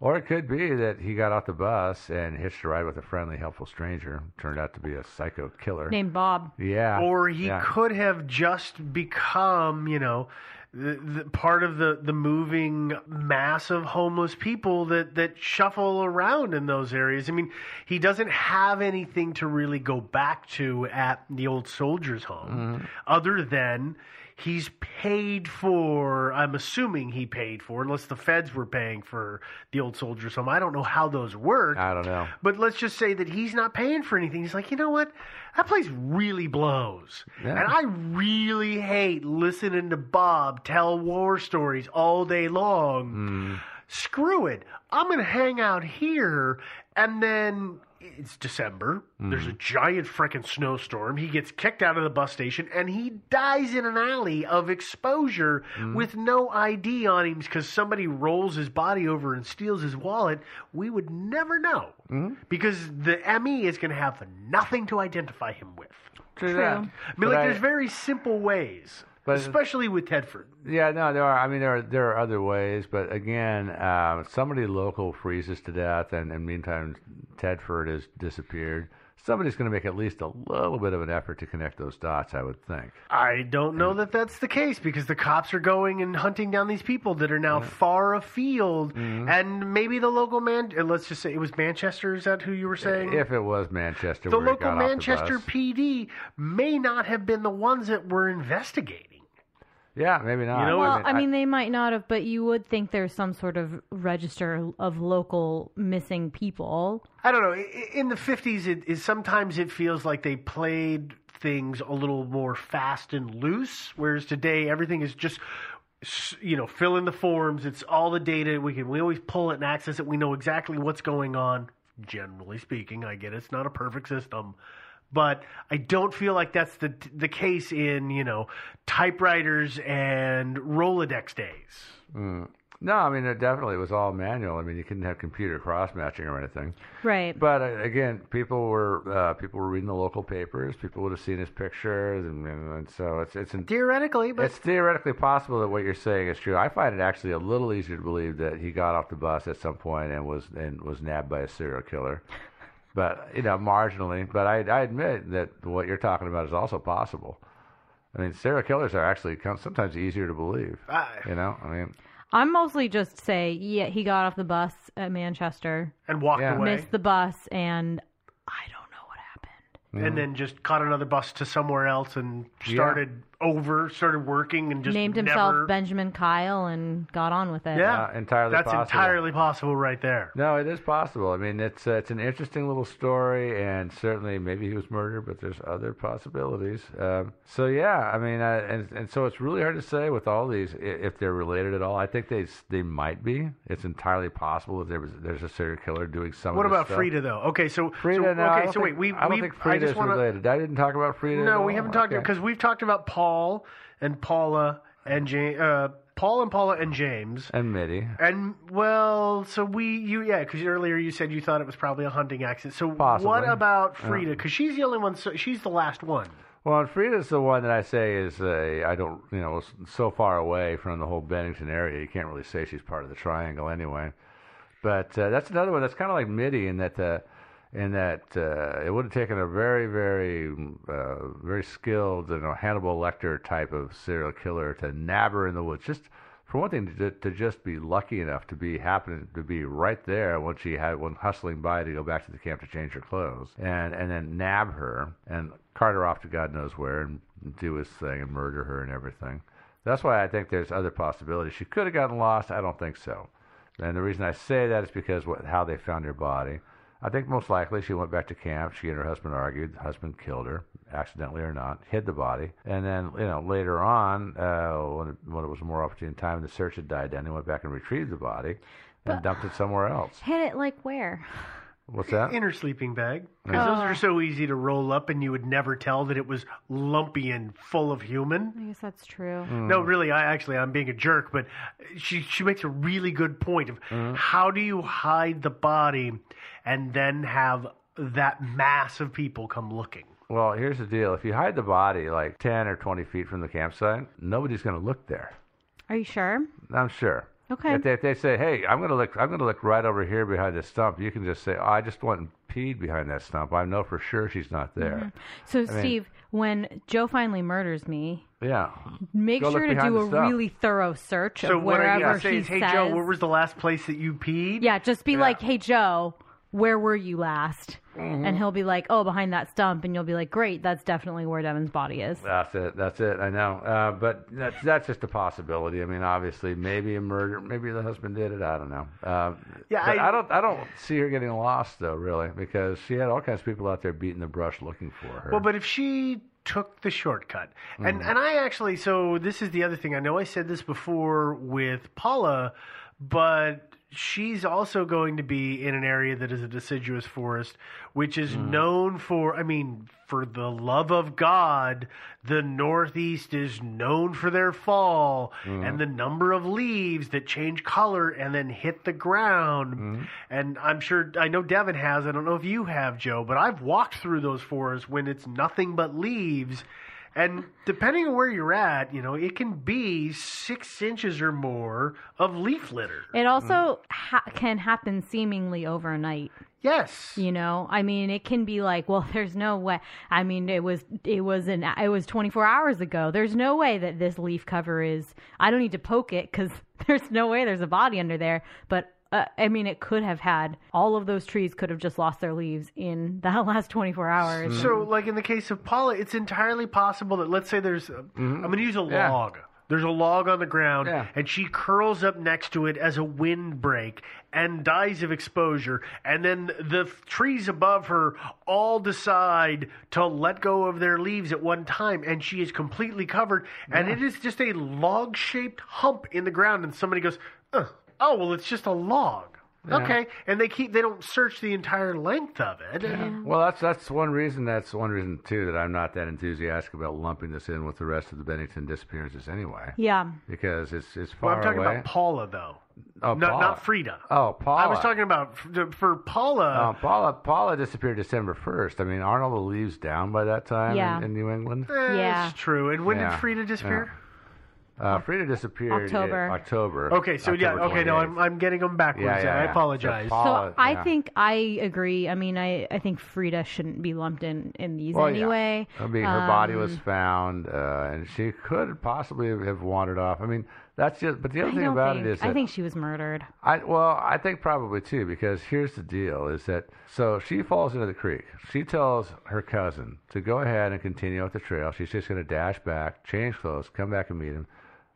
[SPEAKER 6] or it could be that he got off the bus and hitched a ride with a friendly, helpful stranger. Turned out to be a psycho killer.
[SPEAKER 1] Named Bob.
[SPEAKER 6] yeah,
[SPEAKER 7] or he
[SPEAKER 6] yeah.
[SPEAKER 7] could have just become, you know, the, the part of the, the moving mass of homeless people that, that shuffle around in those areas. I mean, he doesn't have anything to really go back to at the old soldiers'
[SPEAKER 6] Mm-hmm.
[SPEAKER 7] home other than he's paid for, I'm assuming he paid for, unless the feds were paying for the old soldiers' home. I don't know how those work.
[SPEAKER 6] I don't know.
[SPEAKER 7] But let's just say that he's not paying for anything. He's like, you know what? That place really blows.
[SPEAKER 6] Yeah.
[SPEAKER 7] And I really hate listening to Bob tell war stories all day long. Screw it. I'm going to hang out here. And then it's December.
[SPEAKER 6] Hmm.
[SPEAKER 7] There's a giant freaking snowstorm. He gets kicked out of the bus station and he dies in an alley of exposure
[SPEAKER 6] Hmm.
[SPEAKER 7] with no ID on him because somebody rolls his body over and steals his wallet. We would never know
[SPEAKER 6] Hmm.
[SPEAKER 7] because the ME is going to have nothing to identify him with.
[SPEAKER 6] True.
[SPEAKER 1] True.
[SPEAKER 7] I
[SPEAKER 6] But
[SPEAKER 7] mean, like,
[SPEAKER 6] I-
[SPEAKER 7] there's very simple ways,
[SPEAKER 6] But-
[SPEAKER 7] especially with Tedford.
[SPEAKER 6] Yeah, no, there are. I mean, there are there are other ways, but again, um, somebody local freezes to death, and in the meantime, Tedford has disappeared. Somebody's going to make at least a little bit of an effort to connect those dots, I would think.
[SPEAKER 7] I don't know that that's the case because the cops are going and hunting down these people that are now far afield,
[SPEAKER 6] Mm-hmm.
[SPEAKER 7] and maybe the local man. uh, Let's just say it was Manchester. Is that who you were saying?
[SPEAKER 6] If it was Manchester,
[SPEAKER 7] the
[SPEAKER 6] where he
[SPEAKER 7] local
[SPEAKER 6] got off the
[SPEAKER 7] Manchester
[SPEAKER 6] bus.
[SPEAKER 7] PD may not have been the ones that were investigating.
[SPEAKER 6] yeah, maybe not.
[SPEAKER 7] You know,
[SPEAKER 1] Well, I mean, they might not have, but you would think there's some sort of register of local missing people.
[SPEAKER 7] I don't know. I- i- In the fifties, it is sometimes it feels like they played things a little more fast and loose, whereas today everything is just s- you know fill in the forms. It's all the data we can. We always pull it and access it. We know exactly what's going on. Generally speaking, I get it's not a perfect system. But I don't feel like that's the the case in you know typewriters and Rolodex days.
[SPEAKER 6] No, I mean, it definitely was all manual. I mean, you couldn't have computer cross matching or anything.
[SPEAKER 1] Right.
[SPEAKER 6] But uh, again, people were uh, people were reading the local papers. People would have seen his pictures, and, and, and so it's it's
[SPEAKER 7] Theoretically, but
[SPEAKER 6] it's theoretically possible that what you're saying is true. I find it actually a little easier to believe that he got off the bus at some point and was and was nabbed by a serial killer. But you know, marginally. But I, I admit that what you're talking about is also possible. I mean, serial killers are actually com- sometimes easier to believe.
[SPEAKER 7] Aye.
[SPEAKER 6] You know, I mean,
[SPEAKER 1] I'm mostly just say, yeah, he got off the bus at Manchester,
[SPEAKER 7] and walked
[SPEAKER 6] Yeah.
[SPEAKER 7] away,
[SPEAKER 1] missed the bus, and I don't know what happened.
[SPEAKER 7] and then just caught another bus to somewhere else and started over, started working, and just
[SPEAKER 1] Named himself
[SPEAKER 7] never,
[SPEAKER 1] Benjamin Kyle and got on with it.
[SPEAKER 7] Yeah,
[SPEAKER 6] Uh, entirely
[SPEAKER 7] That's
[SPEAKER 6] possible.
[SPEAKER 7] entirely possible, right there.
[SPEAKER 6] No, it is possible. I mean, it's uh, it's an interesting little story, and certainly maybe he was murdered, but there's other possibilities. Um, so yeah, I mean, I, and and so it's really hard to say with all these i- if they're related at all. I think they s- they might be. It's entirely possible that there was there's a serial killer doing some.
[SPEAKER 7] What
[SPEAKER 6] of this
[SPEAKER 7] about
[SPEAKER 6] stuff.
[SPEAKER 7] Frida though? Okay, so
[SPEAKER 6] Frida,
[SPEAKER 7] so,
[SPEAKER 6] no, I
[SPEAKER 7] okay,
[SPEAKER 6] don't
[SPEAKER 7] so wait,
[SPEAKER 6] think-
[SPEAKER 7] we
[SPEAKER 6] I don't
[SPEAKER 7] we
[SPEAKER 6] think
[SPEAKER 7] I
[SPEAKER 6] Frida
[SPEAKER 7] just
[SPEAKER 6] is
[SPEAKER 7] wanna,
[SPEAKER 6] related. I didn't talk about Frida. at
[SPEAKER 7] No, we
[SPEAKER 6] all.
[SPEAKER 7] haven't talked
[SPEAKER 6] Okay.
[SPEAKER 7] because we've talked about Paul and Paula and James, uh, Paul and Paula and James.
[SPEAKER 6] and Mitty.
[SPEAKER 7] And well, so we you yeah, because earlier you said you thought it was probably a hunting accident. So
[SPEAKER 6] Possibly.
[SPEAKER 7] what about Frida? Because she's the only one. So she's the last one.
[SPEAKER 6] Well, and Frida's the one that I say is uh, I don't, you know, s- so far away from the whole Bennington area, you can't really say she's part of the triangle anyway. But uh, that's another one that's kind of like Mitty in that, uh, in that uh, it would have taken a very, very, uh, very skilled, you know, Hannibal Lecter type of serial killer to nab her in the woods. Just for one thing, to, to just be lucky enough to be happening to be right there when she had when hustling by to go back to the camp to change her clothes, and and then nab her and cart her off to God knows where and do his thing and murder her and everything. That's why I think there's other possibilities. She could have gotten lost. I don't think so. And the reason I say that is because what, how they found her body. I think most likely she went back to camp. She and her husband argued. The husband killed her, accidentally or not, hid the body. And then, you know, later on, uh, when, it, when it was a more opportune time, the search had died down. He went back and retrieved the body and dumped it somewhere else.
[SPEAKER 1] Hit it like where?
[SPEAKER 6] What's that?
[SPEAKER 7] In her sleeping bag. Because those are
[SPEAKER 1] Oh.
[SPEAKER 7] so easy to roll up, and you would never tell that it was lumpy and full of human.
[SPEAKER 1] I guess that's true.
[SPEAKER 7] No, really, I actually I'm being a jerk, but she she makes a really good point of
[SPEAKER 1] Hmm.
[SPEAKER 7] how do you hide the body and then have that mass of people come looking.
[SPEAKER 6] Well, here's the deal. If you hide the body like 10 or 20 feet from the campsite, nobody's going to look there.
[SPEAKER 1] Are you sure?
[SPEAKER 6] I'm sure.
[SPEAKER 1] Okay.
[SPEAKER 6] If they, if they say, "Hey, I'm gonna look, I'm gonna look right over here behind this stump," you can just say, oh, "I just went and peed behind that stump. I know for sure she's not there."
[SPEAKER 1] So, Steve, when Joe finally murders me,
[SPEAKER 6] Yeah.
[SPEAKER 1] make
[SPEAKER 6] Go look
[SPEAKER 1] sure to
[SPEAKER 6] behind
[SPEAKER 1] do
[SPEAKER 6] the
[SPEAKER 1] a
[SPEAKER 6] stuff.
[SPEAKER 1] really thorough search
[SPEAKER 7] So
[SPEAKER 1] of
[SPEAKER 7] what I
[SPEAKER 1] wherever
[SPEAKER 7] gotta say
[SPEAKER 1] he
[SPEAKER 7] is, hey
[SPEAKER 1] says.
[SPEAKER 7] Joe, where was the last place that you peed?
[SPEAKER 1] yeah, just be like, "Hey Joe, where were you last?" And he'll be like, "Oh, behind that stump," and you'll be like, "Great, that's definitely where Devin's body is."
[SPEAKER 6] That's it. That's it. I know. Uh, but that's that's just a possibility. I mean, obviously, maybe a murder. Maybe the husband did it. I don't know. Uh,
[SPEAKER 7] Yeah,
[SPEAKER 6] but
[SPEAKER 7] I-
[SPEAKER 6] I, don't. I don't see her getting lost though, really, because she had all kinds of people out there beating the brush looking for her.
[SPEAKER 7] Well, but if she took the shortcut, and and I actually, so this is the other thing. I know I said this before with Paula, but she's also going to be in an area that is a deciduous forest, which is known for. I mean, for the love of God, the Northeast is known for their fall and the number of leaves that change color and then hit the ground. And I'm sure I know Devin has. I don't know if you have, Joe, but I've walked through those forests when it's nothing but leaves. And depending on where you're at, you know, it can be six inches or more of leaf litter.
[SPEAKER 1] It also ha- can happen seemingly overnight.
[SPEAKER 7] Yes.
[SPEAKER 1] You know, I mean, it can be like, well, there's no way. I mean, it was it was an it was 24 hours ago. There's no way that this leaf cover is. I don't need to poke it because there's no way there's a body under there. But uh, I mean, it could have had all of those trees could have just lost their leaves in that last 24 hours.
[SPEAKER 7] So, like in the case of Paula, it's entirely possible that let's say there's, a am going to use a
[SPEAKER 6] Mm-hmm. Yeah.
[SPEAKER 7] log. There's a log on the ground,
[SPEAKER 6] Yeah.
[SPEAKER 7] and she curls up next to it as a windbreak and dies of exposure. And then the f- trees above her all decide to let go of their leaves at one time, and she is completely covered. And it is just a log shaped hump in the ground, and somebody goes, "Ugh, Oh, well, it's just a log. Okay, and they keep they don't search the entire length of it.
[SPEAKER 6] Well, that's that's one reason. That's one reason too that I'm not that enthusiastic about lumping this in with the rest of the Bennington disappearances anyway,
[SPEAKER 1] Yeah.
[SPEAKER 6] because it's it's
[SPEAKER 7] Well,
[SPEAKER 6] far
[SPEAKER 7] I'm talking
[SPEAKER 6] away.
[SPEAKER 7] about Paula though,
[SPEAKER 6] oh,
[SPEAKER 7] not
[SPEAKER 6] Paula.
[SPEAKER 7] not Frida.
[SPEAKER 6] Oh, Paula.
[SPEAKER 7] I was talking about f- for
[SPEAKER 6] Uh,
[SPEAKER 7] Paula.
[SPEAKER 6] Paula Paula disappeared December first. I mean, aren't all the leaves down by that time
[SPEAKER 1] Yeah.
[SPEAKER 6] in, in New England?
[SPEAKER 7] eh,
[SPEAKER 1] yeah.
[SPEAKER 7] it's true. And when
[SPEAKER 6] Yeah,
[SPEAKER 7] did Frida disappear?
[SPEAKER 6] Uh, Frida disappeared in
[SPEAKER 1] October.
[SPEAKER 6] October.
[SPEAKER 7] Okay, so yeah,
[SPEAKER 6] October
[SPEAKER 7] okay, no,
[SPEAKER 6] 28th.
[SPEAKER 7] I'm I'm getting them backwards.
[SPEAKER 6] Yeah, yeah,
[SPEAKER 7] I
[SPEAKER 6] yeah.
[SPEAKER 7] apologize.
[SPEAKER 1] So
[SPEAKER 6] So Paula-
[SPEAKER 1] I
[SPEAKER 6] Oh, yeah.
[SPEAKER 1] think I agree. I mean, I, I think Frida shouldn't be lumped in in these
[SPEAKER 6] Well, yeah.
[SPEAKER 1] anyway. Um,
[SPEAKER 6] I mean, her body was found, uh, and she could possibly have- have wandered off. I mean, that's just. But the other
[SPEAKER 1] I
[SPEAKER 6] thing
[SPEAKER 1] don't
[SPEAKER 6] about
[SPEAKER 1] think,
[SPEAKER 6] it is,
[SPEAKER 1] I
[SPEAKER 6] that
[SPEAKER 1] think she was murdered.
[SPEAKER 6] I well, I think probably too, because here's the deal: is that so she falls into the creek. She tells her cousin to go ahead and continue up the trail. She's just going to dash back, change clothes, come back and meet him.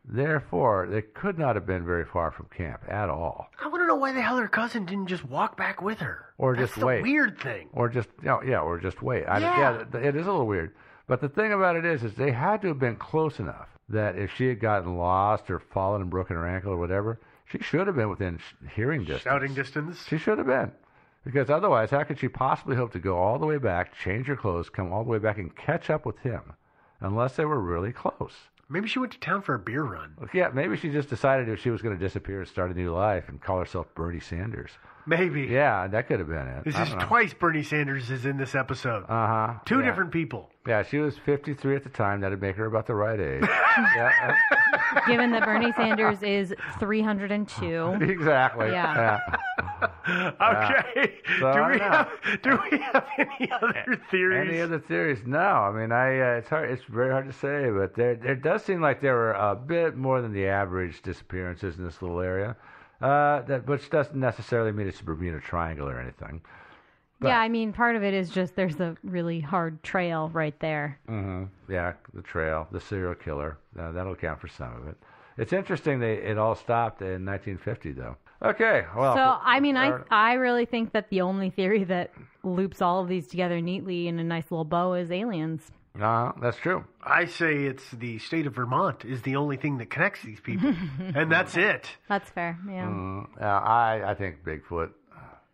[SPEAKER 6] Therefore, they could not have been very far from camp at all,
[SPEAKER 7] I want to know why the hell her cousin didn't just walk back with her,
[SPEAKER 6] Or
[SPEAKER 7] That's
[SPEAKER 6] just
[SPEAKER 7] the
[SPEAKER 6] wait.
[SPEAKER 7] Weird thing.
[SPEAKER 6] or just you know, yeah, or just wait. I,
[SPEAKER 7] Yeah.
[SPEAKER 6] yeah, th- it is a little weird. But the thing about it is, is they had to have been close enough that if she had gotten lost or fallen and broken her ankle or whatever, she should have been within sh- hearing distance.
[SPEAKER 7] Shouting distance.
[SPEAKER 6] She should have been. Because otherwise, how could she possibly hope to go all the way back, change her clothes, come all the way back, and catch up with him? Unless they were really close.
[SPEAKER 7] Maybe she went to town for a beer run.
[SPEAKER 6] Like, yeah, maybe she just decided if she was going to disappear and start a new life and call herself Bernie Sanders.
[SPEAKER 7] Maybe.
[SPEAKER 6] Yeah, that could have been it.
[SPEAKER 7] This is twice Bernie Sanders is in this episode.
[SPEAKER 6] Uh huh.
[SPEAKER 7] Two different people.
[SPEAKER 6] Yeah, she was 53 at the time. That'd make her about the right age. yeah,
[SPEAKER 1] Given that Bernie Sanders is 302.
[SPEAKER 6] exactly.
[SPEAKER 1] Yeah.
[SPEAKER 7] Okay.
[SPEAKER 6] So,
[SPEAKER 7] do
[SPEAKER 6] I
[SPEAKER 7] we
[SPEAKER 6] don't
[SPEAKER 7] have do we have any other theories?
[SPEAKER 6] Any other theories? No. I mean, I uh, it's hard. It's very hard to say, but there there does seem like there were a bit more than the average disappearances in this little area. Uh, that which doesn't necessarily mean it's a Bermuda Triangle or anything.
[SPEAKER 1] yeah, I mean, part of it is just there's a really hard trail right there.
[SPEAKER 6] Yeah, the trail, the serial killer. Uh, that'll count for some of it. It's interesting they it all stopped in 1950 though. Okay, well. uh,
[SPEAKER 1] So, I mean, I
[SPEAKER 6] Oh. or-
[SPEAKER 1] I really think that the only theory that loops all of these together neatly in a nice little bow is aliens.
[SPEAKER 6] uh, that's true.
[SPEAKER 7] I say it's the state of Vermont is the only thing that connects these people, and that's it.
[SPEAKER 1] That's fair. Yeah.
[SPEAKER 6] Uh, I I think Bigfoot.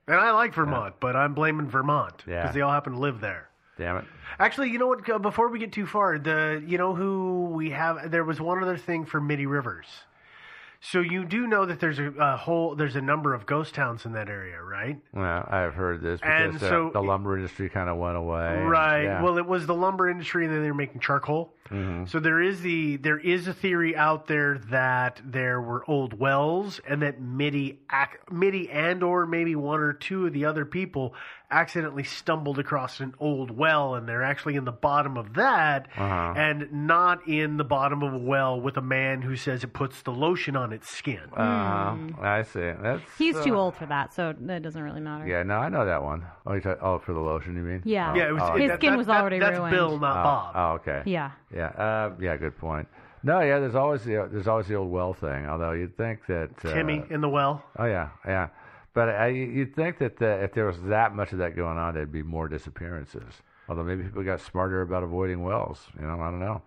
[SPEAKER 7] And I like Vermont, but I'm blaming Vermont because
[SPEAKER 6] Yeah.
[SPEAKER 7] they all happen to live there.
[SPEAKER 6] Damn it.
[SPEAKER 7] Actually, you know what? uh, Before we get too far, the you know who we have. There was one other thing for Mitty Rivers. So you do know that there's a, a whole there's a number of ghost towns in that area, right?
[SPEAKER 6] Well, I've heard this
[SPEAKER 7] And
[SPEAKER 6] because
[SPEAKER 7] so-
[SPEAKER 6] uh, the lumber industry kind of went away. and-
[SPEAKER 7] Right.
[SPEAKER 6] yeah. Mm-hmm.
[SPEAKER 7] Well, it was the lumber industry, and then they were making charcoal. So there is the there is a theory out there that there were old wells, and that Mitty ac- Mitty and or maybe one or two of the other people accidentally stumbled across an old well, and they're actually in the bottom of that,
[SPEAKER 6] Uh-huh.
[SPEAKER 7] and not in the bottom of a well with a man who says it puts the lotion on its skin.
[SPEAKER 6] Uh, I see. That's
[SPEAKER 1] Mm. He's
[SPEAKER 6] uh,
[SPEAKER 1] too old for that, so that doesn't really matter.
[SPEAKER 6] Yeah, no, I know that one. Oh, you talk, oh for the lotion, you mean?
[SPEAKER 1] Yeah.
[SPEAKER 6] Oh,
[SPEAKER 7] yeah, it was,
[SPEAKER 6] oh,
[SPEAKER 1] His
[SPEAKER 6] yeah.
[SPEAKER 1] skin was already
[SPEAKER 7] that's
[SPEAKER 1] ruined.
[SPEAKER 7] Bill, not Bob.
[SPEAKER 6] Oh, okay.
[SPEAKER 1] Yeah.
[SPEAKER 6] Yeah. Uh, yeah. Good point. No, yeah. There's always the there's always the old well thing. Although you'd think that uh,
[SPEAKER 7] Timmy in the well.
[SPEAKER 6] Oh yeah, yeah. But I, you'd think that the, if there was that much of that going on, there'd be more disappearances. Although maybe people got smarter about avoiding wells. You know, I don't know.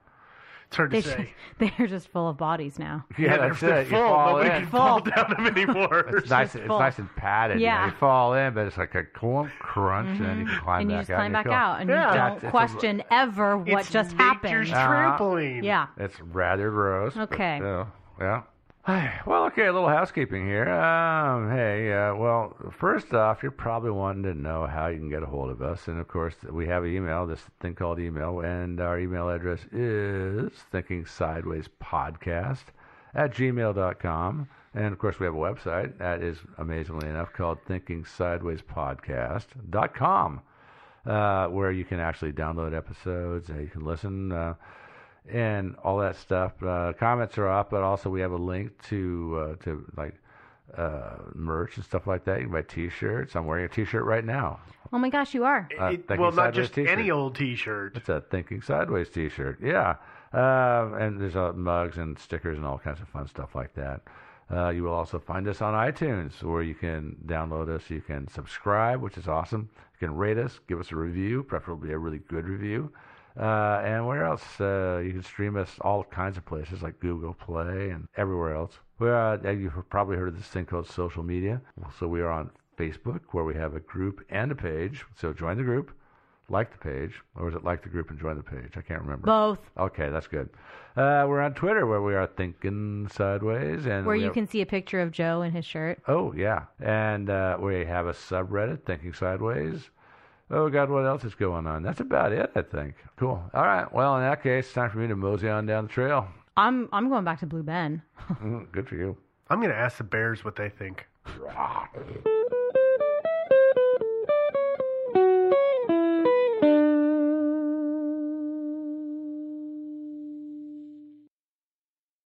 [SPEAKER 7] It's hard
[SPEAKER 1] They
[SPEAKER 7] to
[SPEAKER 1] should,
[SPEAKER 7] say.
[SPEAKER 1] they're just full of bodies now.
[SPEAKER 6] Yeah, that's
[SPEAKER 7] they're
[SPEAKER 6] it. You
[SPEAKER 7] full.
[SPEAKER 6] fall
[SPEAKER 7] Nobody
[SPEAKER 6] in.
[SPEAKER 7] can fall down them anymore.
[SPEAKER 6] It's nice.
[SPEAKER 1] just
[SPEAKER 6] It's
[SPEAKER 1] full.
[SPEAKER 6] nice and padded. you know,
[SPEAKER 1] Yeah. Mm-hmm.
[SPEAKER 6] You, fall in, but it's like a clump crunch, and then you can climb
[SPEAKER 1] and you
[SPEAKER 6] back
[SPEAKER 1] just
[SPEAKER 6] out.
[SPEAKER 1] climb
[SPEAKER 6] you're
[SPEAKER 1] back
[SPEAKER 6] cool.
[SPEAKER 1] out and
[SPEAKER 7] Yeah.
[SPEAKER 1] you
[SPEAKER 6] That's-
[SPEAKER 1] don't
[SPEAKER 6] it's a-
[SPEAKER 1] question ever what
[SPEAKER 7] It's
[SPEAKER 1] just
[SPEAKER 7] nature's
[SPEAKER 1] happened.
[SPEAKER 7] trampoline.
[SPEAKER 1] yeah.
[SPEAKER 6] It's rather gross. but,
[SPEAKER 1] Okay.
[SPEAKER 6] uh, yeah. Well, okay, a little housekeeping here. Um, hey, uh, well, first off, you're probably wanting to know how you can get a hold of us. And of course, we have an email, this thing called email, and our email address is thinkingsidewayspodcast at gmail.com. And of course, we have a website that is amazingly enough called thinkingsidewayspodcast.com, uh, where you can actually download episodes, uh, you can listen. Uh, and all that stuff. Uh, comments are up, but also we have a link to uh, to like uh, merch and stuff like that. You can buy T-shirts. I'm wearing a T-shirt right now.
[SPEAKER 1] Oh my gosh, you are.
[SPEAKER 6] Uh,
[SPEAKER 7] It-
[SPEAKER 6] thinking
[SPEAKER 7] well, not
[SPEAKER 6] sideways
[SPEAKER 7] just
[SPEAKER 6] t-shirt.
[SPEAKER 7] any old T-shirt.
[SPEAKER 6] It's a Thinking Sideways T-shirt. Yeah, Um and there's uh, mugs and stickers and all kinds of fun stuff like that. Uh, you will also find us on iTunes, where you can download us. You can subscribe, which is awesome. You can rate us, give us a review, preferably a really good review. Uh, and where else? Uh, you can stream us all kinds of places like Google Play and everywhere else. We are, uh, you've probably heard of this thing called social media. So we are on Facebook where we have a group and a page. So join the group, like the page, or is it like the group and join the page? I can't remember.
[SPEAKER 1] Both,
[SPEAKER 6] Okay, that's good. Uh, we're on Twitter where we are thinking sideways and
[SPEAKER 1] where
[SPEAKER 6] we
[SPEAKER 1] you
[SPEAKER 6] have-
[SPEAKER 1] can see a picture of Joe in his shirt.
[SPEAKER 6] Oh yeah, and uh, we have a subreddit, Thinking Sideways. Oh God, what else is going on? That's about it, I think. Cool. All right. Well, in that case, it's time for me to mosey on down the trail.
[SPEAKER 1] I'm I'm going back to Blue Ben.
[SPEAKER 6] Mm, good for you.
[SPEAKER 7] I'm going to ask the Bears what they think.